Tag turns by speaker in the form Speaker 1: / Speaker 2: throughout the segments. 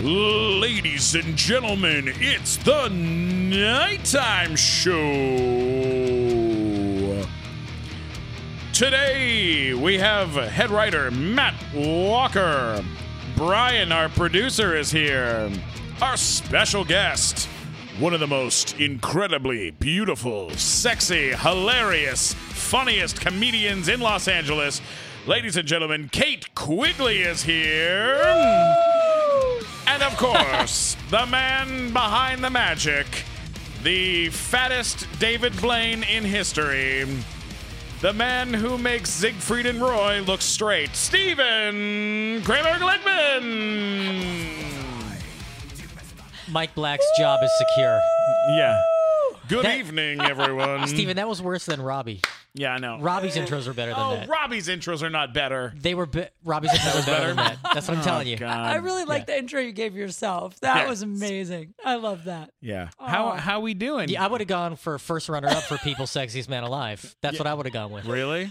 Speaker 1: Ladies and gentlemen, it's the nighttime show. Today we have head writer Matt Walker. Brian, our producer, is here. Our special guest, one of the most incredibly beautiful, sexy, hilarious, funniest comedians in Los Angeles. Ladies and gentlemen, Kate Quigley is here. And of course, the man behind the magic, the fattest David Blaine in history, the man who makes Siegfried and Roy look straight, Steven Kramer Glickman.
Speaker 2: Mike Black's job is secure.
Speaker 1: Yeah. Good
Speaker 2: That-
Speaker 1: evening, everyone.
Speaker 2: Steven, that was worse than Robbie.
Speaker 1: Yeah, I know.
Speaker 2: Robbie's intros are better than
Speaker 1: oh,
Speaker 2: that.
Speaker 1: Robbie's intros are not better.
Speaker 2: they were be- Robbie's intros are better than that. That's what I'm telling you.
Speaker 1: Oh, God.
Speaker 3: I really like the intro you gave yourself. That
Speaker 1: Um, Yeah.
Speaker 3: was amazing. I love that.
Speaker 1: yeah. How how we doing?
Speaker 2: Yeah, I would have gone for first runner up for People's Sexiest Man Alive. That's what I would have gone with.
Speaker 1: really?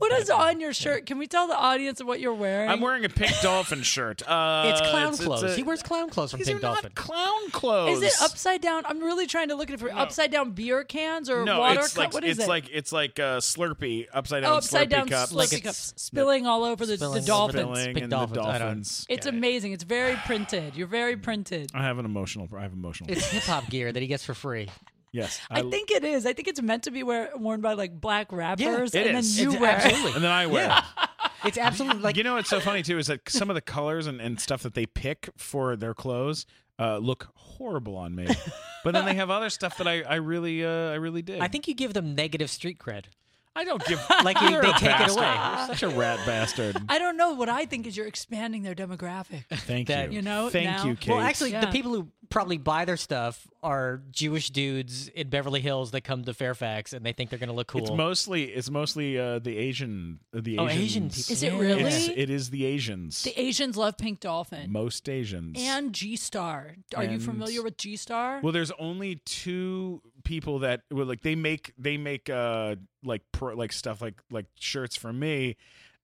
Speaker 3: What is on your shirt? Can we tell the audience what you're wearing?
Speaker 1: I'm wearing a pink dolphin shirt. Uh,
Speaker 2: It's clown
Speaker 1: it's a-
Speaker 2: clothes. he wears clown clothes from
Speaker 1: These
Speaker 2: Pink
Speaker 1: are
Speaker 2: Dolphin.
Speaker 1: not clown clothes.
Speaker 3: Is it upside down? I'm really trying to look at it for upside down beer cans or
Speaker 1: No,
Speaker 3: water
Speaker 1: it's
Speaker 3: cup.
Speaker 1: like
Speaker 3: what is
Speaker 1: it's
Speaker 3: it?
Speaker 1: like it's like uh, Slurpee upside down
Speaker 3: oh, upside
Speaker 1: Slurpee
Speaker 3: down
Speaker 1: cups.
Speaker 3: slurpee
Speaker 2: Like it's-
Speaker 3: cups spilling all over the,
Speaker 2: Spilling
Speaker 3: the
Speaker 2: all over
Speaker 3: dolphins.
Speaker 1: Filling
Speaker 2: Pink
Speaker 1: and
Speaker 2: dolphins.
Speaker 1: The
Speaker 2: I don't
Speaker 1: dolphins.
Speaker 3: It's amazing. It's very printed. You're very printed.
Speaker 1: I have an emotional. I have emotional.
Speaker 2: It's hip hop gear that he gets for free.
Speaker 1: yes,
Speaker 3: I think it is. I think it's meant to be wear, worn by like black rappers,
Speaker 1: it
Speaker 3: and
Speaker 1: is.
Speaker 3: then you
Speaker 2: It's
Speaker 3: wear. it.
Speaker 2: absolutely.
Speaker 1: And then I wear.
Speaker 2: Yeah.
Speaker 1: it.
Speaker 2: It's absolutely like
Speaker 1: you know what's so funny too is that some of the colors and, and stuff that they pick for their clothes uh, look horrible on me. But then they have other stuff that I, I really uh, I really did.
Speaker 2: I think you give them negative street cred.
Speaker 1: I don't give
Speaker 2: Like you,
Speaker 1: you're
Speaker 2: they
Speaker 1: a
Speaker 2: take it
Speaker 1: bastard.
Speaker 2: away.
Speaker 1: You're such a rat bastard.
Speaker 3: I don't know. What I think is you're expanding their demographic.
Speaker 1: Thank
Speaker 2: That-
Speaker 1: you.
Speaker 3: You know,
Speaker 1: Thank
Speaker 3: now-
Speaker 1: you, Kate.
Speaker 2: Well, actually, the
Speaker 3: Yeah.
Speaker 2: people who probably buy their stuff are Jewish dudes in Beverly Hills that come to Fairfax and they think they're going to look cool.
Speaker 1: it's mostly it's mostly uh, the Asian the
Speaker 2: oh,
Speaker 1: Asians.
Speaker 2: Asian people.
Speaker 3: Is it
Speaker 2: Yeah.
Speaker 3: really?
Speaker 1: It's, it is the Asians.
Speaker 3: The Asians love Pink Dolphin
Speaker 1: most Asians.
Speaker 3: and G Star. Are you
Speaker 1: And-
Speaker 3: familiar with G Star?
Speaker 1: well, there's only two people that well, like they make they make uh like pro, like stuff like like shirts for me.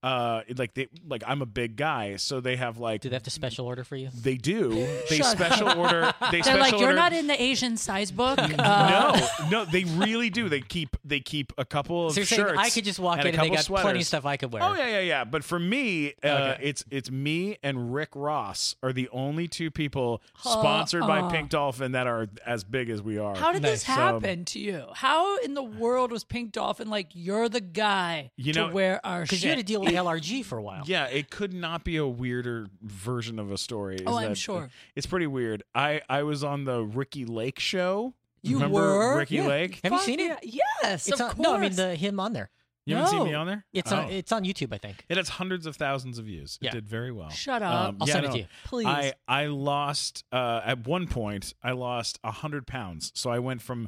Speaker 1: Uh, like they like I'm a big guy, so they have like
Speaker 2: Do they have to special order for you?
Speaker 1: they do they
Speaker 3: Shut
Speaker 1: special order they
Speaker 3: They're
Speaker 1: special
Speaker 3: like, you're
Speaker 1: order
Speaker 3: not in the Asian size book. Uh,
Speaker 1: no, no, they really do. They keep they keep a couple of
Speaker 2: So you're saying
Speaker 1: shirts.
Speaker 2: I could just walk
Speaker 1: and
Speaker 2: in
Speaker 1: a
Speaker 2: and they
Speaker 1: couple
Speaker 2: got plenty of
Speaker 1: sweaters.
Speaker 2: stuff I could wear.
Speaker 1: Oh yeah, yeah, yeah. But for me, uh,
Speaker 2: Okay.
Speaker 1: it's it's me and Rick Ross are the only two people sponsored by Pink Dolphin that are as big as we are.
Speaker 3: Uh-huh. How did this
Speaker 1: So,
Speaker 3: happen to you? How in the world was Pink Dolphin like, you're the guy
Speaker 1: You know-
Speaker 3: to wear our
Speaker 2: Because
Speaker 3: shit?
Speaker 2: you had to deal with LRG for a while.
Speaker 1: yeah, it could not be a weirder version of a story.
Speaker 3: Oh,
Speaker 1: is
Speaker 3: I'm
Speaker 1: that-
Speaker 3: sure.
Speaker 1: It's pretty weird. I I was on the Ricky Lake show.
Speaker 3: You
Speaker 1: Remember
Speaker 3: were?
Speaker 1: Ricky
Speaker 3: Yeah.
Speaker 1: Lake?
Speaker 2: Have you seen it?
Speaker 3: Fuck yeah. Yes,
Speaker 2: It's
Speaker 3: of
Speaker 2: on,
Speaker 3: course.
Speaker 2: no, I mean the him on there.
Speaker 1: You haven't seen me
Speaker 3: No.
Speaker 1: on there?
Speaker 2: It's
Speaker 1: Oh.
Speaker 2: on it's on YouTube, I think.
Speaker 1: It has hundreds of thousands of views. It
Speaker 2: Yeah.
Speaker 1: did very well. Um,
Speaker 3: Shut up.
Speaker 2: I'll send it to you.
Speaker 3: Please.
Speaker 1: I, I lost, uh, at one point, I lost 100 pounds. So I went from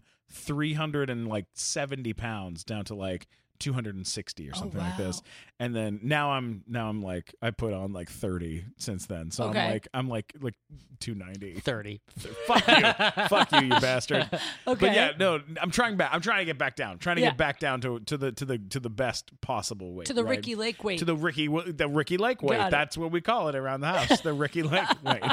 Speaker 1: 370 pounds down to like 260 or something like this.
Speaker 3: Oh, wow.
Speaker 1: And then now I'm, now I'm like, I put on like 30 since then. So I'm
Speaker 3: Okay.
Speaker 1: like, I'm like, like 290.
Speaker 2: Thirty.
Speaker 1: Fuck you. Fuck you, you bastard.
Speaker 3: Okay.
Speaker 1: But yeah, no, I'm trying back. I'm trying to get back down. I'm trying to
Speaker 3: Yeah.
Speaker 1: get back down to, to the, to the, to the best possible weight.
Speaker 3: to the
Speaker 1: right?
Speaker 3: Ricky Lake weight.
Speaker 1: to the Ricky the Ricky Lake weight.
Speaker 3: Got it.
Speaker 1: That's what we call it around the house. The Ricky Lake weight.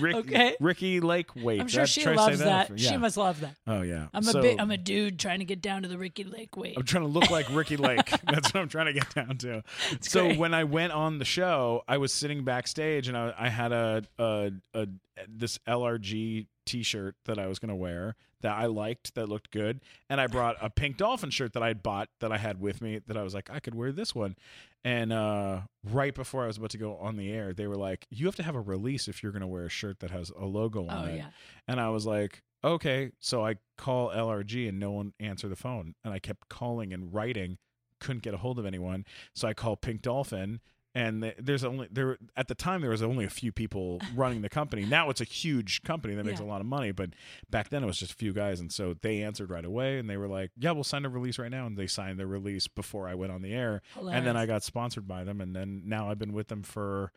Speaker 1: Rick,
Speaker 3: Okay.
Speaker 1: Ricky Lake weight.
Speaker 3: I'm sure
Speaker 1: That-
Speaker 3: she
Speaker 1: try to say
Speaker 3: loves that.
Speaker 1: for-
Speaker 3: She
Speaker 1: yeah.
Speaker 3: must love that.
Speaker 1: Oh yeah.
Speaker 3: I'm
Speaker 1: So, Oh,
Speaker 3: a big, I'm a dude trying to get down to the Ricky Lake weight.
Speaker 1: I'm trying to look like Ricky Lake. That's what I'm trying to get down to. so
Speaker 3: great.
Speaker 1: when I went on the show, I was sitting backstage and I, I had a, a a this LRG T-shirt that I was going to wear that I liked that looked good, and I brought a pink dolphin shirt that I had bought that I had with me that I was like I could wear this one, and uh, right before I was about to go on the air, they were like, "You have to have a release if you're going to wear a shirt that has a logo on
Speaker 3: Oh,
Speaker 1: it."
Speaker 3: yeah.
Speaker 1: And I was like, okay. So I call LRG and no one answered the phone. And I kept calling and writing, couldn't get a hold of anyone. So I called Pink Dolphin. And th- there's only there at the time there was only a few people running the company. Now it's a huge company that makes
Speaker 3: Yeah.
Speaker 1: a lot of money, but back then it was just a few guys. And so they answered right away, and they were like, "Yeah, we'll sign a release right now." And they signed their release before I went on the air, and then I
Speaker 3: Hilarious.
Speaker 1: got sponsored by them, and then now I've been with them for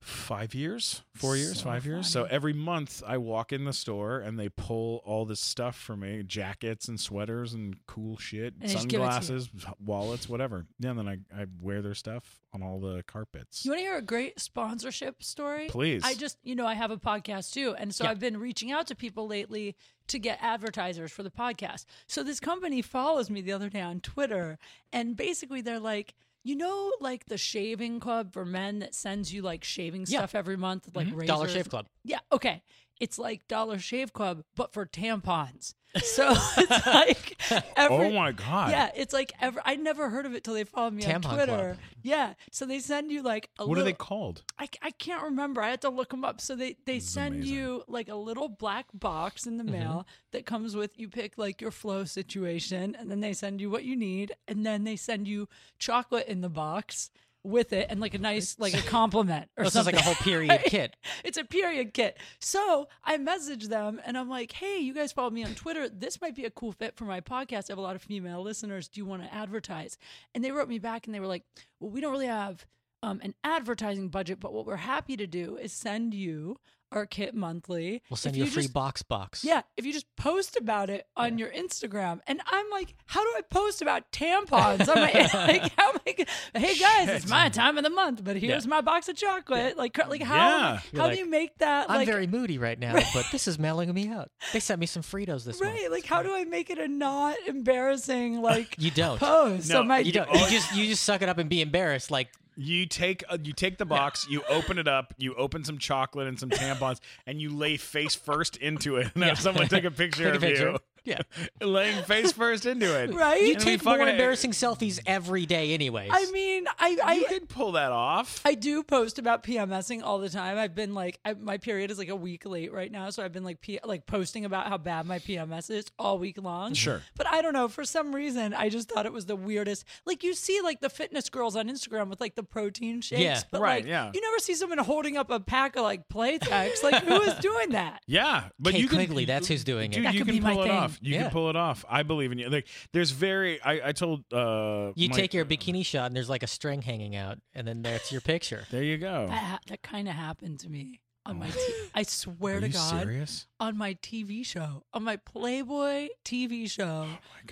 Speaker 1: five years, four years,
Speaker 3: So
Speaker 1: five years. So every month I walk in the store and they pull all this stuff for me jackets and sweaters and cool shit,
Speaker 3: they just give it to you.
Speaker 1: sunglasses, wallets, whatever. Yeah, and then I, I wear their stuff on all the carpets.
Speaker 3: You want to hear a great sponsorship story?
Speaker 1: Please.
Speaker 3: I just, you know, I have a podcast too. And so I've been reaching out to people lately to get advertisers for the podcast. So this company follows me the other day on Twitter. And basically they're like, you know, like the shaving club for men that sends you like shaving
Speaker 2: Yeah. Mm-hmm.
Speaker 3: stuff every month, like razors.
Speaker 2: Dollar Shave Club.
Speaker 3: Yeah. Okay. It's like Dollar Shave Club, but for tampons. So it's like every,
Speaker 1: oh my God.
Speaker 3: yeah, it's like ever. I never heard of it till they followed me
Speaker 2: Tampon
Speaker 3: on
Speaker 2: Club.
Speaker 3: Twitter. Yeah, so they send you like a
Speaker 1: What are
Speaker 3: little.
Speaker 1: they called?
Speaker 3: I, I can't remember. I had to look them up. So they they send you like a little black box in the mail that comes with you pick like your flow situation, and then they send you what you need, and then they send you chocolate in the box with it, and like a nice like a compliment or
Speaker 2: This is
Speaker 3: something
Speaker 2: like a whole period kit.
Speaker 3: it's a period kit. So I messaged them and I'm like, hey, you guys follow me on Twitter. This might be a cool fit for my podcast. I have a lot of female listeners. Do you want to advertise? And they wrote me back and they were like, well, we don't really have um, an advertising budget, but what we're happy to do is send you our kit monthly.
Speaker 2: We'll send
Speaker 3: If
Speaker 2: you a free
Speaker 3: just-
Speaker 2: box box.
Speaker 3: yeah, if you just post about it on your Instagram, and I'm like, how do I post about tampons? I'm like, like, how am I gonna- hey guys, it's my time of the month, but here's my box of chocolate. Like, cr- like how
Speaker 1: Yeah.
Speaker 3: how do you make that?
Speaker 2: I'm
Speaker 3: like,
Speaker 2: very moody right now, but this is mailing me out. They sent me some Fritos this
Speaker 3: right,
Speaker 2: month.
Speaker 3: like how do I make it a not embarrassing like
Speaker 2: You don't.
Speaker 3: post?
Speaker 1: No,
Speaker 3: I'm like,
Speaker 2: You don't. You just you just suck it up and be embarrassed. Like
Speaker 1: You take uh, you take the box, you open it up, you open some chocolate and some tampons, and you lay face first into it. And have someone take a picture
Speaker 2: take a
Speaker 1: of
Speaker 2: picture. Yeah.
Speaker 1: you laying face first into it.
Speaker 3: Right?
Speaker 2: You
Speaker 1: And we
Speaker 2: take
Speaker 1: fucking-
Speaker 2: more embarrassing selfies every day, anyways.
Speaker 3: I mean, I I
Speaker 1: You could pull that off.
Speaker 3: I do post about PMSing all the time. I've been like, I, my period is like a week late right now, so I've been like, P, like posting about how bad my PMS is all week long.
Speaker 1: Sure.
Speaker 3: but I don't know. For some reason, I just thought it was the weirdest. Like you see, like the fitness girls on Instagram with like the protein shakes.
Speaker 2: Yeah.
Speaker 3: but,
Speaker 1: Right,
Speaker 3: Like,
Speaker 1: yeah.
Speaker 3: You never see someone holding up a pack of like Playtex. like who is doing that?
Speaker 1: Yeah, but
Speaker 2: Kate
Speaker 1: you can,
Speaker 2: Quigley, that's who's doing it.
Speaker 1: dude,
Speaker 3: That
Speaker 1: you
Speaker 3: could
Speaker 1: can
Speaker 3: be my
Speaker 1: pull it
Speaker 3: thing.
Speaker 1: off. You
Speaker 2: Yeah.
Speaker 1: can pull it off. I believe in you. Like, there's very. I, I told. uh
Speaker 2: you
Speaker 1: my-
Speaker 2: take your bikini shot and there's like a string hanging out, and then that's your picture.
Speaker 1: There you go.
Speaker 3: That ha- that kind of happened to me on my. T- I swear
Speaker 1: Are
Speaker 3: to
Speaker 1: you
Speaker 3: God.
Speaker 1: serious?
Speaker 3: on my TV show, on my Playboy TV show.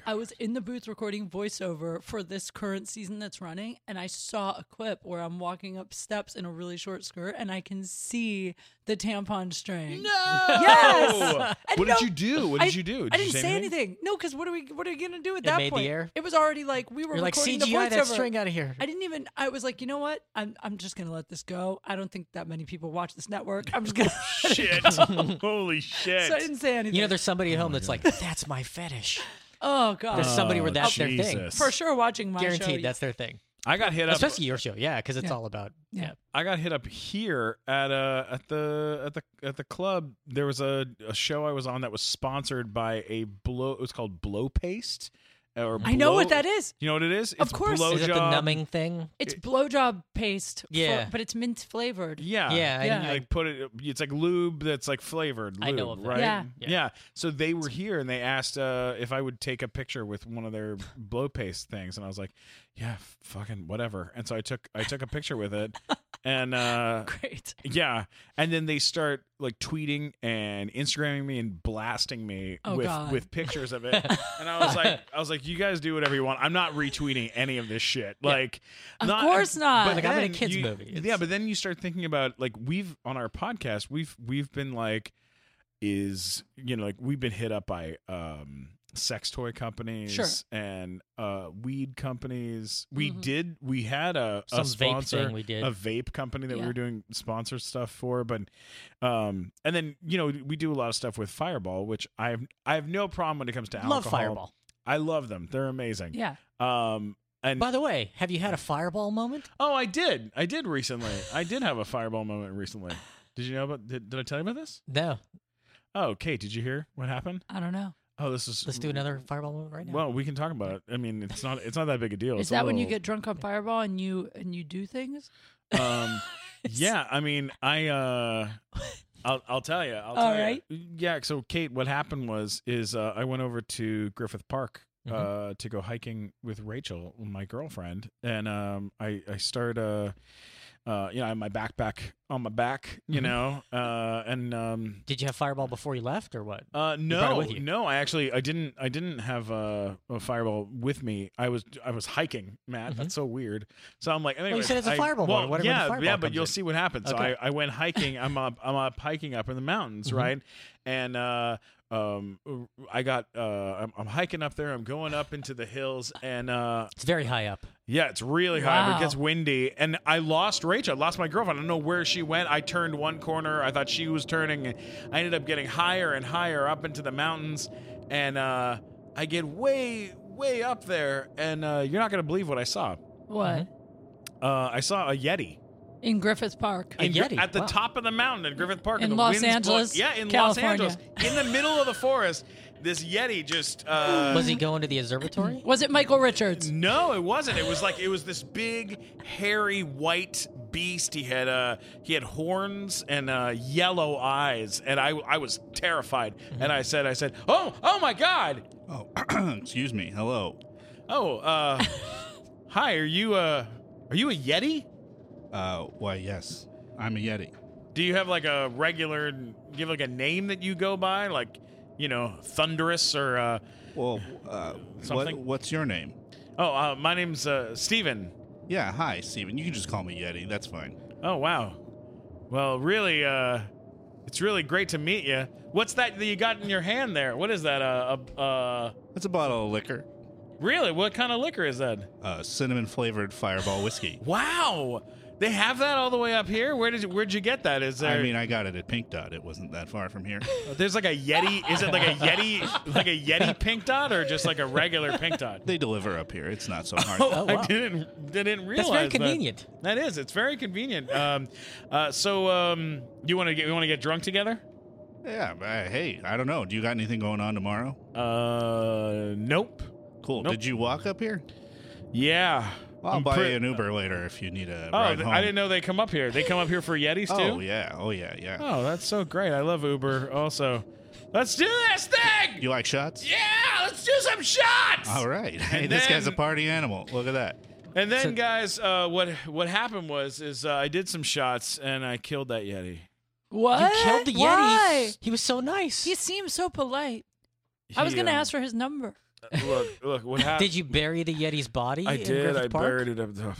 Speaker 3: I was in the booth recording voiceover for this current season that's running, and I saw a clip where I'm walking up steps in a really short skirt, and I can see the tampon string.
Speaker 1: No.
Speaker 3: Yes! Oh! And
Speaker 1: What
Speaker 3: no-
Speaker 1: did you do? What
Speaker 3: I-
Speaker 1: did you do?
Speaker 3: I didn't say anything. No, because what are we? What are we gonna do
Speaker 2: It
Speaker 3: at that
Speaker 2: made the
Speaker 3: point?
Speaker 2: air?
Speaker 3: It was already like we were
Speaker 2: You're like
Speaker 3: recording
Speaker 2: CGI that
Speaker 3: the voiceover.
Speaker 2: string out of here.
Speaker 3: I didn't even. I was like, you know what? I'm. I'm just gonna let this go. I don't think that many people watch this network. I'm just gonna.
Speaker 1: Shit! Holy shit!
Speaker 3: so I didn't say anything.
Speaker 2: you know, there's somebody at
Speaker 1: Oh
Speaker 2: home that's like, that's my fetish.
Speaker 3: oh god.
Speaker 2: There's somebody where
Speaker 1: Oh,
Speaker 2: that's their thing.
Speaker 1: Jesus.
Speaker 3: for sure watching my show.
Speaker 2: Guaranteed, that's their thing.
Speaker 1: I got hit up.
Speaker 2: Especially your show, yeah, because it's
Speaker 3: Yeah.
Speaker 2: all about
Speaker 3: Yeah.
Speaker 2: yeah.
Speaker 1: I got hit up here at uh at the at the at the club. There was a, a show I was on that was sponsored by a blow. It was called Blow Paste. uh, Or
Speaker 3: I know what
Speaker 1: Blow-
Speaker 3: that is.
Speaker 1: You know what it is? It's
Speaker 3: course.
Speaker 1: blowjob.
Speaker 2: Is it the numbing thing?
Speaker 3: It's blowjob paste. for-
Speaker 2: Yeah.
Speaker 3: but it's mint flavored.
Speaker 1: Yeah,
Speaker 2: Yeah, I-
Speaker 1: And you,
Speaker 2: I-
Speaker 1: like put it. It's like lube that's like flavored. Lube,
Speaker 2: I know of that.
Speaker 1: right?
Speaker 3: Yeah.
Speaker 1: yeah, So they were here and they asked uh, if I would take a picture with one of their blow paste things, and I was like, "Yeah, f- fucking whatever." And so I took I took a picture with it, and uh,
Speaker 3: Great.
Speaker 1: yeah, and then they start like tweeting and Instagramming me and blasting me
Speaker 3: Oh,
Speaker 1: with
Speaker 3: God.
Speaker 1: with pictures of it. and I was like, I was like, you guys do whatever you want. I'm not retweeting any of this shit. Like,
Speaker 3: Of course not.
Speaker 2: Like, I'm in a
Speaker 1: then
Speaker 2: kids
Speaker 1: you-
Speaker 2: movie. It's-
Speaker 1: Yeah, but then you start thinking about like we've on our podcast we've we've been like is you know like we've been hit up by um sex toy companies
Speaker 3: Sure.
Speaker 1: and uh weed companies we
Speaker 3: Mhm.
Speaker 1: did we had a, a
Speaker 2: Mm-hmm. Some vape
Speaker 1: sponsor
Speaker 2: thing we did.
Speaker 1: a vape company that we
Speaker 3: Yeah.
Speaker 1: were doing sponsor stuff for but um and then you know we do a lot of stuff with fireball which i have i have no problem when it comes to
Speaker 2: Love
Speaker 1: alcohol
Speaker 2: Fireball.
Speaker 1: i love them they're amazing
Speaker 3: Yeah.
Speaker 1: um and
Speaker 2: By the way, have you had a Fireball moment?
Speaker 1: Oh, I did. I did recently. I did have a fireball moment recently. Did you know about? Did, did I tell you about this?
Speaker 2: No.
Speaker 1: Oh, Kate, did you hear what happened?
Speaker 3: I don't know.
Speaker 1: Oh, this is.
Speaker 2: Let's do another Fireball moment right now.
Speaker 1: Well, we can talk about it. I mean, it's not. It's not that big a deal.
Speaker 3: Is
Speaker 1: It's a
Speaker 3: that when you
Speaker 1: little-
Speaker 3: get drunk on Fireball and you and you do things?
Speaker 1: Um, yeah, I mean, I. uh I'll, I'll tell you. I'll
Speaker 3: All
Speaker 1: tell ya.
Speaker 3: right.
Speaker 1: Yeah. So, Kate, what happened was is uh, I went over to Griffith Park uh, to go hiking with Rachel, my girlfriend, and um, I I started uh, uh, uh, you know, I had my backpack on my back, you
Speaker 2: Mhm.
Speaker 1: know, uh, and um,
Speaker 2: Did you have Fireball before you left, or what?
Speaker 1: uh,
Speaker 2: brought it
Speaker 1: no,
Speaker 2: with you.
Speaker 1: no, I actually, I didn't, I didn't have uh, a fireball with me. I was, I was hiking, Matt.
Speaker 2: Mhm.
Speaker 1: That's so weird. So I'm like, anyway,
Speaker 2: said it's a
Speaker 1: I-
Speaker 2: fireball
Speaker 1: Well,
Speaker 2: moment. What- when the
Speaker 1: yeah,
Speaker 2: fireball
Speaker 1: yeah, but
Speaker 2: comes
Speaker 1: you'll
Speaker 2: in.
Speaker 1: see what happens. So
Speaker 2: Okay.
Speaker 1: I, I went hiking. I'm up, I'm up hiking up in the mountains,
Speaker 2: Mhm.
Speaker 1: right? And uh, um, I got, uh, I'm, I'm hiking up there. I'm going up into the hills, and uh,
Speaker 2: It's very high up.
Speaker 1: yeah, it's really high. but It
Speaker 3: Wow.
Speaker 1: gets windy, and I lost Rachel. I lost my girlfriend. I don't know where she went. I turned one corner. I thought she was turning. and I ended up getting higher and higher up into the mountains, and uh, I get way, way up there, and uh, you're not gonna believe what I saw.
Speaker 3: What?
Speaker 1: Uh, I saw a Yeti.
Speaker 3: In Griffith Park.
Speaker 2: A
Speaker 1: In Gri-
Speaker 2: Yeti?
Speaker 1: at the
Speaker 2: Wow.
Speaker 1: top of the mountain in Griffith Park,
Speaker 3: In
Speaker 1: and the
Speaker 3: Los
Speaker 1: winds
Speaker 3: Angeles,
Speaker 1: Blow- yeah, in
Speaker 3: California.
Speaker 1: Los Angeles, in the middle of the forest, this Yeti just uh,
Speaker 2: Was he going to the observatory?
Speaker 3: Was it Michael Richards?
Speaker 1: No, it wasn't. It was like it was this big, hairy, white beast. He had uh he had horns and uh, yellow eyes, and I I was terrified. And I said, I said, oh oh my god,
Speaker 4: Oh, excuse me. Hello.
Speaker 1: oh uh, hi, are you uh are you a yeti?
Speaker 4: Uh, why? Yes, I'm a Yeti.
Speaker 1: Do you have like a regular? Do you have like a name that you go by, like you know, thunderous or uh,
Speaker 4: Well, uh, what,
Speaker 1: Something?
Speaker 4: what's your name?
Speaker 1: oh uh, my name's uh, Steven.
Speaker 4: Yeah, hi, Steven. You can just call me Yeti. That's fine.
Speaker 1: Oh wow. Well, really, uh, it's really great to meet you. What's that that you got in your hand there? What is that? Uh, uh, uh
Speaker 4: That's a bottle of liquor.
Speaker 1: really? What kind of liquor is that?
Speaker 4: Uh, cinnamon flavored Fireball whiskey.
Speaker 1: Wow. They have that all the way up here. Where did you, where'd you get that? Is there? oh,
Speaker 4: I mean, I got it at Pink Dot. It wasn't that far from here.
Speaker 1: there's like a yeti. Is it like a yeti, like a yeti pink dot, or just like a regular pink dot?
Speaker 4: they deliver up here. It's not so hard.
Speaker 1: Oh,
Speaker 2: wow.
Speaker 1: I didn't didn't realize.
Speaker 2: That's very
Speaker 1: that.
Speaker 2: convenient.
Speaker 1: That is. It's very convenient. Um, uh, so um, you want to get you want to get drunk together?
Speaker 4: Yeah. Uh, hey, I don't know. Do you got anything going on tomorrow?
Speaker 1: Uh, nope.
Speaker 4: Cool.
Speaker 1: Nope.
Speaker 4: Did you walk up here?
Speaker 1: Yeah.
Speaker 4: I'll
Speaker 1: I'm
Speaker 4: buy
Speaker 1: pre-
Speaker 4: you an Uber later if you need a
Speaker 1: Oh,
Speaker 4: ride
Speaker 1: th-
Speaker 4: home.
Speaker 1: I didn't know they come up here. They come up here for Yetis too.
Speaker 4: Oh yeah. Oh yeah. Yeah.
Speaker 1: Oh, that's so great. I love Uber. Also, let's do this thing.
Speaker 4: You like shots?
Speaker 1: Yeah, let's do some shots.
Speaker 4: All right. Hey, this
Speaker 1: then-
Speaker 4: guy's a party animal. Look at that.
Speaker 1: And then, guys, uh, what what happened was is uh, I did some shots and I killed that Yeti.
Speaker 3: What?
Speaker 2: You killed the Yeti.
Speaker 3: Uh, Why?
Speaker 2: He was so nice.
Speaker 3: He seems so polite. I was
Speaker 1: He,
Speaker 3: going to
Speaker 1: um,
Speaker 3: ask for his number.
Speaker 1: Look, look, what happened?
Speaker 2: Did you bury the Yeti's body?
Speaker 1: I
Speaker 2: in
Speaker 1: did.
Speaker 2: Griffith
Speaker 1: I
Speaker 2: Park?
Speaker 1: buried it. Up the, look,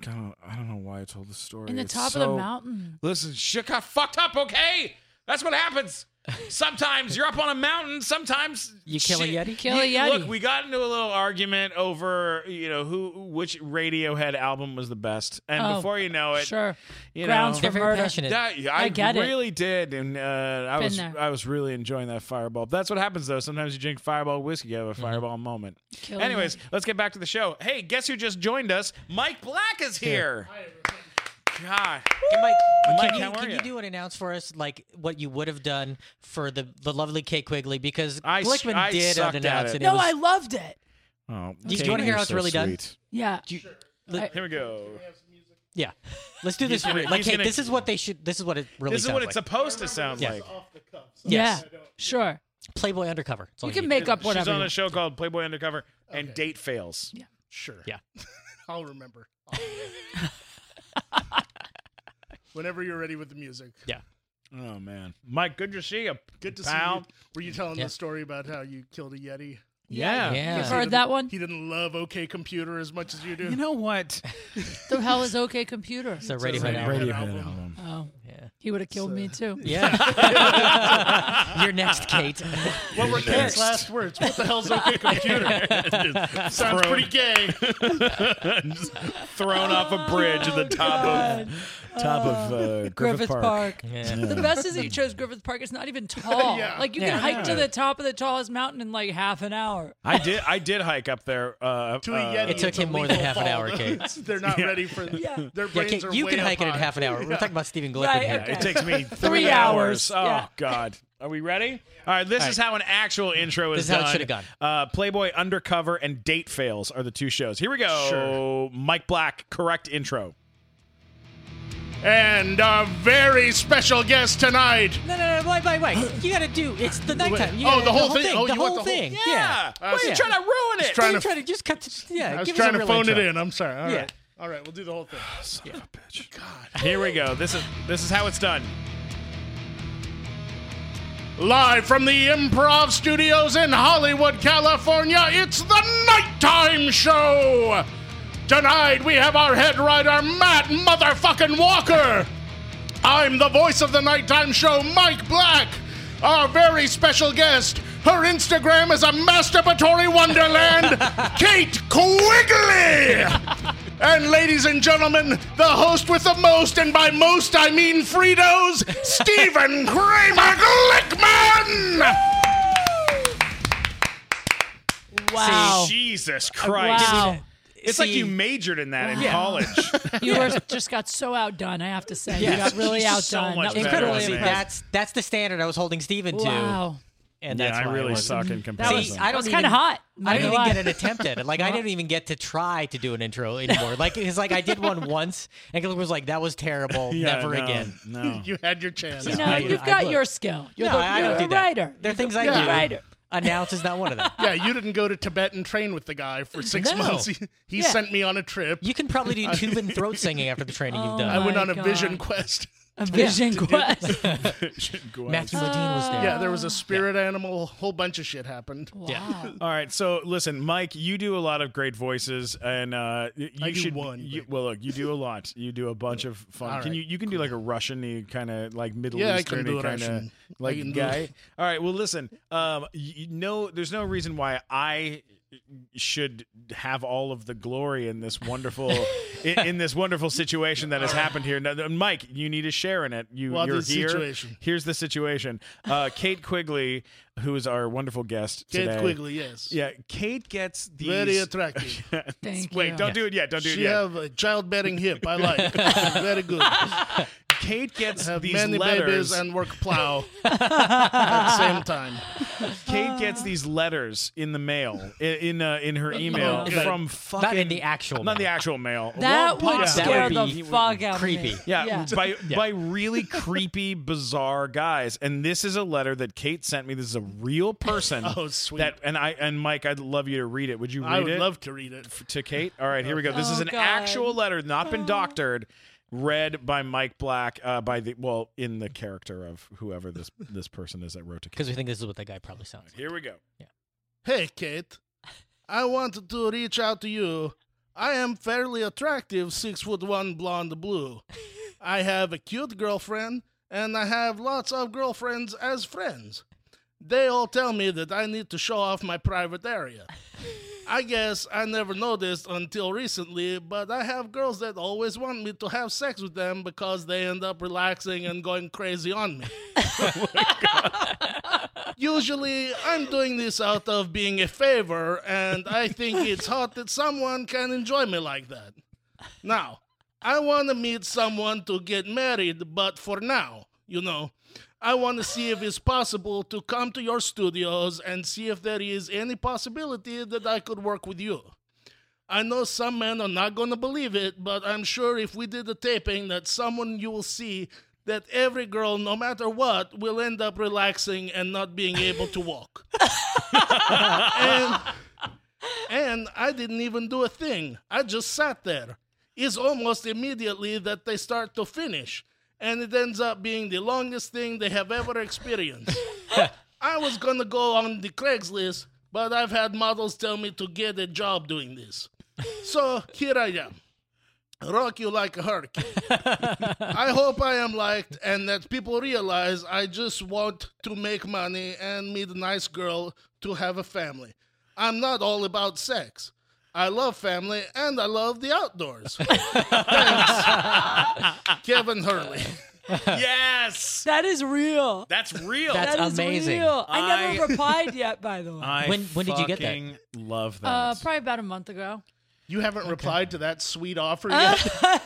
Speaker 1: I don't, I don't know why I told the story.
Speaker 3: In the
Speaker 1: It's
Speaker 3: top of the
Speaker 1: so-
Speaker 3: mountain.
Speaker 1: Listen, shit got fucked up, okay? That's what happens. Sometimes you're up on a mountain, sometimes
Speaker 2: You kill a
Speaker 1: shit-
Speaker 2: Yeti?
Speaker 3: Kill a Yeti.
Speaker 1: Look, we got into a little argument over, you know, who which Radiohead album was the best. And
Speaker 3: Oh,
Speaker 1: before you know it,
Speaker 3: Sure.
Speaker 1: you
Speaker 3: Grounds
Speaker 1: know,
Speaker 2: They're very
Speaker 3: Murder.
Speaker 2: passionate.
Speaker 1: that, I,
Speaker 3: I get it.
Speaker 1: really did, and uh, I
Speaker 3: Been
Speaker 1: was
Speaker 3: there.
Speaker 1: I was really enjoying that fireball. That's what happens though. Sometimes you drink fireball whiskey, you have a
Speaker 2: Mm-hmm.
Speaker 1: fireball moment.
Speaker 3: Kill a
Speaker 1: Anyways, let's get back to the show. Hey, guess who just joined us? Mike Black is here. God,
Speaker 2: Hey, Mike,
Speaker 1: Mike,
Speaker 2: can, you,
Speaker 1: how are
Speaker 2: can
Speaker 1: ya?
Speaker 2: you do an announce for us, like what you would have done for the, the lovely Kay Quigley? Because
Speaker 1: I s-
Speaker 2: Glickman
Speaker 1: I
Speaker 2: did
Speaker 1: sucked at
Speaker 2: an announce,
Speaker 1: it.
Speaker 2: and
Speaker 3: No,
Speaker 2: it was
Speaker 3: I loved it.
Speaker 1: Oh,
Speaker 2: Do you
Speaker 1: Kate,
Speaker 2: wanna hear
Speaker 1: you're
Speaker 2: how it's
Speaker 1: so
Speaker 2: really done?
Speaker 1: sweet.
Speaker 3: Yeah.
Speaker 2: Let-
Speaker 1: Here we go.
Speaker 2: yeah. Let's do this.
Speaker 1: gonna-
Speaker 2: real- like,
Speaker 1: he's
Speaker 2: hey,
Speaker 1: gonna-
Speaker 2: this is what they should. This is what it really.
Speaker 1: This is
Speaker 2: sounds
Speaker 1: what
Speaker 2: like.
Speaker 1: it's supposed to sound
Speaker 2: Yeah.
Speaker 1: like.
Speaker 2: Yes.
Speaker 3: Yeah. Sure.
Speaker 2: Playboy Undercover. That's all
Speaker 3: You can
Speaker 2: need.
Speaker 3: make up whatever.
Speaker 1: She's on
Speaker 3: you-
Speaker 1: a show called Playboy Undercover and Date Fails.
Speaker 5: Sure.
Speaker 2: Yeah.
Speaker 5: I'll remember. I'll remember. Whenever you're ready with the music.
Speaker 2: Yeah.
Speaker 1: Oh man, Mike, good to see you.
Speaker 5: Good to
Speaker 1: pal.
Speaker 5: see you. Were you telling
Speaker 2: Yeah.
Speaker 5: the story about how you killed a Yeti?
Speaker 1: Yeah.
Speaker 2: Yeah.
Speaker 5: He
Speaker 3: Heard
Speaker 5: didn't-
Speaker 3: that one?
Speaker 5: He didn't love OK Computer as much as you do.
Speaker 1: You know what?
Speaker 3: The hell is OK Computer?
Speaker 2: It's a
Speaker 5: It's a
Speaker 2: Radiohead album.
Speaker 5: Radiohead album.
Speaker 3: Oh,
Speaker 2: Yeah.
Speaker 3: he would have killed me too.
Speaker 2: Yeah. You're next, Kate.
Speaker 5: what were
Speaker 1: Next.
Speaker 5: Kate's last words? What the hell's OK Computer? Sounds pretty gay.
Speaker 1: Thrown off a bridge at the top of top of uh, Griffith,
Speaker 3: Griffith
Speaker 1: Park.
Speaker 3: Park.
Speaker 2: Yeah.
Speaker 3: The best is he chose Griffith Park. It's not even tall.
Speaker 5: Yeah.
Speaker 3: Like you
Speaker 2: Yeah.
Speaker 3: can hike to the top of the tallest mountain in like half an hour.
Speaker 1: I did. I did hike up there. Uh,
Speaker 5: To a
Speaker 1: uh,
Speaker 5: Yeti,
Speaker 2: It took
Speaker 5: it's a
Speaker 2: him more than
Speaker 5: lethal
Speaker 2: half an
Speaker 5: fall.
Speaker 2: hour, Kate.
Speaker 5: They're not ready for
Speaker 3: Yeah.
Speaker 5: their
Speaker 2: Yeah,
Speaker 5: brains
Speaker 2: Kate,
Speaker 5: are
Speaker 2: you
Speaker 5: way
Speaker 2: can
Speaker 5: up
Speaker 2: hike it in
Speaker 5: high.
Speaker 2: half an hour. We're talking about Stephen Glickman
Speaker 3: Right,
Speaker 2: here.
Speaker 3: okay.
Speaker 1: It takes me three,
Speaker 3: Three hours,
Speaker 1: Oh
Speaker 3: yeah.
Speaker 1: God. Are we ready? All right. This is how an actual intro is
Speaker 2: This is how it
Speaker 1: done.
Speaker 2: should've gone.
Speaker 1: Uh, Playboy Undercover and Date Fails are the two shows. Here we go.
Speaker 5: Sure.
Speaker 1: Mike Black, correct intro.
Speaker 5: And our very special guest tonight.
Speaker 2: No, no, no, wait, wait, wait. You gotta do. It's the nighttime. You
Speaker 5: Oh,
Speaker 2: gotta-
Speaker 5: the whole thing. Oh,
Speaker 2: the
Speaker 5: you want
Speaker 2: whole
Speaker 5: the whole-
Speaker 2: thing.
Speaker 1: Yeah. Why are you
Speaker 2: yeah.
Speaker 1: trying to ruin it?
Speaker 5: trying
Speaker 2: you
Speaker 5: to-
Speaker 2: trying to just cut. To, yeah,
Speaker 5: I was
Speaker 2: give
Speaker 5: trying
Speaker 2: us a
Speaker 5: to
Speaker 2: real
Speaker 5: phone
Speaker 2: intro.
Speaker 5: it in. I'm sorry. All right.
Speaker 2: Yeah.
Speaker 5: All right, we'll do the whole thing.
Speaker 1: Here we go. This is this is how it's done.
Speaker 4: Live from the Improv Studios in Hollywood, California, it's the Nighttime Show! Tonight we have our head writer, Matt Motherfucking Walker! I'm the voice of the Nighttime Show, Mike Black! Our very special guest, her Instagram is a masturbatory wonderland, Kate Quigley! And ladies and gentlemen, the host with the most, and by most I mean Fritos, Stephen Kramer Glickman!
Speaker 2: Wow.
Speaker 1: Jesus Christ.
Speaker 3: Wow.
Speaker 1: It's like
Speaker 2: See-
Speaker 1: you majored in that in college.
Speaker 3: You were, just got so outdone, I have to say. You got really outdone.
Speaker 1: So
Speaker 3: That
Speaker 1: much
Speaker 3: was
Speaker 1: better
Speaker 2: Incredible.
Speaker 1: than
Speaker 3: really
Speaker 1: me.
Speaker 3: impressive.
Speaker 2: That's that's the standard I was holding Steven to.
Speaker 3: Wow.
Speaker 2: And
Speaker 1: yeah,
Speaker 2: that's
Speaker 1: I
Speaker 2: why
Speaker 1: really
Speaker 2: was-
Speaker 1: suck in
Speaker 3: That
Speaker 1: comparison.
Speaker 3: was,
Speaker 2: I
Speaker 3: I
Speaker 2: don't
Speaker 3: was kind
Speaker 2: even-
Speaker 3: of hot.
Speaker 2: I didn't even
Speaker 3: Not
Speaker 2: get
Speaker 3: gonna
Speaker 2: an attempt at it. Like I didn't even get to try to do an intro anymore. Like it's like I did one once, and Glenn was like, "That was terrible.
Speaker 1: Yeah,
Speaker 2: Never
Speaker 1: no,
Speaker 2: again."
Speaker 1: No.
Speaker 5: You had your chance.
Speaker 3: lie. You know,
Speaker 2: I-
Speaker 3: you've
Speaker 2: I
Speaker 3: got
Speaker 2: would.
Speaker 3: your skill. You're
Speaker 2: No,
Speaker 3: the,
Speaker 2: I
Speaker 3: you're
Speaker 2: don't
Speaker 3: the
Speaker 2: do that.
Speaker 3: writer.
Speaker 2: There are things I
Speaker 5: Yeah.
Speaker 2: do.
Speaker 3: Writer.
Speaker 2: Announce is not one of them.
Speaker 5: yeah, you didn't go to Tibet and train with the guy for six
Speaker 2: No.
Speaker 5: months. He, he
Speaker 3: Yeah.
Speaker 5: sent me on a trip.
Speaker 2: You can probably do Tuvan throat singing after the training you've
Speaker 5: I
Speaker 2: done.
Speaker 3: Oh
Speaker 5: went
Speaker 3: my
Speaker 5: on a
Speaker 3: God.
Speaker 5: vision quest.
Speaker 3: A vision quest.
Speaker 2: Matthew Modine was there.
Speaker 5: Yeah, there
Speaker 3: Oh.
Speaker 5: was a spirit animal. Whole bunch of shit happened.
Speaker 2: Yeah.
Speaker 1: All right, so listen, Mike, you do a lot of great voices, and uh, y- you
Speaker 5: I do
Speaker 1: should.
Speaker 5: one,
Speaker 1: you-
Speaker 5: but-
Speaker 1: well, look, you do a lot. You do a bunch of fun.
Speaker 5: All
Speaker 1: Can
Speaker 5: right.
Speaker 1: you? You can do like a Russian kind of like Middle
Speaker 5: Yeah, I can
Speaker 1: Eastern
Speaker 5: do
Speaker 1: kind of
Speaker 5: Russian. I
Speaker 1: like
Speaker 5: can do-
Speaker 1: guy. All right, well, listen. Um, you, you know, there's no reason why I should have all of the glory in this wonderful in, in this wonderful situation that has happened here. Now, Mike, you need to share in it. You,
Speaker 5: Well,
Speaker 1: you're
Speaker 5: this
Speaker 1: here.
Speaker 5: situation.
Speaker 1: Here's the situation. Uh, Kate Quigley, who is our wonderful guest
Speaker 5: Kate
Speaker 1: today.
Speaker 5: Quigley, yes.
Speaker 1: Yeah, Kate gets these.
Speaker 5: Very attractive.
Speaker 3: Thank
Speaker 1: Wait,
Speaker 3: you.
Speaker 1: don't do it yet. Don't do it
Speaker 5: she
Speaker 1: yet.
Speaker 5: have a childbearing hip. I like. Very good.
Speaker 1: Kate gets
Speaker 5: Have
Speaker 1: these
Speaker 5: many
Speaker 1: letters.
Speaker 5: babies and work plow at the same time.
Speaker 1: Kate
Speaker 2: Ah.
Speaker 1: gets these letters in the mail in in, uh, in her email
Speaker 5: God.
Speaker 1: from fucking
Speaker 2: Oh, Not in the actual.
Speaker 1: not the
Speaker 2: mail.
Speaker 1: actual mail.
Speaker 3: That
Speaker 1: Well,
Speaker 3: would
Speaker 1: yeah.
Speaker 3: scare
Speaker 2: That would be
Speaker 3: the fuck out of me.
Speaker 2: creepy.
Speaker 1: Yeah, by
Speaker 2: Yeah.
Speaker 1: by really creepy, bizarre guys. And this is a letter that Kate sent me. This is a real person.
Speaker 5: Oh, sweet.
Speaker 1: That and I and Mike, I'd love you to read it. Would you read
Speaker 5: I would
Speaker 1: it
Speaker 5: love to read it.
Speaker 1: to Kate? All right, here we go. This is
Speaker 3: Oh,
Speaker 1: an
Speaker 3: God.
Speaker 1: actual letter, not been doctored. Read by Mike Black, uh, by the well, in the character of whoever this this person is that wrote to Kate.
Speaker 2: Because we think this is what that guy probably sounds. like.
Speaker 1: Here we go.
Speaker 5: Hey, Kate. I wanted to reach out to you. I am fairly attractive, six foot one, blonde, blue. I have a cute girlfriend, and I have lots of girlfriends as friends. They all tell me that I need to show off my private area. I guess I never noticed until recently, but I have girls that always want me to have sex with them because they end up relaxing and going crazy on me. Usually, I'm doing this out of being a favor, and I think it's hot that someone can enjoy me like that. Now, I want to meet someone to get married, but for now, you know, I want to see if it's possible to come to your studios and see if there is any possibility that I could work with you. I know some men are not going to believe it, but I'm sure if we did a taping that someone you will see that every girl no matter what will end up relaxing and not being able to walk. and and I didn't even do a thing. I just sat there. It's almost immediately that they start to finish, and it ends up being the longest thing they have ever experienced. I was gonna go on the Craigslist, but I've had models tell me to get a job doing this. So here I am. Rock you like a hurricane. I hope I am liked and that people realize I just want to make money and meet a nice girl to have a family. I'm not all about sex. I love family and I love the outdoors. Thanks. Kevin Hurley.
Speaker 1: yes,
Speaker 3: That is real.
Speaker 1: that's real.
Speaker 2: That's
Speaker 3: That is
Speaker 2: amazing.
Speaker 3: real. I
Speaker 1: I- Uh,
Speaker 3: never replied yet, by the way.
Speaker 1: I
Speaker 2: When- when did you get that?
Speaker 1: fucking Love that.
Speaker 3: uh, probably about a month ago.
Speaker 5: You haven't replied to that sweet offer
Speaker 3: Oh,
Speaker 5: yet?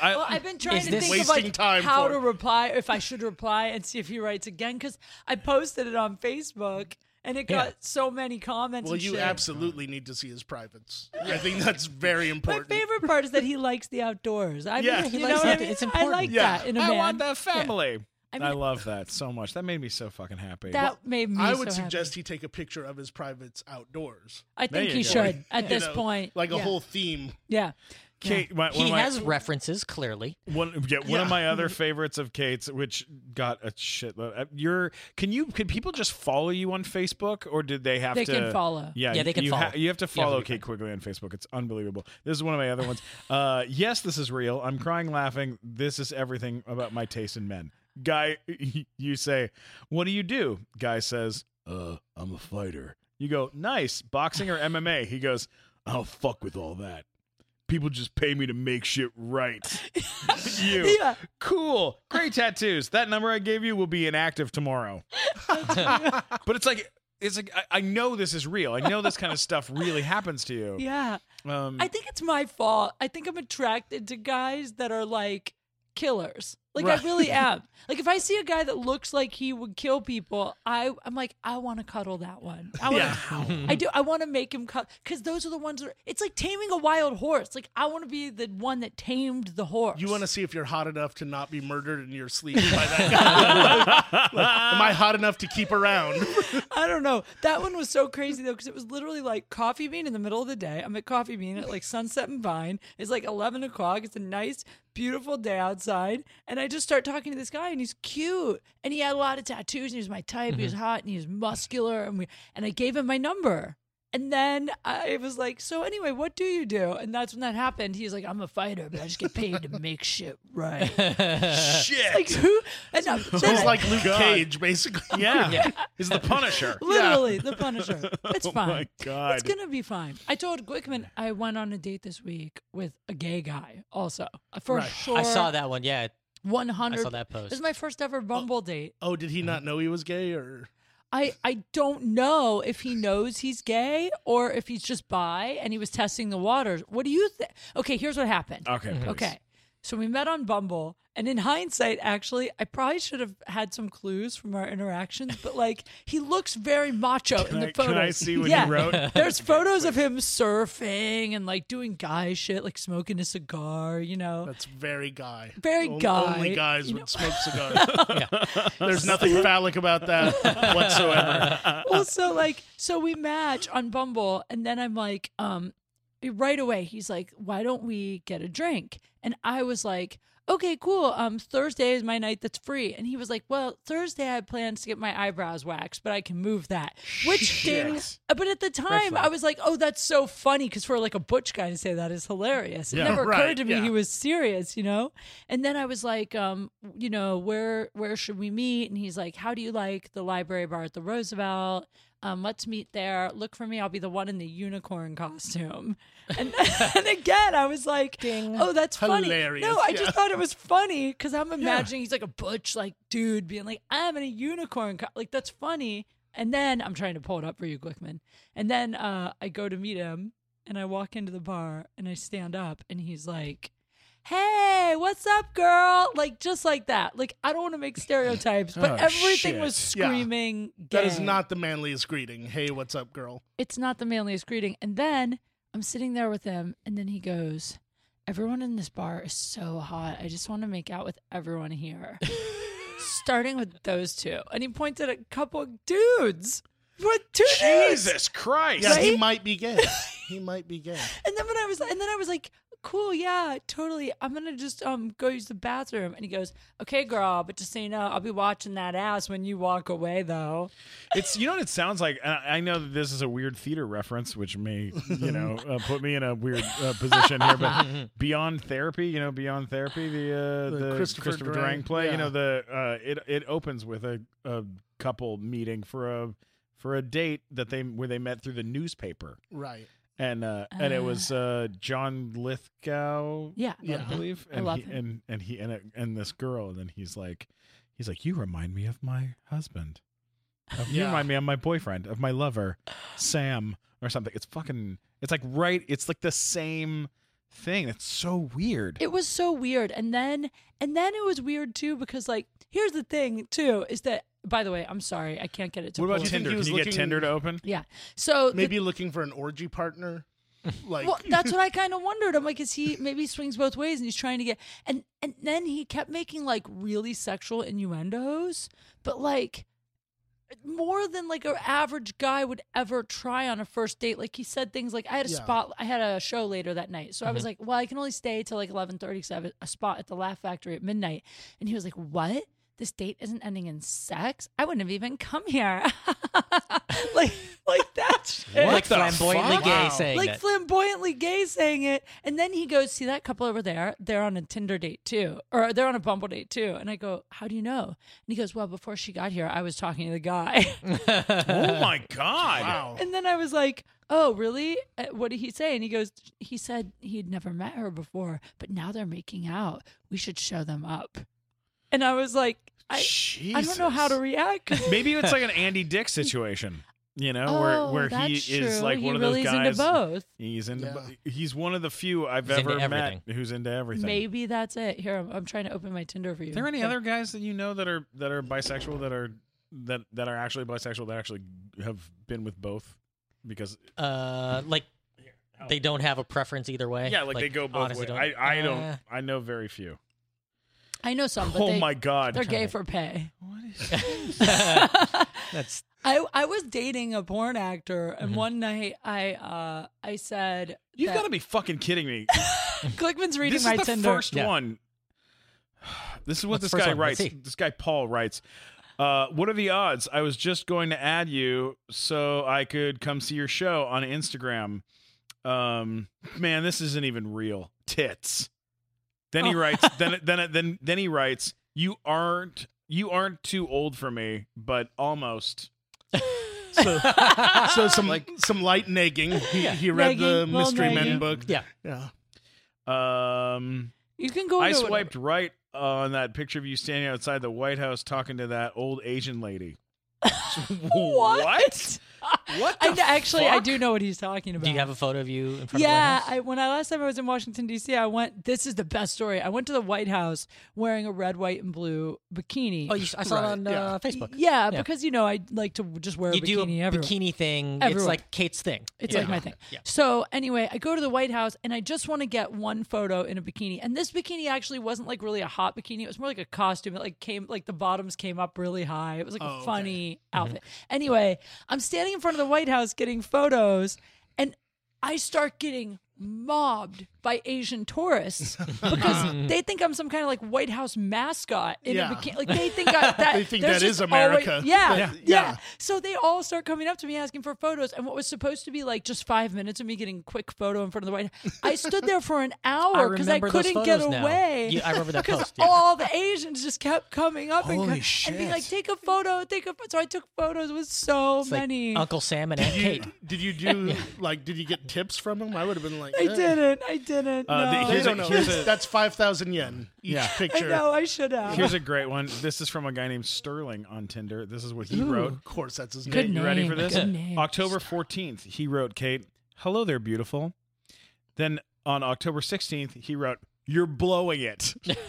Speaker 1: I-
Speaker 3: Well, I've been trying
Speaker 2: Is
Speaker 3: to
Speaker 2: this-
Speaker 3: think of
Speaker 5: Wasting
Speaker 3: like
Speaker 5: time
Speaker 3: how
Speaker 5: for-
Speaker 3: to reply, if I should reply, and see if he writes again. Because I posted it on Facebook, and it got
Speaker 2: Yeah.
Speaker 3: so many comments.
Speaker 5: well,
Speaker 3: and
Speaker 5: you
Speaker 3: shit.
Speaker 5: absolutely need to see his privates. I think that's very
Speaker 3: My
Speaker 5: important.
Speaker 3: favorite part is that he likes the outdoors. I
Speaker 1: Yeah.
Speaker 3: mean,
Speaker 1: He
Speaker 3: you
Speaker 2: likes
Speaker 3: know what
Speaker 2: the-
Speaker 3: I mean?
Speaker 2: it's
Speaker 3: I
Speaker 2: important.
Speaker 3: like
Speaker 5: Yeah.
Speaker 3: that in a
Speaker 1: I
Speaker 3: man.
Speaker 1: want that family. I,
Speaker 3: I mean-
Speaker 1: love that so much. That made me so fucking happy.
Speaker 3: That made me.
Speaker 5: I would
Speaker 3: so happy.
Speaker 5: suggest he take a picture of his privates outdoors.
Speaker 3: I think
Speaker 1: you
Speaker 3: he
Speaker 1: go.
Speaker 3: should at
Speaker 5: You
Speaker 3: this
Speaker 5: know,
Speaker 3: point.
Speaker 5: Like a
Speaker 3: yeah.
Speaker 5: whole theme.
Speaker 3: Yeah.
Speaker 1: Kate, my, one
Speaker 2: He
Speaker 1: of my,
Speaker 2: has references clearly.
Speaker 1: one, yeah, one of
Speaker 5: Yeah.
Speaker 1: my other favorites of Kate's, which got a shitload. uh, You're can you can people just follow you on Facebook, or did they have
Speaker 3: They
Speaker 1: to
Speaker 3: can follow.
Speaker 1: Yeah,
Speaker 2: Yeah, they can
Speaker 1: you
Speaker 2: follow.
Speaker 1: you have to follow
Speaker 2: we can.
Speaker 1: Kate Quigley on Facebook. It's unbelievable. This is one of my other ones. Uh, yes, this is real. I'm crying, laughing. This is everything about my taste in men. Guy, you say, "What do you do?" Guy says, "Uh, I'm a fighter." You go, "Nice, boxing or MMA?" He goes, "I'll fuck with all that." People just pay me to make shit right. you.
Speaker 3: Yeah.
Speaker 1: Cool. Great tattoos. That number I gave you will be inactive tomorrow. but it's like it's like I, I know this is real. I know this kind of stuff really happens to you.
Speaker 3: Yeah.
Speaker 1: Um,
Speaker 3: I think it's my fault. I think I'm attracted to guys that are like killers. Like
Speaker 1: Right.
Speaker 3: I really am. Like if I see a guy that looks like he would kill people, I I'm like I want to cuddle that one. I want to I do I want to make him cut cuz those are the ones that are, it's like taming a wild horse. Like I want to be the one that tamed the horse.
Speaker 5: You want to see if you're hot enough to not be murdered in your sleep by that guy. Like, am I hot enough to keep around?
Speaker 3: I don't know. That one was so crazy though, because it was literally like Coffee Bean in the middle of the day. I'm at Coffee Bean at like Sunset and Vine. It's like 11 o'clock. It's a nice, beautiful day outside, and I just start talking to this guy, and he's cute, and he had a lot of tattoos, and he was my type. He was hot, and he was muscular, and we and I gave him my number. And then I was like, so anyway, what do you do? And that's when that happened. He's like, I'm a fighter, but I just get paid to make shit right.
Speaker 1: shit.
Speaker 3: like who? And now, then
Speaker 5: It's
Speaker 3: I-
Speaker 5: like Luke
Speaker 1: God.
Speaker 5: Cage, basically.
Speaker 1: yeah. Is the Punisher.
Speaker 3: Literally, the Punisher. It's fine.
Speaker 1: Oh my God.
Speaker 3: It's gonna be fine. I told Glickman I went on a date this week with a gay guy. Also, uh, for sure.
Speaker 2: I saw that one. Yeah,
Speaker 3: One hundred.
Speaker 2: I saw that post.
Speaker 3: This is my first ever Bumble date.
Speaker 5: Oh, did he not know he was gay, or
Speaker 3: I I don't know if he knows he's gay or if he's just bi and he was testing the waters. What do you think? Okay, here's what happened.
Speaker 1: Okay. please.
Speaker 3: Okay. So we met on Bumble, and in hindsight, actually, I probably should have had some clues from our interactions. But like, he looks very macho in the
Speaker 1: I-
Speaker 3: photos.
Speaker 1: can I see what he
Speaker 3: yeah.
Speaker 1: wrote?
Speaker 3: There's photos of him surfing and like doing guy shit, like smoking a cigar. You know,
Speaker 5: that's very guy.
Speaker 3: Very
Speaker 5: O-
Speaker 3: guy,
Speaker 5: Only guys
Speaker 3: you
Speaker 5: would
Speaker 3: know.
Speaker 5: smoke cigars. There's nothing phallic about that whatsoever.
Speaker 3: well, so like, so we match on Bumble, and then I'm like, um, right away, he's like, why don't we get a drink? And I was like, okay, cool. Um, Thursday is my night that's free. And he was like, well, Thursday I had plans to get my eyebrows waxed, but I can move that. Which ding. But at the time, I was like, oh, that's so funny because for like a butch guy to say that is hilarious. It never
Speaker 5: Right,
Speaker 3: occurred to me
Speaker 5: yeah.
Speaker 3: he was serious, you know. And then I was like, um, you know, where where should we meet? And he's like, how do you like the library bar at the Roosevelt? Um, let's meet there. Look for me. I'll be the one in the unicorn costume. And, and again, I was like, oh, that's funny.
Speaker 5: Hilarious,
Speaker 3: No, I
Speaker 5: yeah.
Speaker 3: just thought it was funny because I'm imagining he's like a butch like dude being like, I'm in a unicorn. Co-. Like that's funny. And then I'm trying to pull it up for you, Glickman. And then uh, I go to meet him and I walk into the bar and I stand up and he's like, Hey, what's up, girl? Like, just like that. Like, I don't want to make stereotypes, but
Speaker 1: Oh,
Speaker 3: everything
Speaker 1: shit.
Speaker 3: was
Speaker 5: Yeah.
Speaker 3: screaming gay.
Speaker 5: That is not the manliest greeting. Hey, what's up, girl?
Speaker 3: It's not the manliest greeting. And then I'm sitting there with him and then he goes, Everyone in this bar is so hot. I just want to make out with everyone here. Starting with those two. And he points at a couple dudes. What two dudes?
Speaker 1: Jesus Christ.
Speaker 5: Yeah, he
Speaker 3: Right?
Speaker 5: might be gay. He might be gay.
Speaker 3: And then when I was, and then I was like, "Cool, yeah, totally. I'm gonna just um go use the bathroom." And he goes, "Okay, girl, but just so you know, I'll be watching that ass when you walk away, though."
Speaker 1: It's you know what it sounds like. And I I know that this is a weird theater reference, which may you know uh, put me in a weird uh, position here. But beyond therapy, you know, beyond therapy, the uh,
Speaker 5: The
Speaker 1: the,
Speaker 5: Christopher
Speaker 1: Christopher,
Speaker 5: Durang,
Speaker 1: Durang, play.
Speaker 5: yeah.
Speaker 1: You know, the uh, it it opens with a, a couple meeting for a for a date that they where they met through the newspaper,
Speaker 5: Right.
Speaker 1: and uh, and it
Speaker 3: Ah.
Speaker 1: was uh, John Lithgow.
Speaker 3: Yeah,
Speaker 1: I
Speaker 5: Yeah.
Speaker 1: believe.
Speaker 3: I
Speaker 1: And
Speaker 3: love
Speaker 1: he,
Speaker 3: him.
Speaker 1: and and he and it- and this girl, and then he's like, he's like, you remind me of my husband. Of- You
Speaker 5: Yeah.
Speaker 1: remind me of my boyfriend, of my lover, Sam, or something. It's fucking. It's like right. It's like the same thing. It's so weird.
Speaker 3: it was so weird. And then, and then it was weird too because, like, here's the thing too is that. By the way, I'm sorry, I can't get it to.
Speaker 1: what about
Speaker 3: pull.
Speaker 5: think
Speaker 1: Tinder?
Speaker 5: he
Speaker 1: Can
Speaker 5: was
Speaker 1: you get
Speaker 5: looking-
Speaker 1: Tinder to open?
Speaker 3: Yeah. So the-
Speaker 5: Maybe looking for an orgy partner. Like
Speaker 3: Well, that's what I kind of wondered. I'm like, is he maybe he swings both ways and he's trying to get and and then he kept making like really sexual innuendos, but like more than like an average guy would ever try on a first date. Like he said things like, "I had a
Speaker 5: Yeah.
Speaker 3: spot, I had a show later that night, so I was like, well, I can only stay till like eleven thirty because I have a- a spot at the Laugh Factory at midnight." And he was like, "What? This date isn't ending in sex? I wouldn't have even come here." like, like that. shit.
Speaker 2: like flamboyantly
Speaker 5: fuck?
Speaker 2: gay
Speaker 5: Wow.
Speaker 2: saying
Speaker 3: Like
Speaker 2: that.
Speaker 3: flamboyantly gay saying it. And then he goes, See that couple over there? They're on a Tinder date too. Or they're on a Bumble date too. And I go, How do you know? And he goes, Well, before she got here, I was talking to the guy.
Speaker 1: oh my god!
Speaker 5: Wow.
Speaker 3: and then I was like, Oh, really? Uh, What did he say? And he goes, He said he'd never met her before, but now they're making out. We should show them up. And I was like, I, I don't know how to react. 'cause
Speaker 1: Maybe it's like an Andy Dick situation, you know,
Speaker 3: Oh,
Speaker 1: where where he
Speaker 3: that's
Speaker 1: is
Speaker 3: true.
Speaker 1: like
Speaker 3: He
Speaker 1: one of
Speaker 3: really is
Speaker 1: those
Speaker 3: into
Speaker 1: guys.
Speaker 3: both.
Speaker 1: He's into.
Speaker 5: Yeah.
Speaker 1: bo- He's one of the few I've
Speaker 2: He's into
Speaker 1: ever met
Speaker 2: everything.
Speaker 1: who's into everything.
Speaker 3: Maybe that's it. Here, I'm, I'm trying to open my Tinder for you.
Speaker 1: Are there any
Speaker 3: Okay.
Speaker 1: other guys that you know that are that are bisexual that are that that are actually bisexual that actually have been with both? Because
Speaker 2: uh, like they don't have a preference either way.
Speaker 1: yeah, like, they go both
Speaker 2: Eh, honestly
Speaker 1: ways. I
Speaker 2: don't-
Speaker 1: I don't
Speaker 2: Uh,
Speaker 1: I know very few.
Speaker 3: I know some, Um, but
Speaker 1: Oh
Speaker 3: they,
Speaker 1: my god!
Speaker 3: they're gay
Speaker 2: kinda-
Speaker 3: for pay.
Speaker 2: That's
Speaker 3: I, I was dating a porn actor, and one night I uh I said
Speaker 1: Mm-hmm. You've
Speaker 3: that-
Speaker 1: got to be fucking kidding me.
Speaker 3: Glickman's reading
Speaker 1: this
Speaker 3: my
Speaker 1: is the
Speaker 3: Tinder.
Speaker 1: first
Speaker 2: Yeah.
Speaker 1: one. This is what
Speaker 2: What's the
Speaker 1: this
Speaker 2: first
Speaker 1: guy
Speaker 2: one? Let's
Speaker 1: writes.
Speaker 2: see.
Speaker 1: This guy Paul writes. Uh, what are the odds? I was just going to add you so I could come see your show on Instagram. Um, man, this isn't even real. Tits. Then
Speaker 2: Oh.
Speaker 1: he writes. Then then then then he writes. You aren't you aren't too old for me, but almost.
Speaker 5: So, so some some light nagging. He, he read the
Speaker 3: Nagging, little
Speaker 5: Mystery Men
Speaker 3: nagging.
Speaker 5: book.
Speaker 2: Yeah.
Speaker 5: Yeah.
Speaker 1: Um,
Speaker 3: You can go.
Speaker 1: I
Speaker 3: to it.
Speaker 1: swiped right on that picture of you standing outside the White House talking to that old Asian lady.
Speaker 3: What?
Speaker 1: What? What
Speaker 3: I
Speaker 1: the
Speaker 3: actually I
Speaker 1: fuck?
Speaker 3: do know what he's talking about.
Speaker 2: Do you have a photo of you in front
Speaker 3: yeah,
Speaker 2: of the White House?
Speaker 3: I, when I last time I was in Washington D.C., I went. This is the best story. I went to the White House wearing a red, white, and blue bikini.
Speaker 2: Oh, you, I saw it on uh, Facebook. Yeah.
Speaker 3: yeah, because you know I like to just wear
Speaker 2: You
Speaker 3: a
Speaker 2: do a
Speaker 3: bikini everywhere.
Speaker 2: bikini thing. It's
Speaker 3: Everywhere.
Speaker 2: like Kate's thing.
Speaker 3: It's
Speaker 2: Yeah.
Speaker 3: like my thing. So anyway, I go to the White House and I just want to get one photo in a bikini. And this bikini actually wasn't like really a hot bikini. It was more like a costume. It like came like the bottoms came up really high. It was like
Speaker 5: Oh,
Speaker 3: a
Speaker 5: okay.
Speaker 3: funny outfit. Anyway, I'm standing in front of the White House getting photos and I start getting mobbed by Asian tourists because they think I'm some kind of like White House mascot in
Speaker 5: Yeah.
Speaker 3: a bikini. Like they think I, that
Speaker 5: They think
Speaker 3: there's
Speaker 5: that is
Speaker 3: just always-
Speaker 5: America.
Speaker 3: yeah,
Speaker 5: Yeah.
Speaker 3: yeah,
Speaker 5: Yeah.
Speaker 3: So they all start coming up to me asking for photos, and what was supposed to be like just five minutes of me getting a quick photo in front of the White House, I stood there for an hour because I,
Speaker 2: remember those
Speaker 3: couldn't get
Speaker 2: photos now.
Speaker 3: away.
Speaker 2: You- I remember that
Speaker 3: because
Speaker 2: post. yeah.
Speaker 3: all the Asians just kept coming up and,
Speaker 1: Holy
Speaker 3: co- and
Speaker 1: shit.
Speaker 3: being like, "Take a photo, take a." pho-" So I took photos with so
Speaker 2: It's like uh,
Speaker 3: many.
Speaker 2: Uncle Sam and Aunt
Speaker 5: You,
Speaker 2: Kate.
Speaker 5: did you do like? Did you get tips from him? I would have been like,
Speaker 3: I
Speaker 5: yeah.
Speaker 3: didn't. I didn't.
Speaker 1: Uh, the-
Speaker 3: no.
Speaker 5: They
Speaker 1: Here's a-
Speaker 5: don't know.
Speaker 1: here's a-
Speaker 5: That's five thousand yen each
Speaker 1: Yeah.
Speaker 3: I
Speaker 5: picture.
Speaker 3: know. I should have.
Speaker 1: Here's a great one. This is from a guy named Sterling on Tinder. This is what he wrote.
Speaker 5: Of course, that's his
Speaker 3: Good
Speaker 5: name.
Speaker 1: You ready
Speaker 3: name,
Speaker 1: for this?
Speaker 3: good name.
Speaker 1: October 14th, he wrote Kate, "Hello there, beautiful." Then on October 16th, he wrote, "You're blowing it."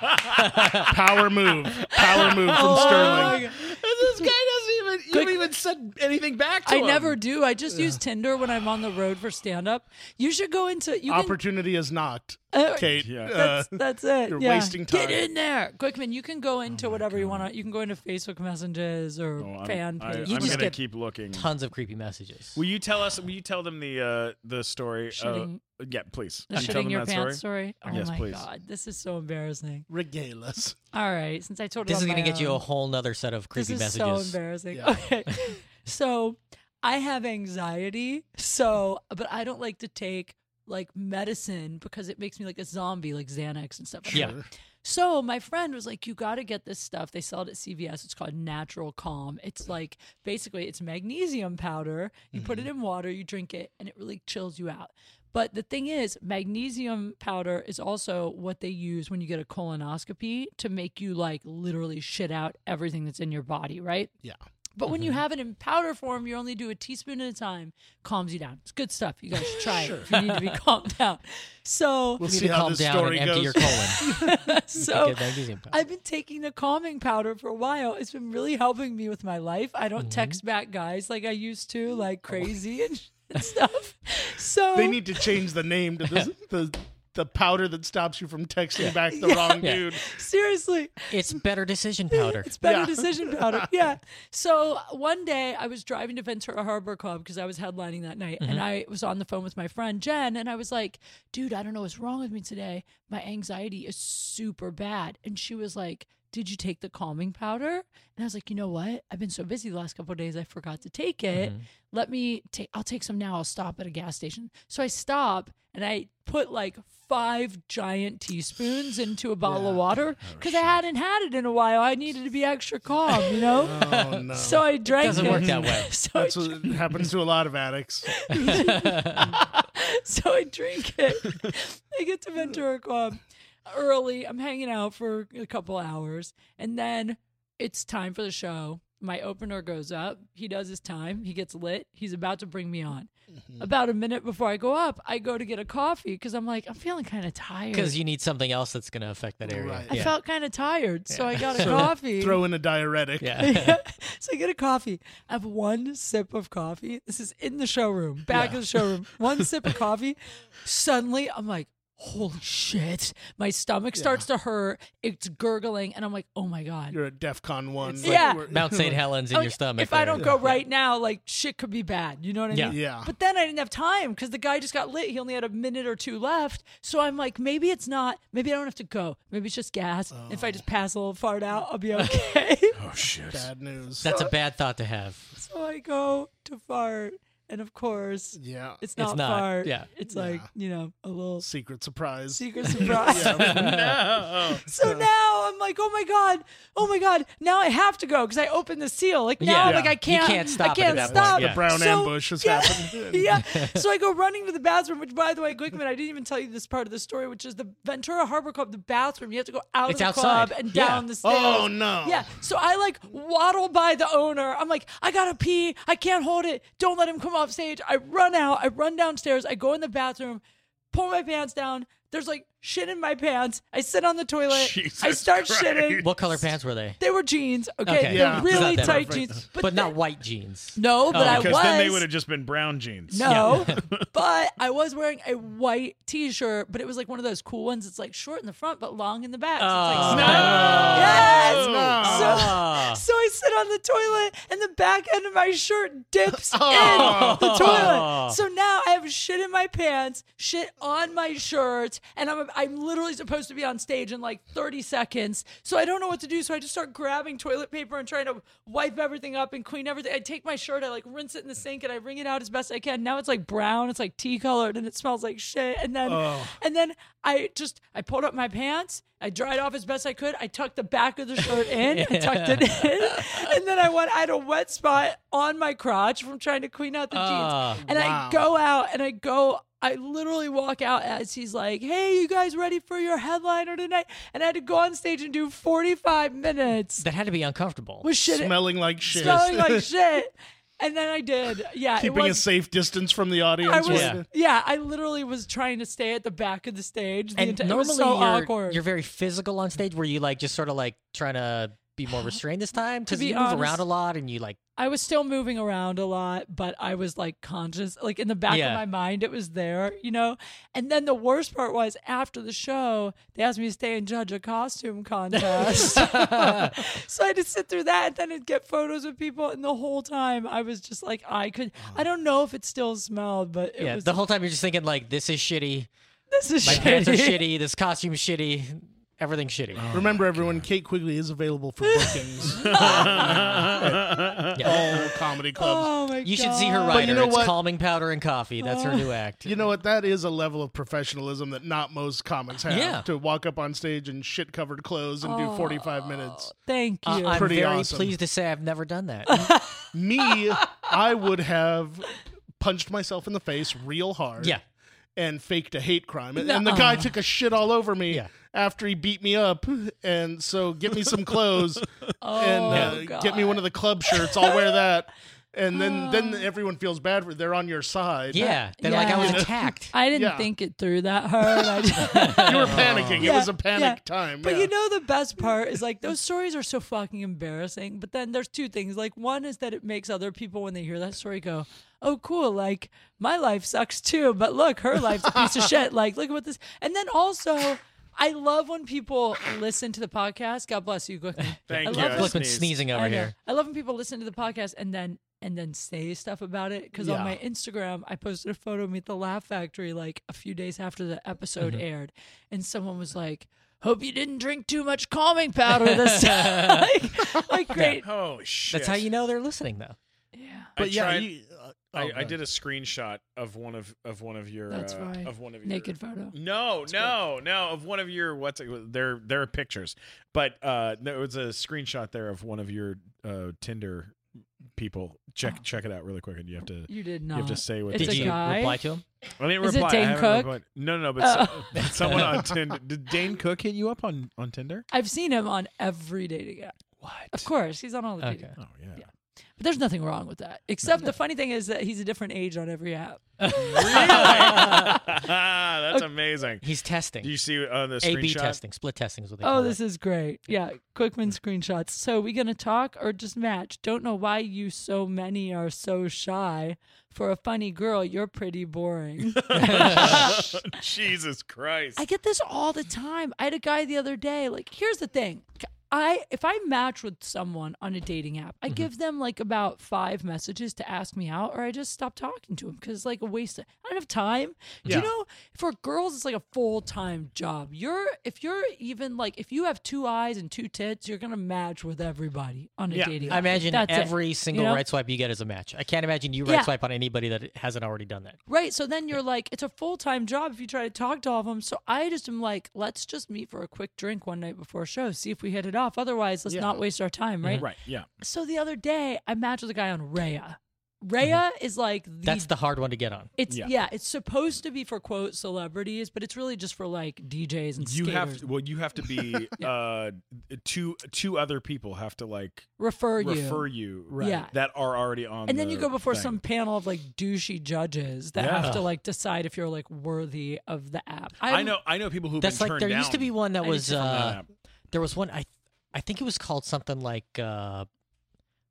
Speaker 5: Power move. Power move
Speaker 3: Oh,
Speaker 5: from Sterling.
Speaker 1: this guy doesn't even you haven't even said anything back to
Speaker 3: I
Speaker 1: him.
Speaker 3: never do. I just use Tinder when I'm on the road for stand up. You should go into you can
Speaker 5: Opportunity is knocked.
Speaker 3: Uh,
Speaker 5: Kate.
Speaker 1: Yeah.
Speaker 5: Uh,
Speaker 3: That's, that's it.
Speaker 5: you're
Speaker 3: yeah.
Speaker 5: wasting time.
Speaker 3: Get in there, Glickman. You can go into whatever you want. You can go into Facebook messages or
Speaker 1: Oh, I'm,
Speaker 3: fan
Speaker 1: I,
Speaker 3: page.
Speaker 1: am
Speaker 3: you just
Speaker 1: gonna
Speaker 3: get
Speaker 1: keep looking.
Speaker 2: Tons of creepy messages.
Speaker 1: Will you tell us? Will you tell them the uh, the story?
Speaker 3: Shitting-
Speaker 1: Uh, yeah, please.
Speaker 3: the
Speaker 1: Can you tell
Speaker 3: shitting
Speaker 1: them
Speaker 3: your
Speaker 1: that
Speaker 3: pants
Speaker 1: story.
Speaker 3: story. Oh
Speaker 1: Yes,
Speaker 3: my
Speaker 1: please.
Speaker 3: god, this is so embarrassing.
Speaker 5: regale us.
Speaker 3: All right, since I told
Speaker 2: this is
Speaker 3: going to
Speaker 2: get you a whole nother set of
Speaker 3: This
Speaker 2: creepy
Speaker 3: is
Speaker 2: messages.
Speaker 3: so embarrassing.
Speaker 5: Yeah.
Speaker 3: Okay, so I have anxiety, so but I don't like to take like medicine because it makes me like a zombie, like Xanax and stuff. like
Speaker 2: Yeah.
Speaker 3: that. So my friend was like, "You got to get this stuff. They sell it at CVS. It's called Natural Calm. It's like basically it's magnesium powder. You put
Speaker 5: Mm-hmm.
Speaker 3: it in water, you drink it, and it really chills you out." But the thing is, magnesium powder is also what they use when you get a colonoscopy to make you like literally shit out everything that's in your body, right?
Speaker 5: Yeah. Mm-hmm.
Speaker 3: But when you have it in powder form, you only do a teaspoon at a time. Calms you down. It's good stuff. You guys should try it if you need to be calmed down. So,
Speaker 5: We'll
Speaker 2: You
Speaker 5: see
Speaker 2: need to
Speaker 5: how
Speaker 2: calm
Speaker 5: this
Speaker 2: down and
Speaker 5: story
Speaker 2: empty
Speaker 5: goes.
Speaker 2: your colon.
Speaker 3: so
Speaker 2: Get magnesium powder.
Speaker 3: I've been taking the calming powder for a while. It's been really helping me with my life. I don't text back guys like I used to, like crazy and, and stuff. So
Speaker 5: They need to change the name to this, the
Speaker 4: the powder that stops you from texting back the wrong
Speaker 2: Yeah.
Speaker 4: dude.
Speaker 3: Seriously.
Speaker 2: It's better decision powder.
Speaker 3: It's better
Speaker 4: Yeah.
Speaker 3: decision powder. Yeah. So one day I was driving to Ventura Harbor Club because I was headlining that night and I was on the phone with my friend Jen and I was like, dude, I don't know what's wrong with me today. My anxiety is super bad. And she was like, did you take the calming powder? And I was like, you know what? I've been so busy the last couple of days, I forgot to take it. Let me take, I'll take some now. I'll stop at a gas station. So I stop and I put like five giant teaspoons into a bottle of water because I hadn't had it in a while. I needed to be extra calm, you know?
Speaker 4: Oh no.
Speaker 3: So I drank
Speaker 2: doesn't
Speaker 3: it.
Speaker 2: work that way.
Speaker 3: So, I,
Speaker 4: that's what happens to a lot of addicts.
Speaker 3: so I drink it. I get to Ventura Club early. I'm hanging out for a couple hours. And then it's time for the show. My opener goes up. He does his time. He gets lit. He's about to bring me on. About a minute before I go up, I go to get a coffee because I'm like, I'm feeling kind of tired.
Speaker 2: Because you need something else that's going to affect that area.
Speaker 4: Right.
Speaker 3: I
Speaker 2: Yeah.
Speaker 3: felt kind of tired. So I got a coffee.
Speaker 4: Throw in a diuretic.
Speaker 2: yeah.
Speaker 3: so I get a coffee. I have one sip of coffee. This is in the showroom, back of the showroom. One sip of coffee. Suddenly, I'm like, holy shit. My stomach starts to hurt. It's gurgling. And I'm like, oh my God.
Speaker 4: You're at DEFCON one.
Speaker 3: like- Yeah.
Speaker 4: we're-
Speaker 2: Mount St. Helens in
Speaker 3: Like,
Speaker 2: your stomach.
Speaker 3: If I
Speaker 2: there.
Speaker 3: don't go right now, like shit could be bad. You know what I
Speaker 2: Yeah.
Speaker 3: mean?
Speaker 4: Yeah.
Speaker 3: But then I didn't have time because the guy just got lit. He only had a minute or two left. So I'm like, maybe it's not. Maybe I don't have to go. Maybe it's just gas. If I just pass a little fart out, I'll be okay.
Speaker 1: Oh shit.
Speaker 4: Bad news.
Speaker 2: That's a bad thought to have.
Speaker 3: so I go to fart. And of course,
Speaker 4: yeah.
Speaker 3: It's
Speaker 2: It's
Speaker 3: not,
Speaker 2: not,
Speaker 3: fart.
Speaker 2: yeah.
Speaker 3: It's like, you know, a little
Speaker 4: Secret surprise.
Speaker 3: secret surprise. So now I'm like, oh my God, oh my God, now I have to go because I opened the seal. Like now,
Speaker 2: Yeah.
Speaker 3: like I
Speaker 2: You
Speaker 3: can't,
Speaker 2: can't stop
Speaker 3: I
Speaker 2: it
Speaker 3: can't
Speaker 2: at that point,
Speaker 3: stop.
Speaker 2: yeah. The
Speaker 4: brown ambush has
Speaker 3: yeah,
Speaker 4: happened.
Speaker 3: yeah. So I go running to the bathroom, which by the way, Glickman, I didn't even tell you this part of the story, which is the Ventura Harbor Club, the bathroom. You have to go out
Speaker 2: It's
Speaker 3: of the
Speaker 2: outside.
Speaker 3: club and
Speaker 2: Yeah.
Speaker 3: down the stairs.
Speaker 4: Oh no.
Speaker 3: Yeah. So I like waddle by the owner. I'm like, I gotta pee. I can't hold it. Don't let him come off stage. I run out. I run downstairs. I go in the bathroom, pull my pants down. There's like shit in my pants. I sit on the toilet. I
Speaker 1: Jesus
Speaker 3: start
Speaker 1: Christ.
Speaker 3: shitting.
Speaker 2: What color pants were they?
Speaker 3: They were jeans. Okay.
Speaker 2: Okay.
Speaker 3: They're
Speaker 4: Yeah.
Speaker 2: It's
Speaker 3: really
Speaker 2: not that
Speaker 3: tight
Speaker 4: perfect.
Speaker 3: jeans.
Speaker 2: But,
Speaker 3: But,
Speaker 2: not white jeans.
Speaker 3: no, but
Speaker 2: Oh,
Speaker 3: I
Speaker 2: okay.
Speaker 1: Because
Speaker 3: was.
Speaker 1: then they would have just been brown jeans.
Speaker 3: No, but I was wearing a white T-shirt, but it was like one of those cool ones. It's like short in the front but long in the back. So it's like
Speaker 2: Oh.
Speaker 3: Yes.
Speaker 4: No.
Speaker 3: So,
Speaker 2: Ah.
Speaker 3: so I sit on the toilet and the back end of my shirt dips
Speaker 4: Oh.
Speaker 3: in the toilet. So now I have shit in my pants, shit on my shirt, and I'm I'm literally supposed to be on stage in like 30 seconds. So I don't know what to do. So I just start grabbing toilet paper and trying to wipe everything up and clean everything. I take my shirt, I like rinse it in the sink, and I wring it out as best I can. Now it's like brown, it's like tea colored, and it smells like shit. And then
Speaker 2: Oh.
Speaker 3: and then I just I pulled up my pants. I dried off as best I could. I tucked the back of the shirt in. I tucked it in. And then I went, I had a wet spot on my crotch from trying to clean out the
Speaker 2: Ah,
Speaker 3: jeans. And I go out and I go, I literally walk out as he's like, hey, you guys ready for your headliner tonight? And I had to go on stage and do 45 minutes
Speaker 2: That had to be uncomfortable.
Speaker 3: with shit
Speaker 4: Smelling like shit.
Speaker 3: smelling like shit. And then I did. Yeah. it
Speaker 4: Keeping a
Speaker 3: was-
Speaker 4: safe distance from the audience.
Speaker 3: I was,
Speaker 2: Yeah.
Speaker 3: yeah. I literally was trying to stay at the back of the stage. The
Speaker 2: and
Speaker 3: entire- it
Speaker 2: normally
Speaker 3: was so
Speaker 2: you're,
Speaker 3: awkward.
Speaker 2: you're very physical on stage. Were you like just sort of like trying to be more restrained this time? Because
Speaker 3: be
Speaker 2: you move around
Speaker 3: honest-
Speaker 2: a lot and you like
Speaker 3: I was still moving around a lot, but I was like conscious, like in the back
Speaker 2: Yeah.
Speaker 3: of my mind, it was there, you know? And then the worst part was after the show, they asked me to stay and judge a costume contest. so I had to sit through that and then I'd get photos with people. And the whole time I was just like, I could, I don't know if it still smelled, but it
Speaker 2: yeah.
Speaker 3: was,
Speaker 2: The whole time you're just thinking like this is shitty.
Speaker 3: this is
Speaker 2: My
Speaker 3: shitty.
Speaker 2: pants are shitty. This costume's shitty. Everything's shitty.
Speaker 1: Oh,
Speaker 4: Remember, everyone, Kate Quigley is available for bookings
Speaker 2: Yeah.
Speaker 4: all comedy clubs.
Speaker 3: Oh my
Speaker 2: You
Speaker 3: God.
Speaker 2: should see her writer.
Speaker 4: know
Speaker 2: it's
Speaker 4: what?
Speaker 2: calming powder and coffee. That's her
Speaker 1: Oh.
Speaker 2: new act.
Speaker 4: You know what? That is a level of professionalism that not most comics have.
Speaker 2: Yeah.
Speaker 4: To walk up on stage in shit covered clothes and
Speaker 3: Oh.
Speaker 4: do 45 minutes.
Speaker 3: Thank you.
Speaker 2: Uh, I'm
Speaker 4: Pretty
Speaker 2: very
Speaker 4: awesome.
Speaker 2: pleased to say I've never done that.
Speaker 4: Me, I would have punched myself in the face real hard.
Speaker 2: yeah.
Speaker 4: and faked a hate crime. And, and the guy took a shit all over me
Speaker 2: Yeah.
Speaker 4: after he beat me up. And so, get me some clothes and uh,
Speaker 3: Oh,
Speaker 4: get me one of the club shirts. I'll wear that. and then then everyone feels bad. for They're on your side.
Speaker 2: Yeah, they're like I was
Speaker 3: Yeah.
Speaker 2: attacked.
Speaker 3: I didn't
Speaker 4: Yeah.
Speaker 3: think it through that hard. I just-
Speaker 4: you were panicking. It
Speaker 3: Yeah,
Speaker 4: was a panic
Speaker 3: yeah.
Speaker 4: time.
Speaker 3: But
Speaker 4: yeah.
Speaker 3: you know the best part is like those stories are so fucking embarrassing. But then there's two things. Like one is that it makes other people when they hear that story go, "Oh, cool! Like my life sucks too, but look, her life's a piece of shit. Like look at what this." And then also, I love when people listen to the podcast. God bless you, Glickman.
Speaker 1: Thank
Speaker 3: I
Speaker 1: you.
Speaker 3: love
Speaker 1: I
Speaker 3: when-
Speaker 2: Glickman's
Speaker 1: sneezed.
Speaker 2: sneezing over
Speaker 3: I know.
Speaker 2: here.
Speaker 3: I love when people listen to the podcast and then and then say stuff about it. Because on
Speaker 4: Yeah.
Speaker 3: my Instagram, I posted a photo of me at the Laugh Factory like a few days after the episode aired, and someone was like, "Hope you didn't drink too much calming powder this time." like, like, great.
Speaker 1: Oh shit!
Speaker 2: That's how you know they're listening, though.
Speaker 1: I
Speaker 4: But yeah,
Speaker 1: tried-
Speaker 4: you- uh,
Speaker 1: I,
Speaker 4: oh,
Speaker 1: I
Speaker 4: go
Speaker 1: did a screenshot of one of of one of your
Speaker 3: That's
Speaker 1: uh,
Speaker 3: right.
Speaker 1: of one of your
Speaker 3: Naked photo.
Speaker 1: No, no, no. Of one of your what's it, their their pictures, but uh, there was a screenshot there of one of your uh, Tinder people. Check check it out really quick, and you have to
Speaker 3: You did
Speaker 1: you
Speaker 3: not.
Speaker 1: have to say what.
Speaker 3: Oh. It's
Speaker 1: the-
Speaker 2: Did
Speaker 3: a
Speaker 2: you
Speaker 3: guy.
Speaker 2: reply to him?
Speaker 1: I didn't
Speaker 3: Is it
Speaker 1: reply. I
Speaker 3: Dane
Speaker 1: haven't
Speaker 3: Cook? Oh.
Speaker 1: replied. No, no, no. But so- but someone on Tinder did Dane Cook hit you up on on Tinder?
Speaker 3: I've seen him on every dating app. Of
Speaker 1: What?
Speaker 3: course, he's on all the dating
Speaker 2: Okay.
Speaker 3: apps.
Speaker 1: Oh yeah.
Speaker 3: But there's nothing wrong with that. Except the funny thing is that he's a different age on every app.
Speaker 1: That's amazing.
Speaker 2: He's testing.
Speaker 1: Do you see on the
Speaker 2: A/B
Speaker 1: screenshot?
Speaker 2: testing, split testing is what they call
Speaker 3: Oh, this
Speaker 2: it.
Speaker 3: is great. Yeah, Quickman screenshots. So we gonna talk or just match? Don't know why you so many are so shy. For a funny girl, you're pretty boring.
Speaker 1: Jesus Christ.
Speaker 3: I get this all the time. I had a guy the other day. Like, here's the thing. I if I match with someone on a dating app,
Speaker 2: Mm-hmm.
Speaker 3: I give them like about five messages to ask me out, or I just stop talking to them because it's like a waste. Of, I don't have time. Do
Speaker 4: Yeah.
Speaker 3: you know? For girls, it's like a full time job. You're if you're even like if you have two eyes and two tits, you're gonna match with everybody on a
Speaker 1: Yeah.
Speaker 3: dating.
Speaker 2: I
Speaker 3: app.
Speaker 2: imagine
Speaker 3: That's it,
Speaker 2: every single
Speaker 3: you know?
Speaker 2: right swipe you get is a match. I can't imagine you right
Speaker 3: Yeah.
Speaker 2: swipe on anybody that hasn't already done that.
Speaker 3: Right. So then you're like, it's a full time job if you try to talk to all of them. So I just am like, let's just meet for a quick drink one night before a show, see if we hit it off. Otherwise, let's not waste our time, right?
Speaker 1: Right. Yeah.
Speaker 3: So the other day, I matched with a guy on Raya. Raya is like the.
Speaker 2: That's the hard one to get on.
Speaker 3: it's
Speaker 1: Mm-hmm. Yeah.
Speaker 3: yeah. it's supposed to be for quote celebrities, but it's really just for like DJs and
Speaker 1: You have
Speaker 3: skaters.
Speaker 1: to, well, you have to be uh, two two other people have to like
Speaker 3: refer you,
Speaker 1: refer you
Speaker 3: Right. Yeah.
Speaker 1: that are already on.
Speaker 3: and then you
Speaker 1: the
Speaker 3: go before
Speaker 1: thing.
Speaker 3: some panel of like douchey judges that
Speaker 1: Yeah.
Speaker 3: have to like decide if you're like worthy of the app.
Speaker 1: I know I know people who've
Speaker 2: That's
Speaker 1: been
Speaker 2: like
Speaker 1: turned
Speaker 2: there used to
Speaker 1: down
Speaker 2: be one that
Speaker 3: I
Speaker 2: was
Speaker 3: used to
Speaker 1: from that
Speaker 2: uh,
Speaker 1: app.
Speaker 2: there was one I I think it was called something like uh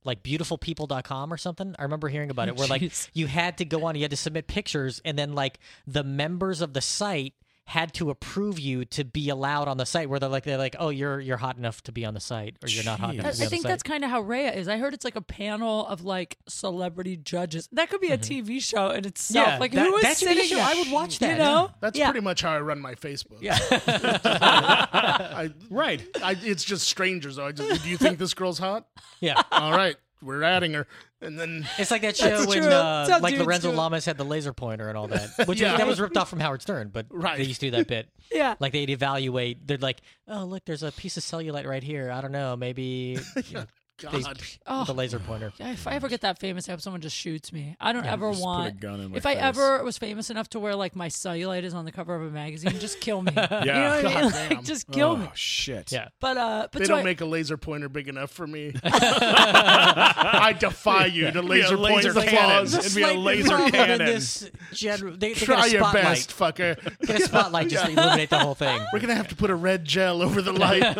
Speaker 2: like beautifulpeople.com or something. I remember hearing about it where like
Speaker 3: Jeez.
Speaker 2: you had to go on, you had to submit pictures and then like the members of the site had to approve you to be allowed on the site where they're like they're like, Oh, you're you're hot enough to be on the site or you're not hot enough
Speaker 1: Jeez.
Speaker 2: to
Speaker 3: That-
Speaker 2: be on
Speaker 3: I
Speaker 2: the
Speaker 3: think
Speaker 2: site.
Speaker 3: that's kind of how Raya is. I heard it's like a panel of like celebrity judges. That could be a TV show in itself.
Speaker 2: Yeah,
Speaker 3: like
Speaker 2: that-
Speaker 3: who is
Speaker 2: that should be a
Speaker 3: sitting?
Speaker 2: show. I would watch that,
Speaker 3: You know?
Speaker 4: That's
Speaker 3: yeah.
Speaker 4: pretty much how I run my Facebook.
Speaker 2: Yeah.
Speaker 4: I,
Speaker 1: right.
Speaker 4: I, it's just strangers. I just, do you think this girl's hot?
Speaker 2: yeah.
Speaker 4: All right, we're adding her, and then
Speaker 2: It's like that show when
Speaker 3: true.
Speaker 2: uh,
Speaker 3: Some
Speaker 2: like
Speaker 3: dudes
Speaker 2: Lorenzo
Speaker 3: do it.
Speaker 2: Lamas had the laser pointer and all that. Which
Speaker 4: Yeah.
Speaker 2: was, that was ripped off from Howard Stern, but
Speaker 4: Right.
Speaker 2: they used to do that bit.
Speaker 3: Yeah.
Speaker 2: like they'd evaluate they're like oh look there's a piece of cellulite right here i don't know maybe you know, they-
Speaker 4: God,
Speaker 3: Oh.
Speaker 2: the laser pointer
Speaker 3: Yeah, if I ever get that famous, I hope someone just shoots me. I don't ever
Speaker 1: just put a
Speaker 3: want.
Speaker 1: gun in my
Speaker 3: if I
Speaker 1: face.
Speaker 3: ever was famous enough to where like my cellulite is on the cover of a magazine, just kill me. You know
Speaker 1: Yeah.
Speaker 3: what I mean?
Speaker 4: God damn.
Speaker 3: Like, just kill me.
Speaker 1: Oh shit.
Speaker 2: yeah
Speaker 3: But uh, but
Speaker 4: they
Speaker 3: so
Speaker 4: don't
Speaker 3: I-
Speaker 4: make a laser pointer big enough for me. I defy you to laser,
Speaker 1: laser
Speaker 4: point the
Speaker 1: cannon.
Speaker 4: flaws.
Speaker 1: It'd be a
Speaker 2: Slight
Speaker 1: laser
Speaker 2: problem
Speaker 1: cannon.
Speaker 2: in this general they, they
Speaker 4: Try
Speaker 2: got a
Speaker 4: your
Speaker 2: spotlight
Speaker 4: best, fucker.
Speaker 2: get a spotlight just to illuminate the whole thing
Speaker 4: We're gonna have to put a red gel over the light.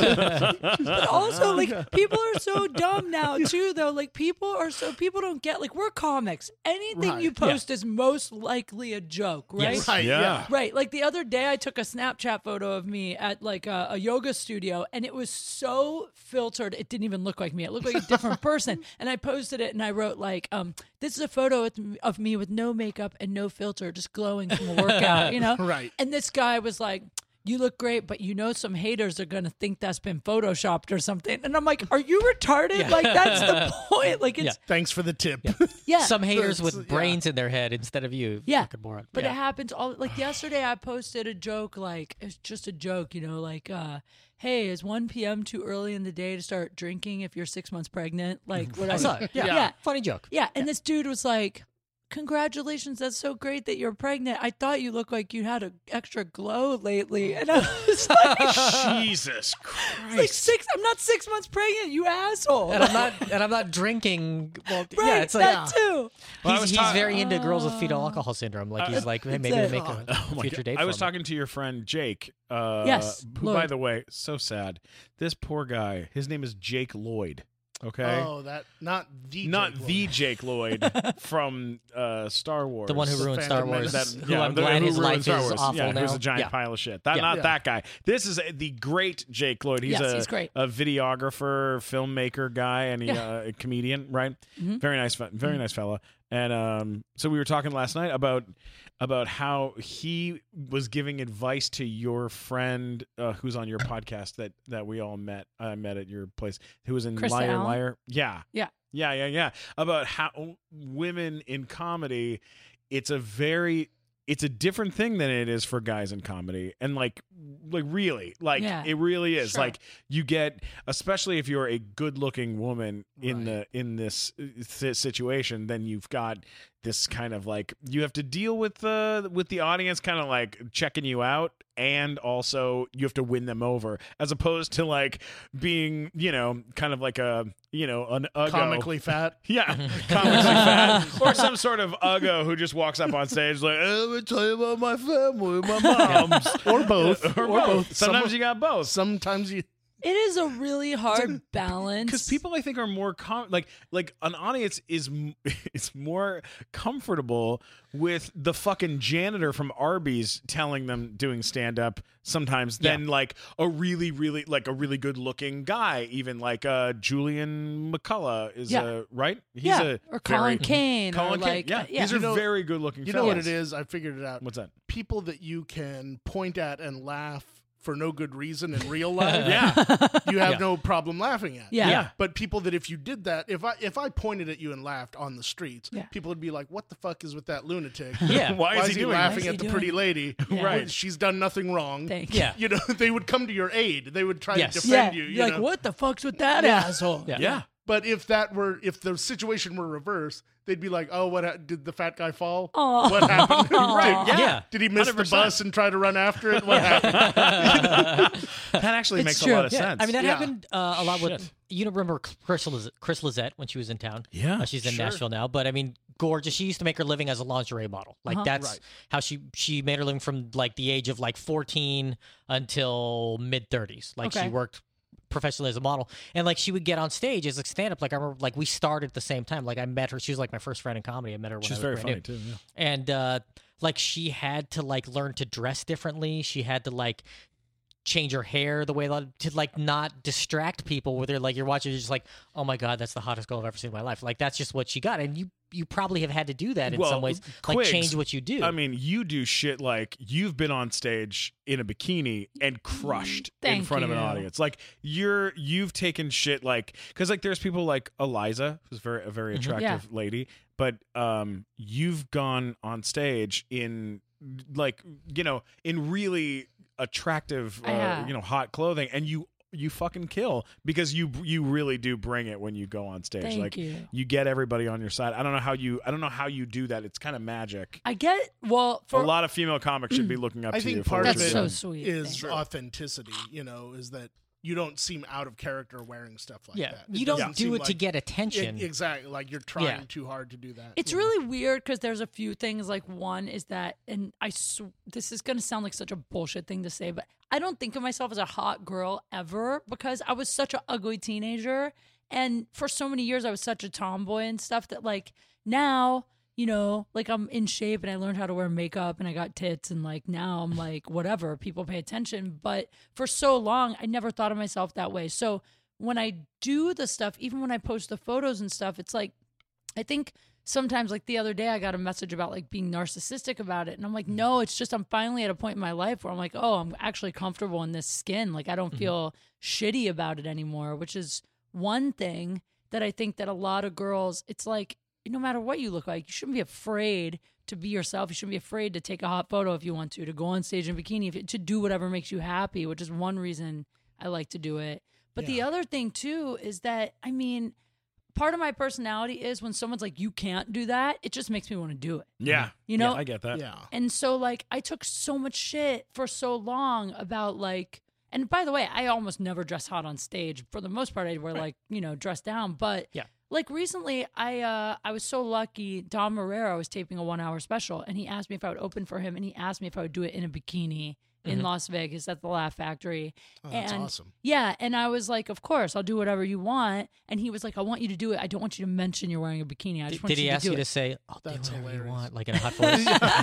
Speaker 3: but also like people are so dumb now too though like people are so people don't get like we're comics anything
Speaker 4: Right.
Speaker 3: you post is most likely a joke right
Speaker 2: Yes.
Speaker 4: right?
Speaker 1: Yeah.
Speaker 3: Right. Like the other day, I took a Snapchat photo of me at like a, a yoga studio, and it was so filtered, it didn't even look like me. It looked like a different person. And I posted it, and I wrote like, um, "This is a photo with- of me with no makeup and no filter, just glowing from a workout," you know?
Speaker 4: Right.
Speaker 3: And this guy was like. You look great, but you know some haters are gonna think that's been photoshopped or something. And I'm like, are you retarded? Like that's the point. Like it's
Speaker 4: Thanks for the tip.
Speaker 3: yeah.
Speaker 2: some haters
Speaker 4: It's-
Speaker 2: with
Speaker 4: yeah.
Speaker 2: brains in their head instead of you
Speaker 3: Yeah.
Speaker 2: fucking moron.
Speaker 3: But it
Speaker 2: yeah.
Speaker 3: happens all like yesterday I posted a joke like it's just a joke, you know, like uh hey, is 1 p.m. too early in the day to start drinking if you're 6 months pregnant? Like what
Speaker 2: i saw it yeah.
Speaker 3: Yeah.
Speaker 2: funny joke
Speaker 3: Yeah, and this dude was like congratulations, that's so great that you're pregnant. I thought you looked like you had an extra glow lately. And I was like,
Speaker 4: Jesus Christ.
Speaker 3: like six, I'm not six months pregnant, you asshole.
Speaker 2: and I'm not and I'm not drinking. Well,
Speaker 3: right,
Speaker 2: yeah, it's like
Speaker 3: that too.
Speaker 2: he's,
Speaker 1: I was
Speaker 2: he's
Speaker 1: ta-
Speaker 2: very into girls with fetal alcohol syndrome. Like he's like, hey, maybe
Speaker 3: it.
Speaker 2: we make a
Speaker 1: Oh my
Speaker 2: future
Speaker 1: God.
Speaker 2: date.
Speaker 1: I was
Speaker 2: for me.
Speaker 1: talking to your friend Jake. Uh,
Speaker 3: Yes,
Speaker 1: Who, by
Speaker 3: Lloyd.
Speaker 1: the way, so sad. This poor guy. His name is Jake Lloyd. Okay.
Speaker 5: Oh, that not the
Speaker 1: Not
Speaker 5: Jake Lloyd.
Speaker 1: the Jake Lloyd from uh, Star Wars.
Speaker 2: the one who ruined Star
Speaker 5: Phantom
Speaker 2: Wars.
Speaker 5: Menace.
Speaker 1: That-
Speaker 2: who
Speaker 1: yeah,
Speaker 2: I'm
Speaker 1: the-
Speaker 2: glad
Speaker 1: who
Speaker 2: his
Speaker 1: ruined
Speaker 2: life
Speaker 1: Star
Speaker 2: is
Speaker 1: Wars.
Speaker 2: awful
Speaker 1: yeah,
Speaker 2: now.
Speaker 1: Who's a giant
Speaker 2: yeah.
Speaker 1: pile of shit. That,
Speaker 2: Yeah.
Speaker 1: not
Speaker 5: Yeah.
Speaker 1: that guy. This is uh, the great Jake Lloyd. He's
Speaker 3: Yes,
Speaker 1: a
Speaker 3: he's great.
Speaker 1: a videographer, filmmaker guy, and he, uh, a comedian. Right?
Speaker 2: Mm-hmm.
Speaker 1: Very nice. fe- Very nice fella. And um, so we were talking last night about about how he was giving advice to your friend uh, who's on your podcast that that we all met. I met at your place. Who was in
Speaker 3: Krista
Speaker 1: Liar
Speaker 3: Allen?
Speaker 1: Liar? Yeah.
Speaker 3: Yeah.
Speaker 1: Yeah, yeah, yeah. About how women in comedy, it's a very it's a different thing than it is for guys in comedy. And like like really, like
Speaker 3: Yeah.
Speaker 1: it really is.
Speaker 3: Sure.
Speaker 1: Like you get especially if you're a good-looking woman in the in this uh, si- situation, then you've got this kind of like you have to deal with the with the audience kind of like checking you out and also you have to win them over as opposed to like being, you know, kind of like a, you know, an uggo.
Speaker 5: comically fat.
Speaker 1: Yeah, comically fat, or some sort of uggo who just walks up on stage like, "Uh, "Let me tell you about my family, my mom's,
Speaker 5: or both,
Speaker 1: or, both. Sometimes you got both.
Speaker 5: sometimes you
Speaker 3: It is a really hard balance.
Speaker 1: Because people, I think, are more com- like like an audience is m- is more comfortable with the fucking janitor from Arby's telling them doing stand up sometimes than like a really really like a really good looking guy. Even like uh, Julian McCullough is
Speaker 3: Yeah.
Speaker 1: a right. He's
Speaker 3: yeah,
Speaker 1: a very-
Speaker 3: or Colin Kane,
Speaker 1: Colin
Speaker 3: or like,
Speaker 1: Kaepernick,
Speaker 3: uh,
Speaker 1: yeah. These are
Speaker 5: You know-
Speaker 1: very good looking.
Speaker 5: you know what it is. I figured it out.
Speaker 1: What's that?
Speaker 5: People that you can point at and laugh for no good reason in real life.
Speaker 1: Yeah.
Speaker 5: you have
Speaker 1: Yeah.
Speaker 5: no problem laughing at.
Speaker 3: Yeah.
Speaker 1: Yeah.
Speaker 5: But people that if you did that, if I if I pointed at you and laughed on the streets,
Speaker 3: Yeah.
Speaker 5: people would be like, "What the fuck is with that lunatic?
Speaker 2: Yeah.
Speaker 1: Why,
Speaker 5: is, he, laughing
Speaker 3: Why is
Speaker 5: at
Speaker 3: he
Speaker 5: the
Speaker 3: doing
Speaker 5: pretty
Speaker 3: that?"
Speaker 5: lady?
Speaker 1: Right.
Speaker 5: She's done nothing wrong.
Speaker 3: Thank
Speaker 2: Yeah.
Speaker 5: You know, they would come to your aid. They would try
Speaker 2: Yes.
Speaker 5: to
Speaker 3: yeah,
Speaker 5: defend you. you
Speaker 3: are like
Speaker 5: know?
Speaker 3: what the fuck's with that asshole?
Speaker 2: Yeah.
Speaker 1: Yeah.
Speaker 5: But if that were, if the situation were reverse, they'd be like, "Oh, what ha- did the fat guy fall?
Speaker 3: Aw.
Speaker 5: What happened? right?
Speaker 1: Yeah.
Speaker 2: Yeah.
Speaker 5: Did he miss the
Speaker 1: 100%.
Speaker 5: bus and try to run after it? What happened?
Speaker 1: That actually
Speaker 3: It's
Speaker 1: makes
Speaker 3: true.
Speaker 1: a lot of
Speaker 2: Yeah,
Speaker 1: sense.
Speaker 2: I mean, that
Speaker 5: Yeah.
Speaker 2: happened uh, a lot
Speaker 1: Shit.
Speaker 2: with. You know, remember Chris, Liz- Chris Lizette when she was in town?
Speaker 1: Yeah,
Speaker 2: Uh, she's in
Speaker 1: Ah, sure.
Speaker 2: Nashville now, but I mean, gorgeous. She used to make her living as a lingerie model. Like
Speaker 3: Uh-huh.
Speaker 2: that's how she she made her living from like the age of like 14 until mid 30s. Like
Speaker 3: Okay.
Speaker 2: she worked professionally as a model, and like she would get on stage as like stand up. Like I remember, like we started at the same time. Like I met her. She was like my first friend in comedy. I met her. When I
Speaker 1: she's
Speaker 2: was
Speaker 1: very
Speaker 2: brand
Speaker 1: funny
Speaker 2: new
Speaker 1: too. Yeah.
Speaker 2: and uh like she had to like learn to dress differently she had to like change her hair the way that- to like not distract people where they're like you're watching you're just like oh my god that's the hottest girl i've ever seen in my life like that's just what she got and you you probably have had to do that in
Speaker 1: Well,
Speaker 2: some ways like
Speaker 1: Quigs,
Speaker 2: change what you do
Speaker 1: I mean, you do shit like you've been on stage in a bikini and crushed in
Speaker 3: Thank
Speaker 1: front of an
Speaker 3: you.
Speaker 1: audience. Like you're you've taken shit like because like there's people like Eliza who's very a very attractive
Speaker 3: Mm-hmm. Yeah.
Speaker 1: lady, but um you've gone on stage in like you know in really attractive uh,
Speaker 3: I have.
Speaker 1: you know hot clothing and you you fucking kill because you you really do bring it when you go on stage
Speaker 3: Thank
Speaker 1: like
Speaker 3: you.
Speaker 1: you get everybody on your side. I don't know how you I don't know how you do that. It's kind of magic.
Speaker 3: I get well for
Speaker 1: a lot of female comics should be looking up
Speaker 5: I
Speaker 1: to you.
Speaker 5: think
Speaker 1: for
Speaker 5: part
Speaker 1: what
Speaker 5: of
Speaker 3: That's
Speaker 5: it
Speaker 1: you've
Speaker 5: is
Speaker 3: so
Speaker 1: done.
Speaker 3: sweet. Thank you.
Speaker 5: authenticity. You know, is that you don't seem out of character wearing stuff like
Speaker 2: yeah
Speaker 5: that.
Speaker 2: you don't
Speaker 5: doesn't
Speaker 2: do
Speaker 5: seem
Speaker 2: it to
Speaker 5: like-
Speaker 2: get
Speaker 5: E-
Speaker 2: attention
Speaker 5: exactly like you're trying too hard to do that.
Speaker 3: It's
Speaker 5: you know?
Speaker 3: really weird because there's a few things. Like one is that, and I sw- this is gonna sound like such a bullshit thing to say, but I don't think of myself as a hot girl ever because I was such an ugly teenager, and for so many years I was such a tomboy and stuff that like now. You know, like I'm in shape and I learned how to wear makeup and I got tits and like now I'm like whatever, people pay attention, but for so long I never thought of myself that way. So when I do the stuff, even when I post the photos and stuff, it's like I think sometimes, like the other day, I got a message about like being narcissistic about it. And I'm like, no, it's just I'm finally at a point in my life where I'm like, oh, I'm actually comfortable in this skin. Like, I don't feel shitty about it anymore, which is one thing that I think that a lot of girls, it's like, no matter what you look like, you shouldn't be afraid to be yourself. You shouldn't be afraid to take a hot photo if you want to, to go on stage in bikini, if, to do whatever makes you happy, which is one reason I like to do it. But the other thing, too, is that, I mean, part of my personality is when someone's like, you can't do that, it just makes me want to do it.
Speaker 1: Yeah.
Speaker 3: You know?
Speaker 1: Yeah, I get that.
Speaker 5: Yeah.
Speaker 3: And so like I took so much shit for so long about like and by the way, I almost never dress hot on stage. For the most part I wear like, you know, dress down. But
Speaker 2: Yeah.
Speaker 3: like recently I uh I was so lucky Don Marrero was taping a one hour special and he asked me if I would open for him and he asked me if I would do it in a bikini
Speaker 2: Mm-hmm.
Speaker 3: in Las Vegas at the Laugh Factory.
Speaker 5: Oh, that's
Speaker 3: and
Speaker 5: awesome.
Speaker 3: yeah, and I was like, "Of course, I'll do whatever you want." And he was like, "I want you to do it. I don't want you to mention you're wearing a bikini. I just
Speaker 2: Did,
Speaker 3: want
Speaker 2: did
Speaker 3: you
Speaker 2: he
Speaker 3: to
Speaker 2: ask
Speaker 3: do
Speaker 2: you
Speaker 3: it."
Speaker 2: to say, "I'll do
Speaker 5: That's
Speaker 2: whatever you
Speaker 5: hilarious.
Speaker 2: want," like in a hot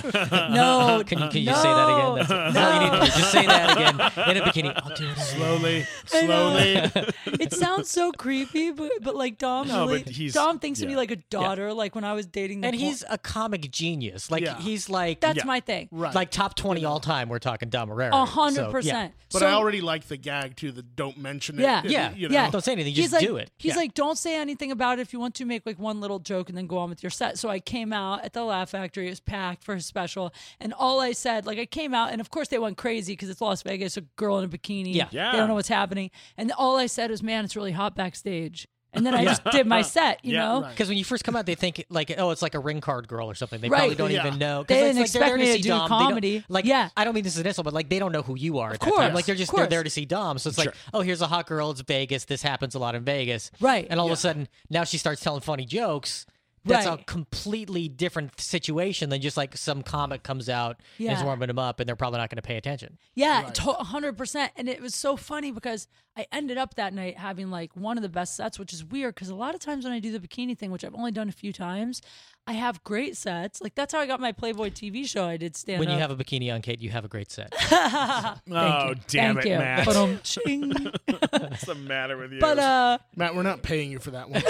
Speaker 2: voice?
Speaker 3: no,
Speaker 2: Can you can you say that again? That's, that's all you need to do. Just say that again in a bikini. I'll do it
Speaker 5: Slowly,
Speaker 3: I know.
Speaker 5: slowly.
Speaker 3: it sounds so creepy, but but like Dom,
Speaker 1: No,
Speaker 3: really,
Speaker 1: but he's-
Speaker 3: Dom thinks of me
Speaker 1: yeah.
Speaker 3: like a daughter. Like when I was dating, the
Speaker 2: And
Speaker 3: por-
Speaker 2: he's a comic genius. Like
Speaker 5: Yeah.
Speaker 2: he's like
Speaker 3: that's
Speaker 1: yeah.
Speaker 3: my thing,
Speaker 5: right.
Speaker 2: like top twenty all time. We're talking Don Marrero.
Speaker 3: a hundred
Speaker 2: So, yeah.
Speaker 3: percent.
Speaker 5: but
Speaker 3: So-
Speaker 5: I already like the gag too. The don't mention it.
Speaker 3: Yeah.
Speaker 5: y-
Speaker 2: Yeah.
Speaker 5: You know?
Speaker 3: Yeah.
Speaker 2: Don't say anything.
Speaker 3: He's
Speaker 2: Just
Speaker 3: like,
Speaker 2: do it.
Speaker 3: He's
Speaker 2: Yeah.
Speaker 3: like, don't say anything about it if you want to make like one little joke and then go on with your set. So I came out at the Laugh Factory. It was packed for his special, and all I said, like, I came out, and of course they went crazy because it's Las Vegas, a girl in a bikini.
Speaker 2: Yeah.
Speaker 1: Yeah.
Speaker 3: They don't know what's happening, and all I said was, "Man, it's really hot backstage." And then I just did my set, you
Speaker 1: Yeah.
Speaker 3: know.
Speaker 5: Right.
Speaker 2: Because when you first come out, they think like, oh, it's like a ring card girl or something. They
Speaker 3: Right.
Speaker 2: probably don't
Speaker 5: Yeah.
Speaker 2: even know. 'Cause
Speaker 3: They
Speaker 2: it's
Speaker 3: didn't
Speaker 2: like they're there
Speaker 3: expect me to
Speaker 2: see
Speaker 3: do
Speaker 2: Dom. They don't-
Speaker 3: comedy.
Speaker 2: Like,
Speaker 3: Yeah.
Speaker 2: I don't mean this as an insult, but like they don't know who you are. At that
Speaker 3: course.
Speaker 2: time. like they're just
Speaker 3: Of
Speaker 2: they're there
Speaker 3: course.
Speaker 2: to see Dom. So it's like, oh, here's a hot girl. It's Vegas. This happens a lot in Vegas.
Speaker 3: Right.
Speaker 2: And all of a sudden, now she starts telling funny jokes. That's
Speaker 3: Right.
Speaker 2: a completely different situation than just like some comic comes out and is
Speaker 3: Yeah.
Speaker 2: warming them up, and they're probably not going to pay attention.
Speaker 3: Yeah, to- 100%. And it was so funny because I ended up that night having like one of the best sets, which is weird because a lot of times when I do the bikini thing, which I've only done a few times, I have great sets. Like that's how I got my Playboy TV show. I did stand
Speaker 2: When
Speaker 3: up.
Speaker 2: you have a bikini on, Kate, you have a great set.
Speaker 1: Oh, damn
Speaker 3: Thank
Speaker 1: it,
Speaker 3: you.
Speaker 1: Matt.
Speaker 3: Ba-dum-ching.
Speaker 1: What's the matter with you?
Speaker 3: but uh
Speaker 5: Matt, we're not paying you for that one.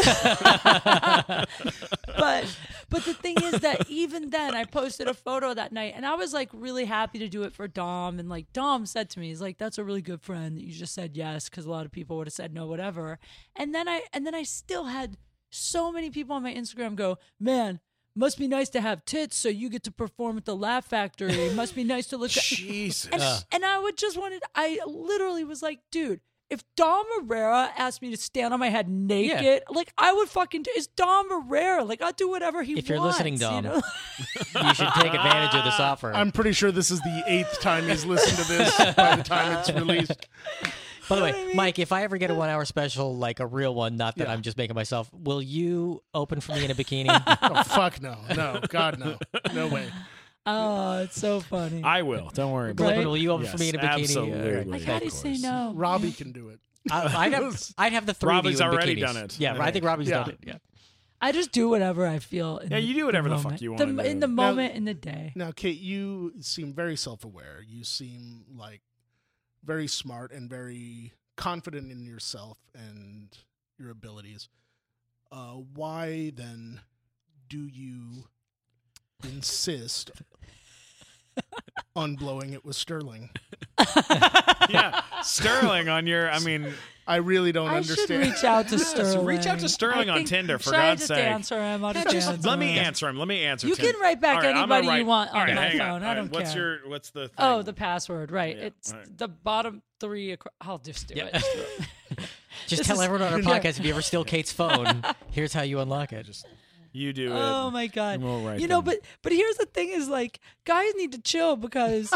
Speaker 3: but but the thing is that even then I posted a photo that night and I was like really happy to do it for Dom and like Dom said to me he's like that's a really good friend that you just said yes cuz a lot of people would have said no whatever and then I and then I still had so many people on my Instagram go man must be nice to have tits so you get to perform at the Laugh Factory must be nice to look
Speaker 5: Jesus.
Speaker 3: and, and I would just wanted I literally was like dude if Dom Herrera asked me to stand on my head naked, like I would fucking do. It's Dom Herrera. Like I'll do whatever he
Speaker 2: If
Speaker 3: wants.
Speaker 2: you're listening,
Speaker 3: you
Speaker 2: Dom.
Speaker 3: know?
Speaker 2: you should take advantage of this offer.
Speaker 5: I'm pretty sure this is the eighth time he's listened to this by the time it's released.
Speaker 2: By the way, Mike, if I ever get a one hour special, like a real one, not that
Speaker 5: Yeah.
Speaker 2: I'm just making myself, will you open for me in a bikini?
Speaker 5: Oh, fuck no. No. God, no. No way.
Speaker 3: Oh, it's so funny.
Speaker 1: I will. Don't worry about
Speaker 2: Glenn,
Speaker 1: it.
Speaker 2: will you open
Speaker 1: Yes,
Speaker 2: for me in a bikini?
Speaker 1: absolutely.
Speaker 3: like,
Speaker 1: of
Speaker 3: how do you say
Speaker 1: course.
Speaker 3: no?
Speaker 5: Robbie can do it.
Speaker 2: I, would have, I'd have the three
Speaker 1: Robbie's
Speaker 2: of you in
Speaker 1: already
Speaker 2: bikinis.
Speaker 1: done it.
Speaker 2: Yeah, I think Robbie's
Speaker 5: Yeah.
Speaker 2: done it. Yeah.
Speaker 3: I just do whatever I feel. In
Speaker 1: Yeah, you do whatever the fuck
Speaker 3: moment.
Speaker 1: you wanna
Speaker 3: The-
Speaker 1: do.
Speaker 3: In the
Speaker 5: Now-
Speaker 3: moment, in the day.
Speaker 5: Now, Kate, you seem very self aware. You seem like very smart and very confident in yourself and your abilities. Uh, why then do you insist on blowing it with Sterling?
Speaker 1: yeah, Sterling on your. I mean,
Speaker 5: I really don't
Speaker 3: I should
Speaker 5: understand.
Speaker 3: reach out to
Speaker 1: just
Speaker 3: Sterling.
Speaker 1: reach out to Sterling
Speaker 3: I
Speaker 1: on
Speaker 3: think-
Speaker 1: Tinder, for
Speaker 3: should I
Speaker 1: God's
Speaker 3: just
Speaker 1: sake.
Speaker 3: answer him? I'll
Speaker 1: Yeah,
Speaker 3: just
Speaker 1: just
Speaker 3: answer
Speaker 1: let me
Speaker 3: him.
Speaker 1: answer him. Let me answer.
Speaker 3: You
Speaker 1: Tim.
Speaker 3: can write back
Speaker 1: All right, I'm gonna
Speaker 3: anybody you
Speaker 1: write-
Speaker 3: want
Speaker 1: all
Speaker 3: on
Speaker 1: right,
Speaker 3: my
Speaker 1: hang
Speaker 3: phone. I
Speaker 1: All right,
Speaker 3: don't
Speaker 1: what's
Speaker 3: care.
Speaker 1: Your, what's the thing?
Speaker 3: Oh, the password, right?
Speaker 1: Yeah,
Speaker 3: it's
Speaker 1: all right.
Speaker 3: the bottom three. Across. I'll just do
Speaker 2: Yeah.
Speaker 3: it.
Speaker 2: Just
Speaker 3: This
Speaker 2: tell
Speaker 3: is-
Speaker 2: everyone on our
Speaker 5: Yeah.
Speaker 2: podcast if you ever steal Kate's phone, here's how you unlock it.
Speaker 1: You do it.
Speaker 3: Oh my god!
Speaker 1: We'll write
Speaker 3: you know,
Speaker 1: them.
Speaker 3: but but here's the thing: is like guys need to chill because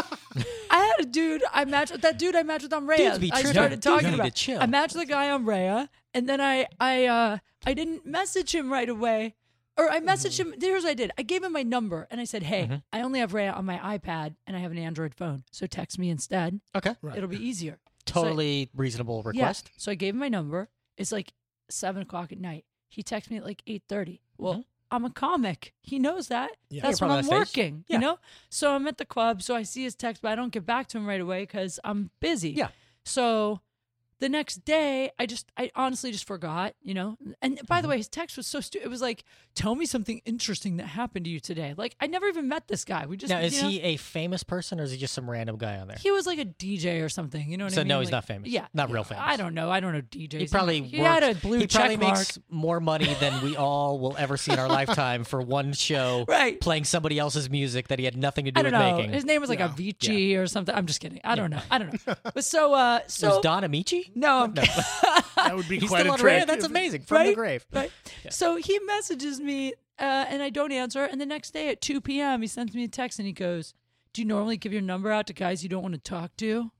Speaker 3: I had a dude I matched with that dude I matched with on Raya.
Speaker 2: Dudes be
Speaker 3: I
Speaker 2: tripping.
Speaker 3: started
Speaker 2: Dudes
Speaker 3: talking
Speaker 2: need
Speaker 3: about.
Speaker 2: to chill.
Speaker 3: I matched the guy on Raya, and then I I uh I didn't message him right away. Or I messaged
Speaker 2: Mm-hmm.
Speaker 3: him. Here's what I did. I gave him my number and I said, "Hey, I only have Raya on my iPad and I have an Android phone, so text me instead.
Speaker 2: Okay.
Speaker 3: It'll be easier." So I-
Speaker 2: Totally reasonable request.
Speaker 3: yeah. So I gave him my number. It's like seven o'clock at night. He texted me at like eight thirty. Well, I'm a comic. He knows that.
Speaker 5: Yeah.
Speaker 3: That's
Speaker 2: Mm-hmm. You're
Speaker 3: when
Speaker 2: probably
Speaker 3: I'm
Speaker 2: on stage.
Speaker 3: working.
Speaker 2: Yeah.
Speaker 3: You know. So I'm at the club. So I see his text, but I don't get back to him right away because I'm busy.
Speaker 2: Yeah.
Speaker 3: So the next day, I just, I honestly just forgot. You know. And by
Speaker 2: Mm-hmm.
Speaker 3: the way, his text was so stupid. It was like, "Tell me something interesting that happened to you today." Like I never even met this guy. We just
Speaker 2: Now, is
Speaker 3: you know,
Speaker 2: he a famous person or is he just some random guy on there?
Speaker 3: He was like a DJ or something. You know what
Speaker 2: so
Speaker 3: I mean?
Speaker 2: no, he's
Speaker 3: Like-
Speaker 2: not famous.
Speaker 3: Yeah.
Speaker 2: Not real famous.
Speaker 3: I don't know. I don't know DJs.
Speaker 2: He probably
Speaker 3: he
Speaker 2: works-
Speaker 3: had a blue
Speaker 2: he probably
Speaker 3: check mark.
Speaker 2: makes more money than we all will ever see in our lifetime for one show
Speaker 3: Right.
Speaker 2: playing somebody else's music that he had nothing to do
Speaker 3: I don't
Speaker 2: with
Speaker 3: know.
Speaker 2: making.
Speaker 3: His name was like Avicii or something. I'm just kidding. I don't know. I don't know. But so, uh, so
Speaker 2: was Don Amici?
Speaker 3: No, I'm kidding.
Speaker 5: That would be
Speaker 2: He's
Speaker 5: quite
Speaker 2: still
Speaker 5: a
Speaker 2: on
Speaker 5: trick.
Speaker 2: Raya. That's amazing. From the
Speaker 3: Right?
Speaker 2: grave.
Speaker 3: Right? So he messages me, uh, and I don't answer. And the next day at 2 p.m., he sends me a text and he goes, Do you normally give your number out to guys you don't want to talk to?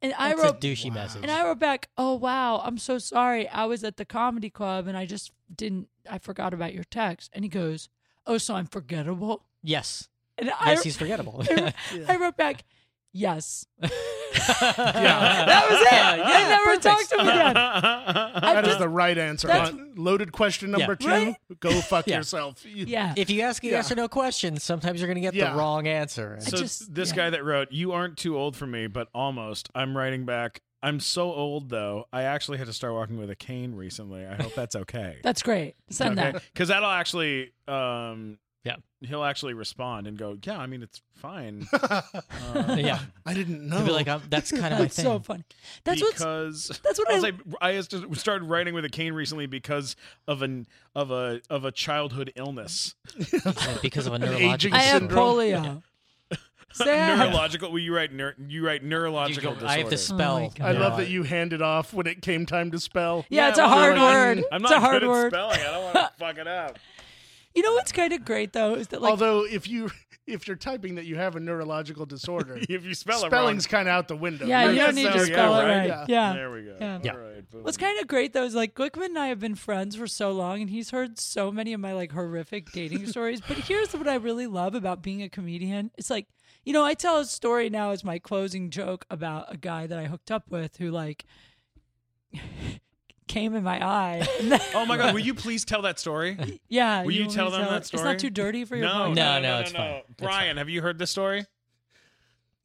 Speaker 3: And I
Speaker 2: That's
Speaker 3: wrote,
Speaker 2: a douchey message.
Speaker 3: and I wrote back, Oh, wow, I'm so sorry. I was at the comedy club and I just didn't, I forgot about your text. And he goes, Oh, so I'm forgettable?
Speaker 2: yes.
Speaker 3: And I,
Speaker 2: Yes, he's forgettable.
Speaker 3: I, I wrote back, Yes.
Speaker 2: yeah. Uh-huh.
Speaker 3: That was it. I never talked to him again. I've
Speaker 5: That is
Speaker 3: just-
Speaker 5: the right answer.
Speaker 3: That's-
Speaker 5: Uh, Loaded question number two.
Speaker 3: Right?
Speaker 5: Go fuck
Speaker 2: Yeah.
Speaker 5: yourself. You-
Speaker 3: yeah.
Speaker 2: If you ask a
Speaker 5: Yeah.
Speaker 2: yes or no question, sometimes you're going to get
Speaker 5: Yeah.
Speaker 2: the wrong answer. And
Speaker 3: I
Speaker 1: So
Speaker 3: just-
Speaker 1: this
Speaker 3: yeah.
Speaker 1: guy that wrote, "You aren't too old for me, but almost." I'm writing back. I'm so old though. I actually had to start walking with a cane recently. I hope that's okay.
Speaker 3: That's great. Send that.
Speaker 1: because that'll actually, um,
Speaker 2: Yeah.
Speaker 1: he'll actually respond and go, "Yeah, I mean it's fine." Uh,
Speaker 2: yeah.
Speaker 5: I didn't know.
Speaker 2: He'll be like, i that's kind of my
Speaker 3: That's
Speaker 2: thing.
Speaker 3: so funny. That's what's
Speaker 1: because
Speaker 3: that's what
Speaker 1: I, was
Speaker 3: I-
Speaker 1: like, I just started writing with a cane recently because of an of a of a childhood illness,
Speaker 2: Yeah, because of a neurological.
Speaker 3: I have
Speaker 5: syndrome.
Speaker 3: polio. Sam,
Speaker 1: neurological. Well, you write neur- you write
Speaker 2: You
Speaker 1: neurological
Speaker 2: go,
Speaker 1: disorder.
Speaker 2: I have to
Speaker 3: Oh
Speaker 2: spell.
Speaker 3: my God.
Speaker 5: I love that you handed off when it came time to spell.
Speaker 3: yeah, it's a
Speaker 1: well,
Speaker 3: hard
Speaker 1: I'm-
Speaker 3: word.
Speaker 1: I'm
Speaker 3: it's a
Speaker 1: not
Speaker 3: hard
Speaker 1: good
Speaker 3: word.
Speaker 1: at spelling. I don't want to fuck it up.
Speaker 3: You know what's kind of great though is that like
Speaker 5: Although if you if you're typing that you have a neurological disorder,
Speaker 1: If you spell it wrong,
Speaker 5: spelling's kind of out the window.
Speaker 3: yeah,
Speaker 5: You're
Speaker 3: you
Speaker 5: not
Speaker 3: don't need
Speaker 1: so,
Speaker 3: to
Speaker 5: spelling
Speaker 3: spell
Speaker 1: yeah,
Speaker 3: it
Speaker 1: right,
Speaker 3: right.
Speaker 5: yeah.
Speaker 3: Yeah.
Speaker 1: There we go.
Speaker 3: Yeah.
Speaker 2: Yeah.
Speaker 1: All right, boom.
Speaker 3: What's kind of great though is like Glickman and I have been friends for so long, and he's heard so many of my like horrific dating stories. But here's what I really love about being a comedian: it's like you know I tell a story now as my closing joke about a guy that I hooked up with who like came in my eye. And then-
Speaker 1: Oh my god! Will you please tell that story?
Speaker 3: yeah,
Speaker 1: Will you
Speaker 3: want
Speaker 1: tell
Speaker 3: me to
Speaker 1: them that
Speaker 3: it? It's
Speaker 1: story?
Speaker 3: not too dirty for your
Speaker 1: No, no,
Speaker 3: podcast.
Speaker 1: no,
Speaker 2: No, no,
Speaker 1: no,
Speaker 2: it's fine. It's
Speaker 1: Brian, have you heard this story?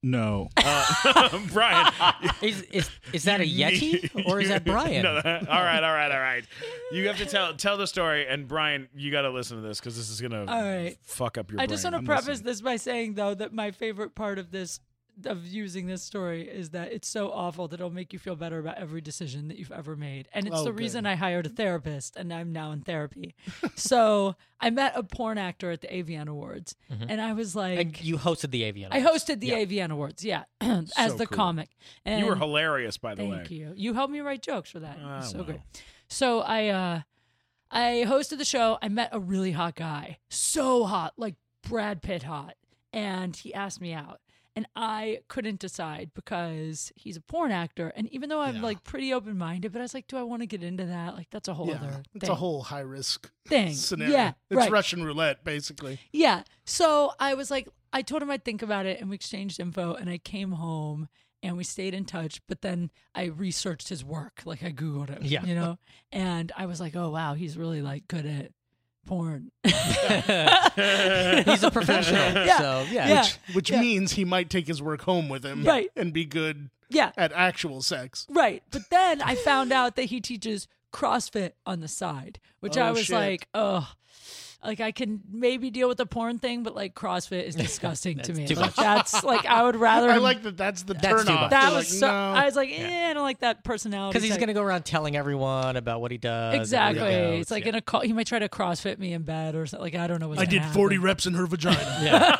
Speaker 6: No.
Speaker 1: Brian,
Speaker 2: Is, is, is that a Yeti or is that Brian?
Speaker 1: No, that- all right, all right, all right. You have to tell tell the story, and Brian, you got to listen to this because this is gonna
Speaker 3: All right.
Speaker 1: fuck up your.
Speaker 3: I
Speaker 1: brain.
Speaker 3: just want to
Speaker 1: I'm
Speaker 3: preface
Speaker 1: listening.
Speaker 3: this by saying though that my favorite part of this of using this story is that it's so awful that it'll make you feel better about every decision that you've ever made. And it's
Speaker 5: Oh,
Speaker 3: the
Speaker 5: good.
Speaker 3: reason I hired a therapist and I'm now in therapy. so I met a porn actor at the AVN Awards
Speaker 1: Mm-hmm.
Speaker 3: and I was like
Speaker 2: And you hosted the avian.
Speaker 3: I hosted the AVN Awards, yeah, as the
Speaker 1: cool.
Speaker 3: comic. And
Speaker 1: You were hilarious, by the way.
Speaker 3: Thank you. You helped me write jokes for that. It was
Speaker 1: Ah,
Speaker 3: so
Speaker 1: wow.
Speaker 3: great. So I uh I hosted the show. I met a really hot guy. So hot, like Brad Pitt hot. And he asked me out. And I couldn't decide because he's a porn actor. And even though I'm
Speaker 5: Yeah.
Speaker 3: like pretty open minded, but I was like, do I want to get into that? Like that's a whole
Speaker 5: Yeah,
Speaker 3: other
Speaker 5: it's
Speaker 3: thing.
Speaker 5: a whole high risk
Speaker 3: thing.
Speaker 5: scenario.
Speaker 3: Yeah.
Speaker 5: it's
Speaker 3: right.
Speaker 5: Russian roulette basically.
Speaker 3: Yeah. So I was like, I told him I'd think about it and we exchanged info and I came home and we stayed in touch. But then I researched his work. Like I Googled him,
Speaker 2: Yeah.
Speaker 3: you know? And I was like, oh, wow, he's really like good at porn.
Speaker 2: He's a professional.
Speaker 3: Yeah.
Speaker 2: So, yeah.
Speaker 3: Yeah.
Speaker 5: Which
Speaker 3: Yeah.
Speaker 5: means he might take his work home with him
Speaker 3: Right.
Speaker 5: and be good
Speaker 3: yeah.
Speaker 5: at actual sex.
Speaker 3: Right. But then I found out that he teaches CrossFit on the side, which I
Speaker 5: Oh,
Speaker 3: was
Speaker 5: shit.
Speaker 3: like, oh. Like I can maybe deal with the porn thing, but like CrossFit is disgusting to me.
Speaker 2: too
Speaker 3: Like
Speaker 2: much.
Speaker 3: that's like I would rather
Speaker 5: I
Speaker 3: him-
Speaker 5: like that. That's the
Speaker 2: That's
Speaker 5: turn
Speaker 2: too
Speaker 5: off.
Speaker 2: much.
Speaker 3: that
Speaker 5: You're
Speaker 3: was
Speaker 5: like,
Speaker 3: so.
Speaker 5: no.
Speaker 3: I was like, eh, I don't like that personality.
Speaker 2: Because he's
Speaker 3: type.
Speaker 5: uh,
Speaker 2: going to go around telling everyone about what he does. and where he
Speaker 3: Exactly.
Speaker 2: goes.
Speaker 3: It's like
Speaker 2: Yeah.
Speaker 3: in a call. He might try to CrossFit me in bed or something. Like I don't know. What's
Speaker 5: I
Speaker 3: gonna
Speaker 5: did 40
Speaker 3: happen.
Speaker 5: reps in her vagina.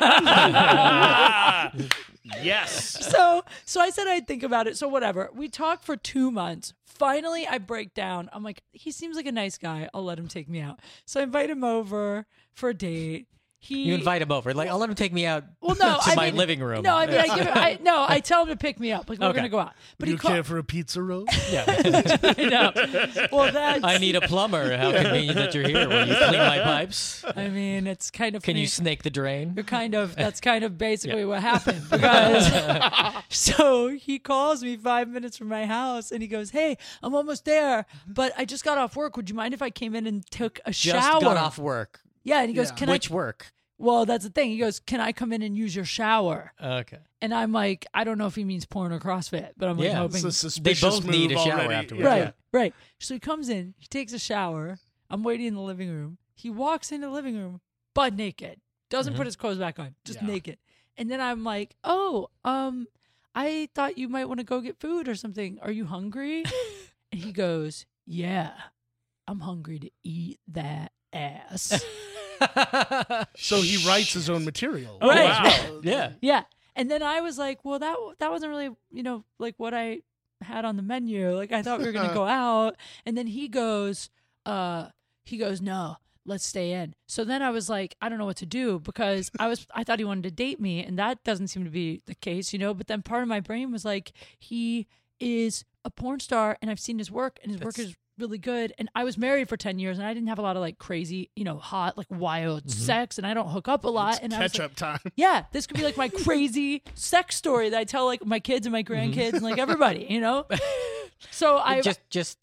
Speaker 1: Ah, yes.
Speaker 3: So so I said I'd think about it. So whatever. We talked for two months. Finally, I break down. I'm like, he seems like a nice guy. I'll let him take me out. So I invite him over for a date. He
Speaker 2: You invite him over. Like, I'll let him take me out
Speaker 3: Well, no,
Speaker 2: to
Speaker 3: I
Speaker 2: my
Speaker 3: mean-
Speaker 2: living room.
Speaker 3: No, I mean, I give him, I, no, I tell him to pick me up. Like we're
Speaker 2: Okay.
Speaker 3: gonna go out. But
Speaker 5: you
Speaker 3: he called.
Speaker 5: care for a pizza roll?
Speaker 2: yeah.
Speaker 3: no. Well, that's.
Speaker 2: I need a plumber. How convenient that you're here. Will you clean my pipes?
Speaker 3: I mean, it's kind of.
Speaker 2: Can you
Speaker 3: neat.
Speaker 2: snake the drain?
Speaker 3: You're kind of that's kind of basically what happened because so he calls me five minutes from my house and he goes, "Hey, I'm almost there, but I just got off work. Would you mind if I came in and took a
Speaker 2: Just
Speaker 3: shower?"
Speaker 2: got off work.
Speaker 3: Yeah, and he goes, "Can
Speaker 2: Which
Speaker 3: I?"
Speaker 2: work?
Speaker 3: Well, that's the thing. He goes, "Can I come in and use your shower?"
Speaker 2: Okay.
Speaker 3: And I'm like, I don't know if he means porn or CrossFit, but I'm like
Speaker 2: Yeah.
Speaker 3: hoping
Speaker 5: It's a suspicious
Speaker 2: both need
Speaker 5: move
Speaker 2: a shower
Speaker 5: already.
Speaker 2: afterwards.
Speaker 3: Right,
Speaker 2: Yeah.
Speaker 3: right. So he comes in, he takes a shower. I'm waiting in the living room. He walks into the living room, butt naked. Doesn't put his clothes back on, just
Speaker 5: Yeah.
Speaker 3: naked. And then I'm like, oh, um, I thought you might want to go get food or something. Are you hungry? and he goes, yeah, I'm hungry to eat that ass.
Speaker 5: So he writes his own material.
Speaker 1: Oh,
Speaker 3: Right.
Speaker 1: wow.
Speaker 2: yeah.
Speaker 3: yeah. And then I was like, well, that that wasn't really, you know, like what I had on the menu. Like I thought we were gonna go out. And then he goes, uh, he goes, no, let's stay in. So then I was like, I don't know what to do because I was, I thought he wanted to date me, and that doesn't seem to be the case, you know. But then part of my brain was like, he is a porn star, and I've seen his work, and his work
Speaker 2: That's-
Speaker 3: is really good. And I was married for ten years, and I didn't have a lot of like crazy, you know, hot, like wild sex, and I don't hook up a lot. Uh, and I was
Speaker 5: Catch
Speaker 3: like,
Speaker 5: up time.
Speaker 3: yeah, this could be like my crazy sex story that I tell like my kids and my grandkids and like everybody, you know? So I
Speaker 2: just just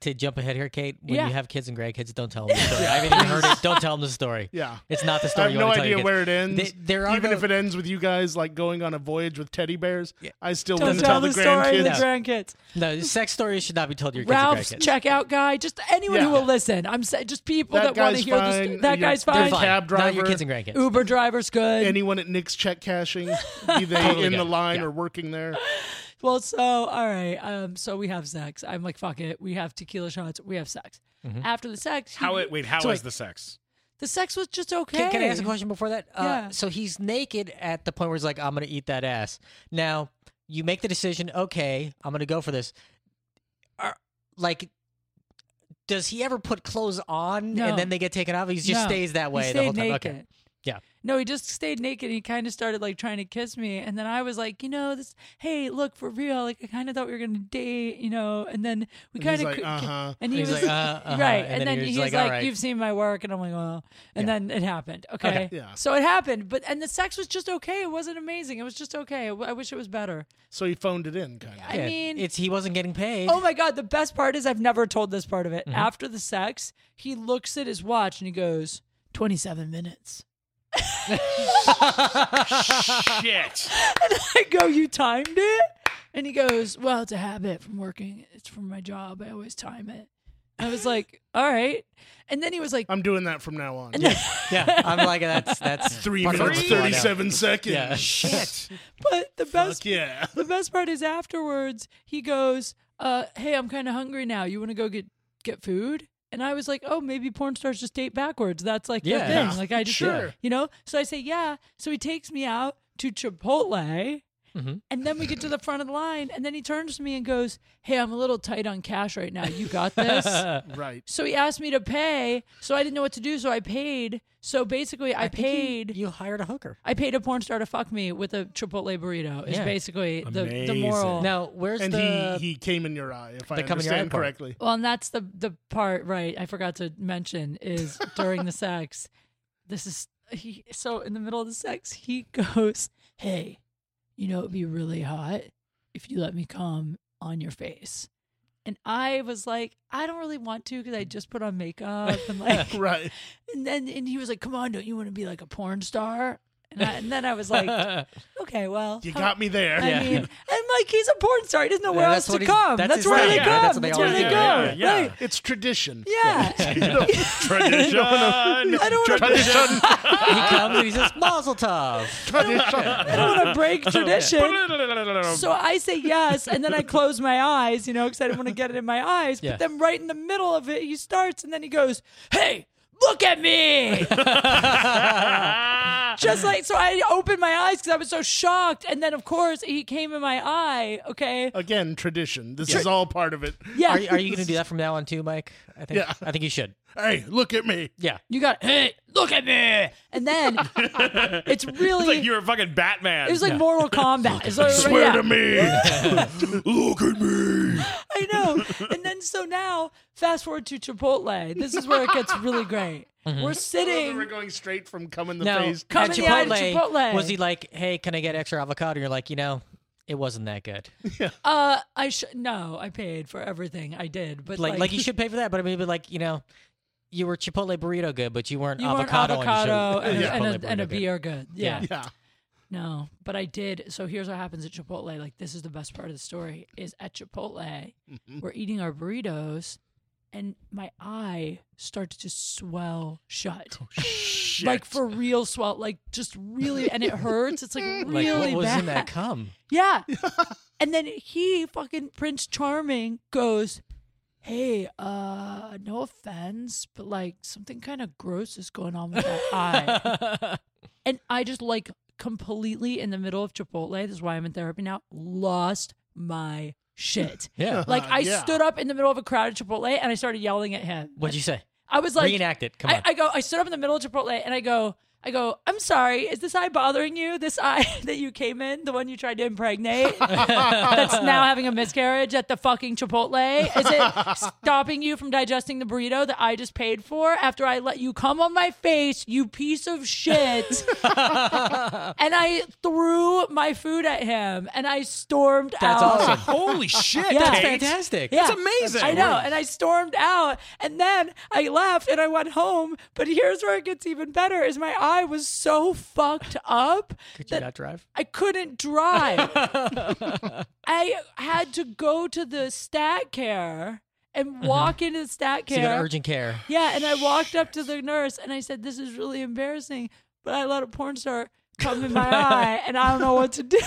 Speaker 2: to jump ahead here, Kate. When
Speaker 3: Yeah.
Speaker 2: you have kids and grandkids, don't tell them the story. I haven't even heard it. Don't tell them the story.
Speaker 5: Yeah.
Speaker 2: It's not the
Speaker 5: I
Speaker 2: story.
Speaker 5: have
Speaker 2: you
Speaker 5: no
Speaker 2: wanna tell your
Speaker 5: idea
Speaker 2: kids.
Speaker 5: where it ends.
Speaker 2: Th- there are
Speaker 5: Even
Speaker 2: no-
Speaker 5: if it ends with you guys like going on a voyage with teddy bears, I still
Speaker 3: don't
Speaker 5: wouldn't
Speaker 3: tell
Speaker 5: tell
Speaker 3: the
Speaker 5: the
Speaker 3: story to the
Speaker 5: grandkids.
Speaker 3: grandkids.
Speaker 2: No, sex stories should not be told to your kids. and
Speaker 3: Ralph's
Speaker 2: grandkids.
Speaker 3: checkout guy, just anyone who
Speaker 5: Yeah.
Speaker 3: will listen. I'm sa- just people
Speaker 5: That
Speaker 3: that, want to
Speaker 5: guy's
Speaker 3: hear
Speaker 5: fine.
Speaker 3: this. That
Speaker 5: Your-
Speaker 3: guy's
Speaker 5: they're
Speaker 2: They're
Speaker 3: fine.
Speaker 2: fine.
Speaker 5: Cab
Speaker 2: Not your
Speaker 5: driver.
Speaker 2: kids and grandkids.
Speaker 3: Uber driver's good.
Speaker 5: Anyone at Nick's check cashing, be they
Speaker 2: Totally
Speaker 5: in
Speaker 2: get
Speaker 5: the
Speaker 2: it.
Speaker 5: line
Speaker 2: Yeah.
Speaker 5: or working there.
Speaker 3: well, so all right. Um, so we have sex. I'm like, fuck it. We have tequila shots. We have sex. After the sex, he-
Speaker 1: How it? Wait, how is
Speaker 2: So wait.
Speaker 1: the sex?
Speaker 3: the sex was just okay.
Speaker 2: Can, can I ask a question before that?
Speaker 3: Yeah.
Speaker 2: Uh, so he's naked at the point where he's like, I'm going to eat that ass. Now, you make the decision, okay, I'm going to go for this. Are, like, does he ever put clothes on
Speaker 3: No.
Speaker 2: and then they get taken off? He just
Speaker 3: No.
Speaker 2: stays that way
Speaker 3: he
Speaker 2: the whole
Speaker 3: stayed
Speaker 2: time.
Speaker 3: naked.
Speaker 2: Okay. Yeah.
Speaker 3: No, he just stayed naked. And he kind of started like trying to kiss me, and then I was like, you know, this. Hey, look for real. Like I kind of thought we were gonna date, you know. And then we
Speaker 5: And he's
Speaker 3: kind of
Speaker 5: like, "Uh-huh."
Speaker 3: and he
Speaker 2: He's
Speaker 3: was
Speaker 2: like, "Uh, uh-huh."
Speaker 3: right,
Speaker 2: And
Speaker 3: and,
Speaker 2: then
Speaker 3: then,
Speaker 2: he was
Speaker 3: he's
Speaker 2: like,
Speaker 3: like,
Speaker 2: "All right."
Speaker 3: you've seen my work, and I'm like, well, and
Speaker 2: Yeah.
Speaker 3: then it happened. Okay,
Speaker 5: Yeah.
Speaker 3: So it happened, but and the sex was just okay. It wasn't amazing. It was just okay. I w- I wish it was better.
Speaker 5: So he phoned it in, kind of.
Speaker 3: I
Speaker 2: Yeah,
Speaker 3: mean,
Speaker 2: it's he wasn't getting paid.
Speaker 3: Oh my god, the best part is I've never told this part of
Speaker 2: Mm-hmm.
Speaker 3: it. After the sex, he looks at his watch and he goes, 27 minutes.
Speaker 1: Shit.
Speaker 3: I go, You timed it? And he goes, Well, it's a habit from working. It's from my job. I always time it. I was like, All right. And then he was like,
Speaker 5: I'm doing that from now on.
Speaker 2: yeah, I'm like that's that's
Speaker 5: Three
Speaker 2: part of
Speaker 5: minutes,
Speaker 2: what's going on.
Speaker 5: thirty-seven seconds.
Speaker 2: Yeah.
Speaker 5: Shit.
Speaker 3: But the best
Speaker 5: Fuck yeah.
Speaker 3: the best part is afterwards he goes, uh, "Hey, I'm kind of hungry now. You want to go get get food?" And I was like, "Oh, maybe porn stars just date backwards. That's like their
Speaker 2: Yeah.
Speaker 3: thing. Like I just,
Speaker 2: Sure.
Speaker 3: you know." So I say, "Yeah." So he takes me out to Chipotle,
Speaker 2: Mhm.
Speaker 3: and then we get to the front of the line, and then he turns to me and goes, "Hey, I'm a little tight on cash right now. You got this?"
Speaker 5: Right.
Speaker 3: so he asked me to pay, so I didn't know what to do, so I paid. So basically, I,
Speaker 2: I think you-
Speaker 3: paid.
Speaker 2: You, hired a hooker.
Speaker 3: I paid a porn star to fuck me with a Chipotle burrito. Is
Speaker 2: Yeah.
Speaker 3: basically the, the
Speaker 1: Amazing.
Speaker 3: moral.
Speaker 2: Now, where's
Speaker 5: And
Speaker 2: the
Speaker 5: he, he came in your eye, if I
Speaker 2: the come in your eye
Speaker 5: understand
Speaker 2: part.
Speaker 5: correctly.
Speaker 3: Well, and that's the the part right. I forgot to mention is during the sex. This is he. So in the middle of the sex, he goes, "Hey, you know it'd be really hot if you let me come on your face." And I was like, "I don't really want to because I just put on makeup and like."
Speaker 5: Right.
Speaker 3: and then and he was like, "Come on, don't you want to be like a porn star?" And, I, and then I was like, "Okay, well,
Speaker 5: You
Speaker 3: how-
Speaker 5: got me there.
Speaker 3: I
Speaker 2: Yeah.
Speaker 3: mean, I'm like, he's a porn star. He doesn't know where
Speaker 2: that's
Speaker 3: else to
Speaker 2: what he's-
Speaker 3: come.
Speaker 2: that's
Speaker 3: That's,
Speaker 2: his
Speaker 3: where
Speaker 2: thing,
Speaker 3: they
Speaker 2: right?
Speaker 3: come.
Speaker 2: That's
Speaker 3: That's,
Speaker 2: what they
Speaker 3: where
Speaker 2: always
Speaker 3: they
Speaker 2: do,
Speaker 3: go.
Speaker 1: yeah, yeah.
Speaker 3: Right.
Speaker 5: It's tradition.
Speaker 3: Yeah.
Speaker 1: Tradition.
Speaker 3: I don't want to.
Speaker 5: Tradition.
Speaker 2: he comes and he says Mazel Tov.
Speaker 3: I don't want to break tradition. So I say yes, and then I close my eyes, you know, because I didn't want to get it in my eyes.
Speaker 2: Yeah.
Speaker 3: But then right in the middle of it, he starts, and then he goes, "Hey." Look at me!
Speaker 1: Ah,
Speaker 3: Just like, so I opened my eyes because I was so shocked. And then, of course, he came in my eye, okay?
Speaker 5: Again, tradition. This is all part of it.
Speaker 3: Yeah.
Speaker 2: Are, you- are you going to do that from now on too, Mike? I think.
Speaker 5: Yeah.
Speaker 2: I think you should.
Speaker 5: Hey, look at me.
Speaker 2: Yeah.
Speaker 3: You got, hey, look at me! And then it's really.
Speaker 1: It's like you're a fucking Batman.
Speaker 3: It was like Mortal Kombat. It's like-
Speaker 5: Swear
Speaker 3: yeah,
Speaker 5: to me. look at me.
Speaker 3: I know. And then so now, fast forward to Chipotle. This is where it gets really great.
Speaker 2: Mm-hmm.
Speaker 3: We're
Speaker 5: We're
Speaker 3: sitting.
Speaker 5: going straight from coming the
Speaker 2: Now,
Speaker 5: face.
Speaker 3: Come
Speaker 2: at
Speaker 3: in the eye to
Speaker 2: Chipotle,
Speaker 3: Chipotle.
Speaker 2: was he like, "Hey, can I get extra avocado?" And you're like, you know, it wasn't that good.
Speaker 3: Uh, I should no. I paid for everything. I did, but
Speaker 2: Like,
Speaker 3: like,
Speaker 2: like, you should pay for that. But I mean, but like, you know, you were Chipotle burrito good, but you weren't
Speaker 3: You weren't
Speaker 2: avocado.
Speaker 3: avocado
Speaker 2: and
Speaker 3: and,
Speaker 2: you should-
Speaker 3: a- and,
Speaker 2: Chipotle
Speaker 3: a, and a
Speaker 2: burrito good.
Speaker 3: beer good. Yeah.
Speaker 5: Yeah.
Speaker 3: No, but I did. So here's what happens at Chipotle. Like this is the best part of the story. Is at Chipotle, we're eating our burritos, and my eye starts to swell shut.
Speaker 2: Oh,
Speaker 3: Like for real swell, like just really, and it hurts. It's like
Speaker 2: Like,
Speaker 3: really
Speaker 2: what was
Speaker 3: bad.
Speaker 2: in that cum?
Speaker 3: Yeah. and then he fucking Prince Charming goes, Hey, uh, no offense, but like something kind of gross is going on with that eye. and I just like completely in the middle of Chipotle, this is why I'm in therapy now, lost my shit.
Speaker 2: Yeah.
Speaker 3: Like I
Speaker 5: Yeah.
Speaker 3: stood up in the middle of a crowd at Chipotle and I started yelling at him.
Speaker 2: What'd you say?
Speaker 3: I was like,
Speaker 2: Reenact it. Come
Speaker 3: I,
Speaker 2: on.
Speaker 3: I go, I stood up in the middle of Chipotle and I go, I go, I'm sorry, is this eye bothering you? This eye that you came in, the one you tried to impregnate, that's now having a miscarriage at the fucking Chipotle? Is it stopping you from digesting the burrito that I just paid for after I let you come on my face, you piece of shit? and I threw my food at him and I stormed
Speaker 2: That's
Speaker 3: out.
Speaker 2: awesome.
Speaker 6: Holy shit!
Speaker 3: Yeah.
Speaker 2: That's
Speaker 3: Kate.
Speaker 2: fantastic.
Speaker 3: Oh. Yeah.
Speaker 6: That's amazing.
Speaker 3: I know. And I stormed out. And then I left and I went home. But here's where it gets even better is my eye was so fucked up
Speaker 2: Could you
Speaker 3: that
Speaker 2: not drive?
Speaker 3: I couldn't drive. I had to go to the stat care and walk into the stat
Speaker 2: Mm-hmm. So you got
Speaker 3: care.
Speaker 2: urgent care.
Speaker 3: yeah. And I walked up to the nurse and I said, This is really embarrassing, but I let a porn star come in my eye and I don't know what to do.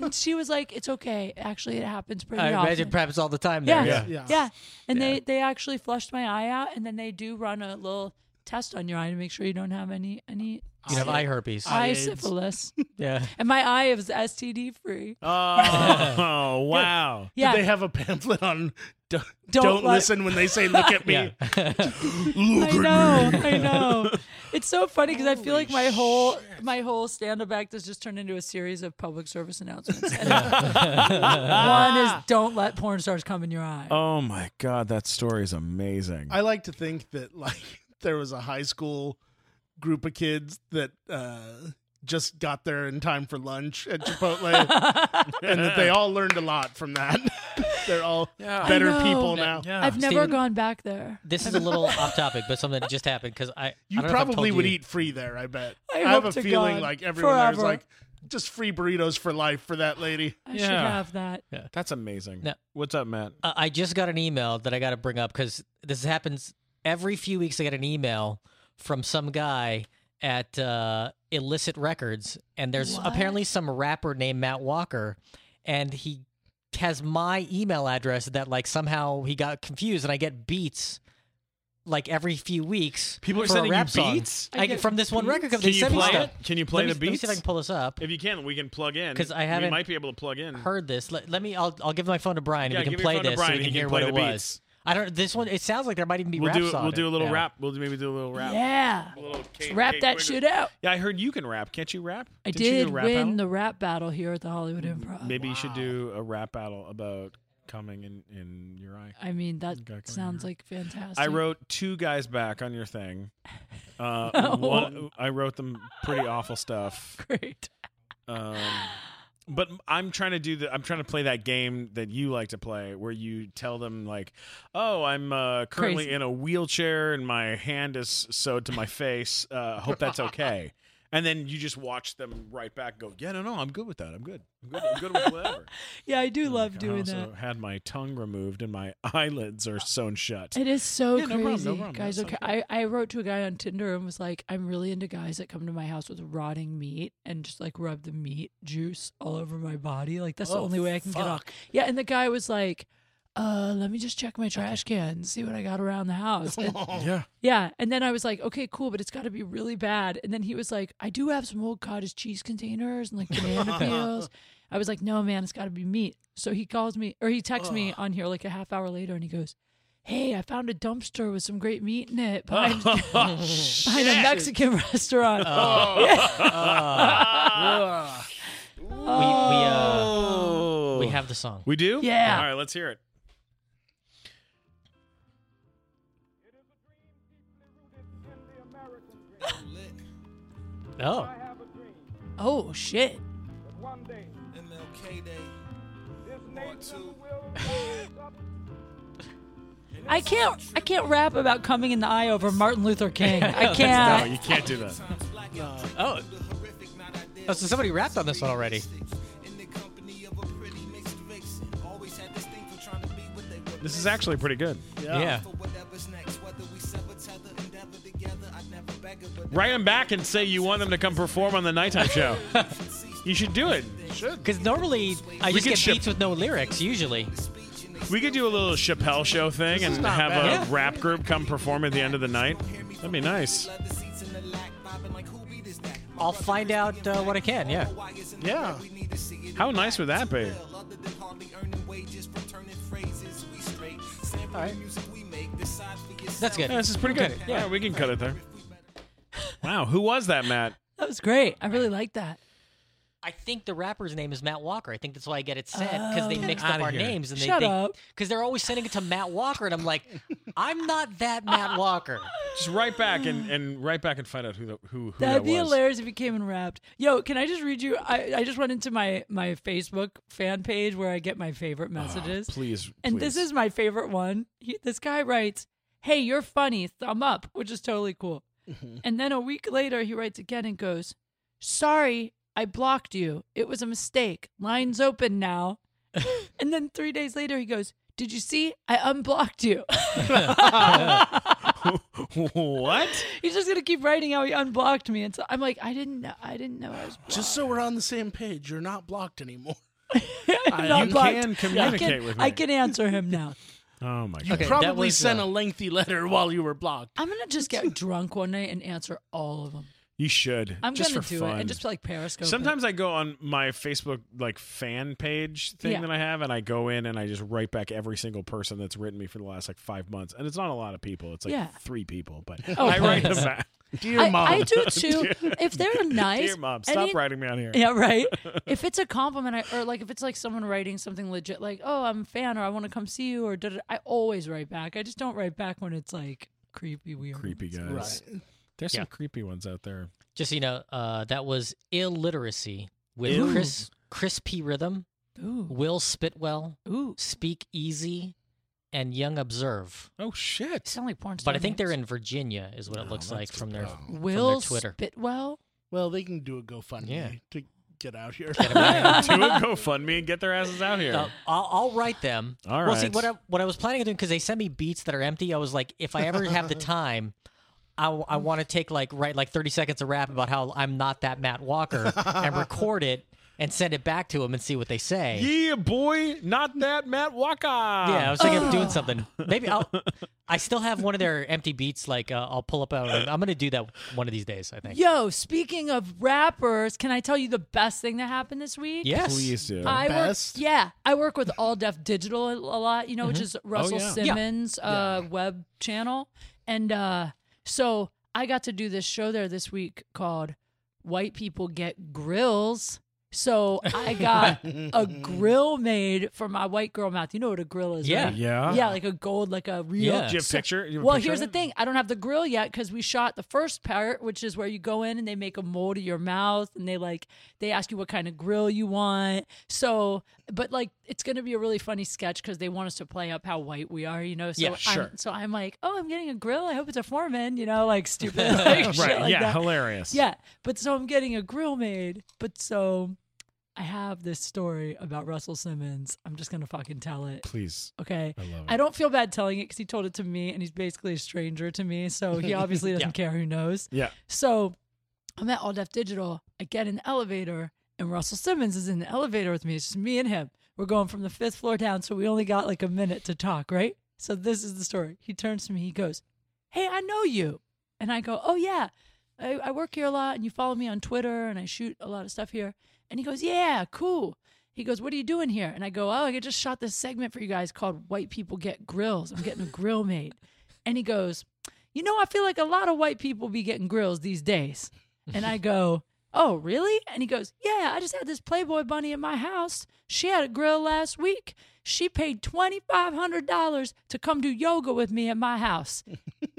Speaker 3: and she was like, It's okay. Actually, it happens pretty
Speaker 2: I
Speaker 3: often.
Speaker 2: imagine perhaps all the time
Speaker 3: Yeah.
Speaker 2: there.
Speaker 3: Yeah.
Speaker 5: Yeah.
Speaker 3: And they they actually flushed my eye out and then they do run a little test on your eye to make sure you don't have any any
Speaker 2: You have eye herpes.
Speaker 3: eye
Speaker 5: AIDS.
Speaker 3: syphilis.
Speaker 2: yeah.
Speaker 3: and my eye is STD free.
Speaker 1: Oh wow!
Speaker 3: Yeah.
Speaker 5: They have a pamphlet on d-
Speaker 3: Don't
Speaker 5: don't,
Speaker 3: let-
Speaker 5: listen when they say look at me.
Speaker 3: I know. I know. It's so funny because I feel like my whole my whole stand up act has just turned into a series of public service announcements. And one is don't let porn stars come in your eye.
Speaker 1: Oh my god, that story is amazing.
Speaker 5: I like to think that like there was a high school group of kids that uh, just got there in time for lunch at Chipotle, and that they all learned a lot from that. They're all better
Speaker 3: I know.
Speaker 5: people now.
Speaker 3: I've never
Speaker 2: Steven-
Speaker 3: gone back there.
Speaker 2: This is a little off topic, but something that just happened because I.
Speaker 5: You
Speaker 2: I don't know if I've
Speaker 5: probably
Speaker 2: told
Speaker 5: would
Speaker 2: you.
Speaker 5: eat free there. I bet.
Speaker 3: I
Speaker 5: have
Speaker 3: hope
Speaker 5: a
Speaker 3: to
Speaker 5: feeling
Speaker 3: God.
Speaker 5: like everyone there is
Speaker 3: Forever.
Speaker 5: like just free burritos for life for that lady.
Speaker 3: I should have that.
Speaker 1: That's amazing.
Speaker 2: No.
Speaker 1: What's up, Matt?
Speaker 2: Uh, I just got an email that I got to bring up because this happens every few weeks. I get an email from some guy at uh, Illicit Records, and there's
Speaker 3: What?
Speaker 2: apparently some rapper named Matt Walker, and he has my email address that like somehow he got confused, and I get beats like every few weeks.
Speaker 1: People are
Speaker 2: for a
Speaker 1: sending you
Speaker 2: rap song.
Speaker 1: beats?
Speaker 2: I get from this one record company.
Speaker 1: Can you
Speaker 2: send me
Speaker 1: play
Speaker 2: stuff.
Speaker 1: it? Can you play
Speaker 2: let me,
Speaker 1: the
Speaker 2: Let me see
Speaker 1: beats?
Speaker 2: if I can pull this up.
Speaker 1: If you can, we can plug in
Speaker 2: 'Cause I
Speaker 1: We
Speaker 2: haven't
Speaker 1: might be able to plug in.
Speaker 2: heard this. Let, let me. I'll I'll give my phone to Brian
Speaker 1: Yeah,
Speaker 2: and we can
Speaker 1: give your
Speaker 2: play
Speaker 1: phone to
Speaker 2: this so
Speaker 1: Brian and
Speaker 2: we can
Speaker 1: he
Speaker 2: hear
Speaker 1: can
Speaker 2: what
Speaker 1: play
Speaker 2: it
Speaker 1: the
Speaker 2: was.
Speaker 1: beats.
Speaker 2: I don't. This one. It sounds like there might even be
Speaker 1: We'll
Speaker 2: raps
Speaker 1: do
Speaker 2: on
Speaker 1: we'll
Speaker 2: it.
Speaker 1: do a little
Speaker 2: Yeah.
Speaker 1: rap. We'll do- maybe do a little rap.
Speaker 3: Yeah.
Speaker 1: Little Kate-
Speaker 3: Wrap
Speaker 1: Kate
Speaker 3: that
Speaker 1: Quigley.
Speaker 3: shit out.
Speaker 1: Yeah, I heard you can rap. Can't you rap?
Speaker 3: I
Speaker 1: Didn't you do
Speaker 3: did
Speaker 1: a rap
Speaker 3: win
Speaker 1: battle?
Speaker 3: the rap battle here at the Hollywood Improv.
Speaker 1: Maybe you should do a rap battle about coming in in your eye.
Speaker 3: I mean, that
Speaker 1: Okay, come
Speaker 3: sounds like fantastic.
Speaker 1: I wrote two guys back on your thing.
Speaker 3: Oh.
Speaker 1: Uh, one, I wrote them pretty awful stuff.
Speaker 3: great.
Speaker 1: Um, but I'm trying to do the. I'm trying to play that game that you like to play, where you tell them like, "Oh, I'm uh, currently
Speaker 3: Crazy.
Speaker 1: in a wheelchair and my hand is sewed to my face. Uh, hope that's okay." and then you just watch them right back. Go, yeah, no, no, I'm good with that. I'm good. I'm good. I'm good with whatever.
Speaker 3: Yeah, I do love
Speaker 1: Oh I
Speaker 3: doing
Speaker 1: also
Speaker 3: that.
Speaker 1: had my tongue removed and my eyelids are sewn shut.
Speaker 3: It is so
Speaker 1: Yeah, no
Speaker 3: crazy,
Speaker 1: problem, no problem.
Speaker 3: guys.
Speaker 1: That
Speaker 3: Okay,
Speaker 1: sounds
Speaker 3: I, I wrote to a guy on Tinder and was like, I'm really into guys that come to my house with rotting meat and just like rub the meat juice all over my body. Like that's the
Speaker 1: Oh,
Speaker 3: only way I can get off. Yeah, and the guy was like, uh, let me just check my trash can, and see what I got around the house. And-
Speaker 1: Yeah.
Speaker 3: yeah, and then I was like, okay, cool, but it's got to be really bad. And then he was like, I do have some old cottage cheese containers and like banana peels. I was like, no, man, it's got to be meat. So he calls me or he texts me on here like a half hour later, and he goes, Hey, I found a dumpster with some great meat in it behind, behind a Mexican restaurant.
Speaker 2: We we
Speaker 1: Oh.
Speaker 2: uh
Speaker 3: Oh.
Speaker 2: we have the song.
Speaker 1: We do?
Speaker 3: Yeah.
Speaker 1: All right, let's hear it.
Speaker 2: Oh,
Speaker 3: Oh shit!
Speaker 7: One day,
Speaker 8: MLK Day.
Speaker 7: this nation will rise up.
Speaker 3: I can't, I can't rap about coming in the eye over Martin Luther King. I
Speaker 1: No,
Speaker 3: can't.
Speaker 1: you can't do that.
Speaker 2: oh, oh! So somebody rapped on this one already.
Speaker 8: In the company of a pretty mixed vixen. Always had this thing for trying to be what they were.
Speaker 1: This is actually pretty good.
Speaker 2: Yeah.
Speaker 8: for whatever's next, whether we sever tether, endeavor together, I'd never beg her, but
Speaker 1: Write them back and say you want them to come perform on the nighttime show. you should do it.
Speaker 2: Because normally I
Speaker 1: We
Speaker 2: just
Speaker 1: could
Speaker 2: get
Speaker 1: ship-
Speaker 2: beats with no lyrics. Usually,
Speaker 1: We could do a little Chappelle show thing and have a rap group come perform at the end of the night. That'd be nice.
Speaker 2: I'll find out uh, what I can. Yeah.
Speaker 5: Yeah.
Speaker 1: How nice would that be?
Speaker 8: wages from turning phrases. We straight. Sample
Speaker 2: All right.
Speaker 8: the music we make. Decide for yourself.
Speaker 2: That's good.
Speaker 1: Yeah, this is pretty good.
Speaker 2: Okay.
Speaker 1: Yeah, we can cut it there. Wow, who was that, Matt?
Speaker 3: That was great. I really like that.
Speaker 2: I think the rapper's name is Matt Walker. I think that's why I get it sent because they mixed
Speaker 1: Oh.
Speaker 2: up
Speaker 6: outta
Speaker 2: our
Speaker 6: here.
Speaker 2: names and they
Speaker 3: Shut
Speaker 2: they,
Speaker 3: up.
Speaker 2: because they're always sending it to Matt Walker, and I'm like, I'm not that Matt Walker.
Speaker 1: Just right back and, and right back and find out who the, who who
Speaker 3: That'd
Speaker 1: that
Speaker 3: be
Speaker 1: was.
Speaker 3: hilarious if he came and rapped. Yo, can I just read you? I, I just went into my my Facebook fan page where I get my favorite messages.
Speaker 1: Ah, Please,
Speaker 3: and this
Speaker 1: please.
Speaker 3: is my favorite one. He, this guy writes, "Hey, you're funny. Thumb up," which is totally cool.
Speaker 1: Mm-hmm.
Speaker 3: and then a week later, he writes again and goes, "Sorry, I blocked you. It was a mistake. Lines open now." and then three days later, he goes, "Did you see? I unblocked you."
Speaker 1: what?
Speaker 3: He's just gonna keep writing how he unblocked me, and so I'm like, I didn't know. I didn't know I was blocked.
Speaker 5: Just so we're on the same page, you're not blocked anymore.
Speaker 3: I'm not
Speaker 1: you
Speaker 3: blocked.
Speaker 1: can
Speaker 3: I
Speaker 1: communicate with
Speaker 3: I
Speaker 1: me.
Speaker 3: can answer him now.
Speaker 1: Oh my god!
Speaker 2: Okay, that
Speaker 5: Probably
Speaker 2: was,
Speaker 5: sent
Speaker 2: uh,
Speaker 5: a lengthy letter while you were blocked.
Speaker 3: I'm gonna just get drunk one night and answer all of them.
Speaker 1: You should.
Speaker 3: I'm
Speaker 1: just
Speaker 3: gonna
Speaker 1: for
Speaker 3: do
Speaker 1: fun.
Speaker 3: it and just like Periscope. it.
Speaker 1: Sometimes I go on my Facebook like fan page thing
Speaker 3: Yeah.
Speaker 1: that I have, and I go in and I just write back every single person that's written me for the last like five months, and it's not a lot of people. It's like
Speaker 3: Yeah.
Speaker 1: three people, but
Speaker 3: Oh,
Speaker 1: I write them
Speaker 3: please.
Speaker 1: back.
Speaker 5: Dear
Speaker 3: I,
Speaker 5: mom,
Speaker 3: I do too. if they're nice,
Speaker 1: Dear mom,
Speaker 3: any-
Speaker 1: stop writing me on here.
Speaker 3: Yeah, right. if it's a compliment, I, or like if it's like someone writing something legit, like "Oh, I'm a fan," or "I want to come see you," or da, da, da, I always write back. I just don't write back when it's like creepy, weird.
Speaker 1: Creepy guys. There's some creepy ones out there.
Speaker 2: Just so you know, uh, that was illiteracy with
Speaker 1: Ooh.
Speaker 2: Chris Crispy Rhythm,
Speaker 3: Ooh,
Speaker 2: Will Spitwell,
Speaker 3: ooh.
Speaker 2: Speak Easy, and Young Observe.
Speaker 1: Oh shit!
Speaker 3: Sound like porn star
Speaker 2: But I think they're
Speaker 3: names.
Speaker 2: in Virginia, is what it looks like from their
Speaker 3: Will
Speaker 2: Twitter.
Speaker 3: Spitwell.
Speaker 5: Well, they can do a GoFundMe
Speaker 2: Yeah.
Speaker 5: to get out here.
Speaker 1: do a GoFundMe and get their asses out here.
Speaker 3: Oh.
Speaker 2: Uh, I'll, I'll write them.
Speaker 1: All
Speaker 2: Well, see
Speaker 1: right.
Speaker 2: what I, what I was planning on doing because they sent me beats that are empty. I was like, if I ever have the time, I, want to take like write like thirty seconds of rap about how I'm not that Matt Walker and record it and send it back to them and see what they say.
Speaker 1: Yeah, boy, not that Matt Walker.
Speaker 2: Yeah, I was thinking of doing something. Maybe I'll. I still have one of their empty beats. Like uh, I'll pull up. i I'm gonna do that one of these days. I think.
Speaker 3: Yo, speaking of rappers, can I tell you the best thing that happened this week?
Speaker 2: Yes.
Speaker 1: Please do.
Speaker 3: I
Speaker 5: Best?
Speaker 3: work, yeah, I work with All Deaf Digital a a lot, you know, which is Russell
Speaker 1: yeah.
Speaker 2: Mm-hmm. Oh, Yeah.
Speaker 3: Simmons' Uh, web channel, and uh, so I got to do this show there this week called "White People Get Grills." So I got a grill made for my white girl mouth. You know what a grill is,
Speaker 2: Yeah.
Speaker 3: right?
Speaker 1: Yeah.
Speaker 3: yeah, like a gold, like a real
Speaker 2: Yeah.
Speaker 1: Do you have a picture? You have a
Speaker 3: well,
Speaker 1: picture
Speaker 3: here's
Speaker 1: of it?
Speaker 3: the thing. I don't have the grill yet because we shot the first part, which is where you go in and they make a mold of your mouth and they like they ask you what kind of grill you want. So, but like it's going to be a really funny sketch because they want us to play up how white we are, you know. So
Speaker 2: Yeah,
Speaker 1: sure.
Speaker 3: I'm, so I'm like, oh, I'm getting a grill. I hope it's a Foreman, you know, like stupid, like, shit
Speaker 1: Right.
Speaker 3: like
Speaker 1: yeah.
Speaker 3: that.
Speaker 1: Hilarious.
Speaker 3: Yeah, but so I'm getting a grill made. But so I have this story about Russell Simmons. I'm just gonna fucking tell it.
Speaker 1: Please.
Speaker 3: Okay. I
Speaker 1: love
Speaker 3: don't feel bad telling it because he told it to me and he's basically a stranger to me. So he obviously doesn't care who knows.
Speaker 1: Yeah.
Speaker 3: So I'm at All Deaf Digital. I get in the elevator and Russell Simmons is in the elevator with me. It's just me and him. We're going from the fifth floor down. So we only got like a minute to talk, right? So this is the story. He turns to me. He goes, Hey, I know you. And I go, Oh, yeah. I, I work here a lot and you follow me on Twitter and I shoot a lot of stuff here. And he goes, Yeah, cool. He goes, What are you doing here? And I go, Oh, I just shot this segment for you guys called White People Get Grills. I'm getting a grill made. And he goes, You know, I feel like a lot of white people be getting grills these days. And I go, Oh, really? And he goes, Yeah, I just had this Playboy bunny in my house. She had a grill last week. She paid $2,500 to come do yoga with me at my house.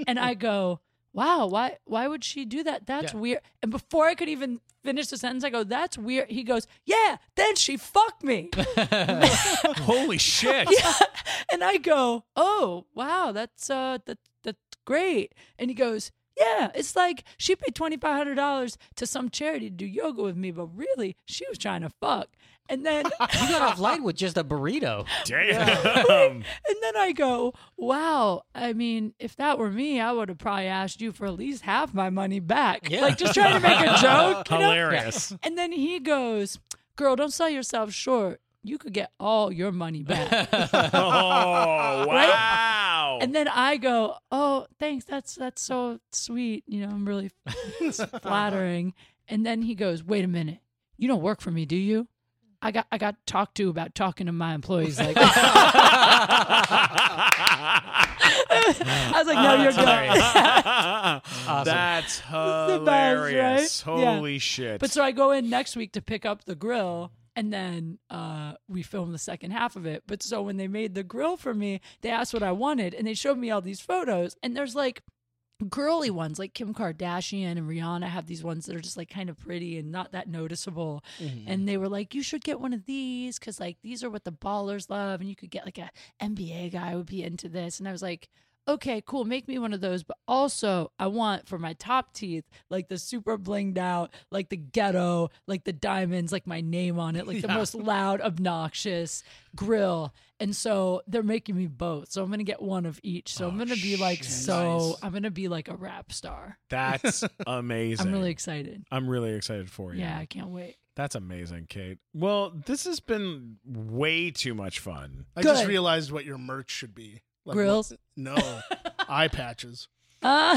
Speaker 3: and I go, Wow, why why would she do that? That's weird. And before I could even finish the sentence, I go, That's weird. He goes, Yeah, then she fucked me.
Speaker 1: Holy shit.
Speaker 3: and I go, "Oh, wow, that's uh, that that's great." And he goes, "Yeah, it's like she paid twenty five hundred dollars to some charity to do yoga with me, but really, she was trying to fuck." And then,
Speaker 2: You got off light with just a burrito.
Speaker 1: Damn.
Speaker 3: and then I go, "Wow, I mean, if that were me, I would have probably asked you for at least half my money back,
Speaker 2: Yeah.
Speaker 3: like just trying to make a joke." you know?
Speaker 1: Hilarious.
Speaker 3: And then he goes, "Girl, don't sell yourself short. You could get all your money back."
Speaker 1: Oh wow.
Speaker 3: And then I go, "Oh, thanks. That's that's so sweet. You know, I'm really it's flattering." And then he goes, "Wait a minute. You don't work for me, do you?" I got I got talked to about talking to my employees. Like, I was like,
Speaker 1: Oh,
Speaker 3: no, you're good.
Speaker 1: That's
Speaker 3: the best, right?
Speaker 1: hilarious.
Speaker 3: Yeah.
Speaker 1: Holy shit.
Speaker 3: But so I go in next week to pick up the grill, and then uh, we film the second half of it. But so when they made the grill for me, they asked what I wanted, and they showed me all these photos, and there's like girly ones like Kim Kardashian and Rihanna have these ones that are just like kind of pretty and not that noticeable. And they were like, you should get one of these because like these are what the ballers love, and you could get like a NBA guy would be into this. And I was like, okay, cool, make me one of those. But also, I want for my top teeth like the super blinged out, like the ghetto, like the diamonds, like my name on it, like the most loud, obnoxious grill. And so they're making me both. So I'm gonna get one of each. So I'm gonna be like so I'm gonna be like a rap star.
Speaker 1: That's amazing.
Speaker 3: I'm really excited.
Speaker 1: I'm really excited for you.
Speaker 3: Yeah, I can't wait.
Speaker 1: That's amazing, Kate. Well, this has been way too much fun.
Speaker 5: I just
Speaker 3: Good.
Speaker 5: realized what your merch should be. Like,
Speaker 3: Grills?
Speaker 5: what- No, eye patches.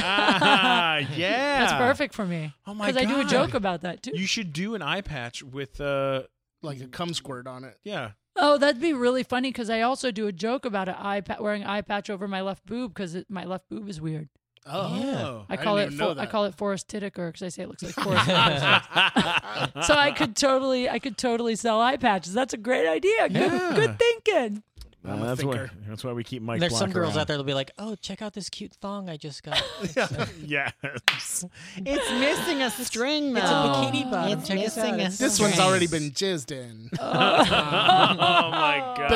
Speaker 1: Ah, yeah.
Speaker 3: That's perfect for me.
Speaker 1: Oh my
Speaker 3: Because I do a
Speaker 1: God.
Speaker 3: joke about that too.
Speaker 1: You should do an eye patch with uh
Speaker 5: Like a cum squirt on it.
Speaker 1: yeah.
Speaker 3: Oh, that'd be really funny because I also do a joke about an eye pa- wearing an eye patch over my left boob because my left boob is weird.
Speaker 5: Oh,
Speaker 3: I call
Speaker 5: didn't
Speaker 3: it
Speaker 5: even know
Speaker 3: Fo- I
Speaker 5: that.
Speaker 3: call it Forrest Titiker because I say it looks like Forrest. Whitaker. so I could totally I could totally sell eye patches. That's a great idea. Good, good thinking.
Speaker 5: I'm a
Speaker 1: that's why
Speaker 5: thinker.
Speaker 1: that's why we keep Mike.
Speaker 2: There's some
Speaker 1: Block
Speaker 2: girls
Speaker 1: around.
Speaker 2: out there that'll be like, "Oh, check out this cute thong I just got. It's
Speaker 1: Yeah.
Speaker 9: It's missing a string, though.
Speaker 2: a bikini bottom.
Speaker 9: It's
Speaker 2: check this out.
Speaker 9: missing a
Speaker 2: Oh, It's
Speaker 5: This one's already been jizzed in.
Speaker 3: Uh,
Speaker 1: oh my god.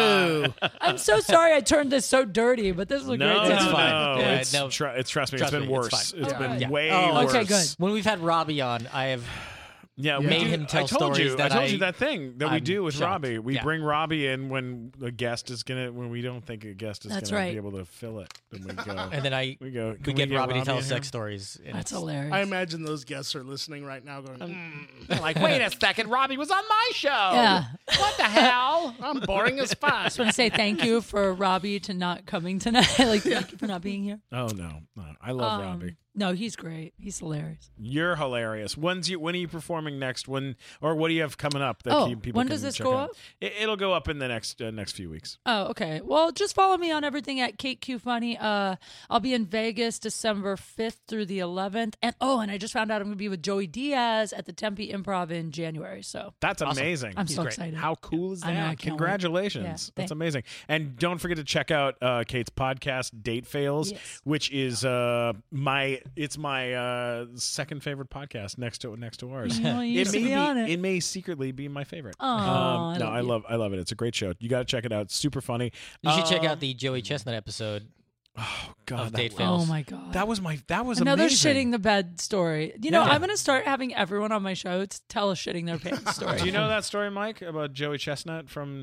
Speaker 5: Boo.
Speaker 3: I'm so sorry I turned this so dirty, but this is a
Speaker 1: No,
Speaker 3: great.
Speaker 1: no,
Speaker 2: It's
Speaker 3: time.
Speaker 2: fine.
Speaker 1: no,
Speaker 2: Yeah,
Speaker 1: it's,
Speaker 2: no.
Speaker 1: tru- it's trust me,
Speaker 2: Trust
Speaker 1: it's
Speaker 2: me,
Speaker 1: been
Speaker 2: it's
Speaker 1: worse.
Speaker 2: fine.
Speaker 1: It's
Speaker 3: Alright.
Speaker 1: been
Speaker 3: Yeah.
Speaker 1: way
Speaker 2: Oh,
Speaker 1: worse.
Speaker 3: okay, good.
Speaker 2: When we've had Robbie on, I have
Speaker 1: Yeah, we
Speaker 2: Made
Speaker 1: do-
Speaker 2: him
Speaker 1: I
Speaker 2: tell
Speaker 1: told
Speaker 2: stories
Speaker 1: you,
Speaker 2: that
Speaker 1: I told
Speaker 2: I-
Speaker 1: you that thing that we
Speaker 2: I'm
Speaker 1: do with
Speaker 2: shocked.
Speaker 1: Robbie. We
Speaker 2: Yeah.
Speaker 1: bring Robbie in when a guest is gonna when we don't think a guest is
Speaker 3: That's
Speaker 1: gonna
Speaker 3: right.
Speaker 1: be able to fill it. Then we go.
Speaker 2: and then I
Speaker 1: we go.
Speaker 2: we
Speaker 1: can
Speaker 2: get, Robbie, to tell
Speaker 1: in
Speaker 2: us
Speaker 1: here?
Speaker 2: sex stories. and
Speaker 3: That's
Speaker 2: it's-
Speaker 3: hilarious.
Speaker 5: I imagine those guests are listening right now going, "Mm,
Speaker 9: Like, wait a second, Robbie was on my show.
Speaker 3: yeah.
Speaker 9: What the hell?
Speaker 5: I'm boring as fuck.
Speaker 3: I want to say thank you for Robbie to not coming tonight. like, thank you for not being here.
Speaker 1: Oh no, no, I love
Speaker 3: Um,
Speaker 1: Robbie.
Speaker 3: No, he's great. He's hilarious.
Speaker 1: You're hilarious. When's you? When are you performing next? When or what do you have coming up that
Speaker 3: Oh,
Speaker 1: keep- people
Speaker 3: when
Speaker 1: can
Speaker 3: does this
Speaker 1: check
Speaker 3: go
Speaker 1: out?
Speaker 3: up?
Speaker 1: It, it'll go up in the next uh, next few weeks.
Speaker 3: Oh, okay. Well, just follow me on everything at Kate Q Funny. Uh, I'll be in Vegas December 5th through the 11th. And oh, and I just found out I'm going to be with Joey Diaz at the Tempe Improv in January. So
Speaker 1: That's amazing.
Speaker 3: I'm so excited.
Speaker 1: How cool is that?
Speaker 3: I know, I can't wait.
Speaker 1: Congratulations.
Speaker 3: Yeah,
Speaker 1: That's
Speaker 3: thanks.
Speaker 1: amazing. And don't forget to check out uh, Kate's podcast, Date Fails,
Speaker 3: Yes.
Speaker 1: which is uh, my it's my uh, second favorite podcast next to next to ours.
Speaker 3: You know, you
Speaker 1: it
Speaker 3: used to
Speaker 1: may
Speaker 3: be on it.
Speaker 1: may secretly be my favorite. Um,
Speaker 3: Aw, I
Speaker 1: no,
Speaker 3: love
Speaker 1: I
Speaker 3: you.
Speaker 1: love I love it. It's a great show. You got to check it out. It's super funny.
Speaker 2: you should check
Speaker 1: Um,
Speaker 2: out the Joey Chestnut episode
Speaker 1: God,
Speaker 2: of
Speaker 1: that,
Speaker 2: Date
Speaker 3: Oh,
Speaker 2: Fails.
Speaker 3: my God.
Speaker 1: that was my that was
Speaker 3: Another
Speaker 1: amazing.
Speaker 3: shitting the bed story. You know,
Speaker 1: Yeah.
Speaker 3: I'm going to start having everyone on my show to tell a shitting their pants story.
Speaker 1: Do you know that story, Mike, about Joey Chestnut from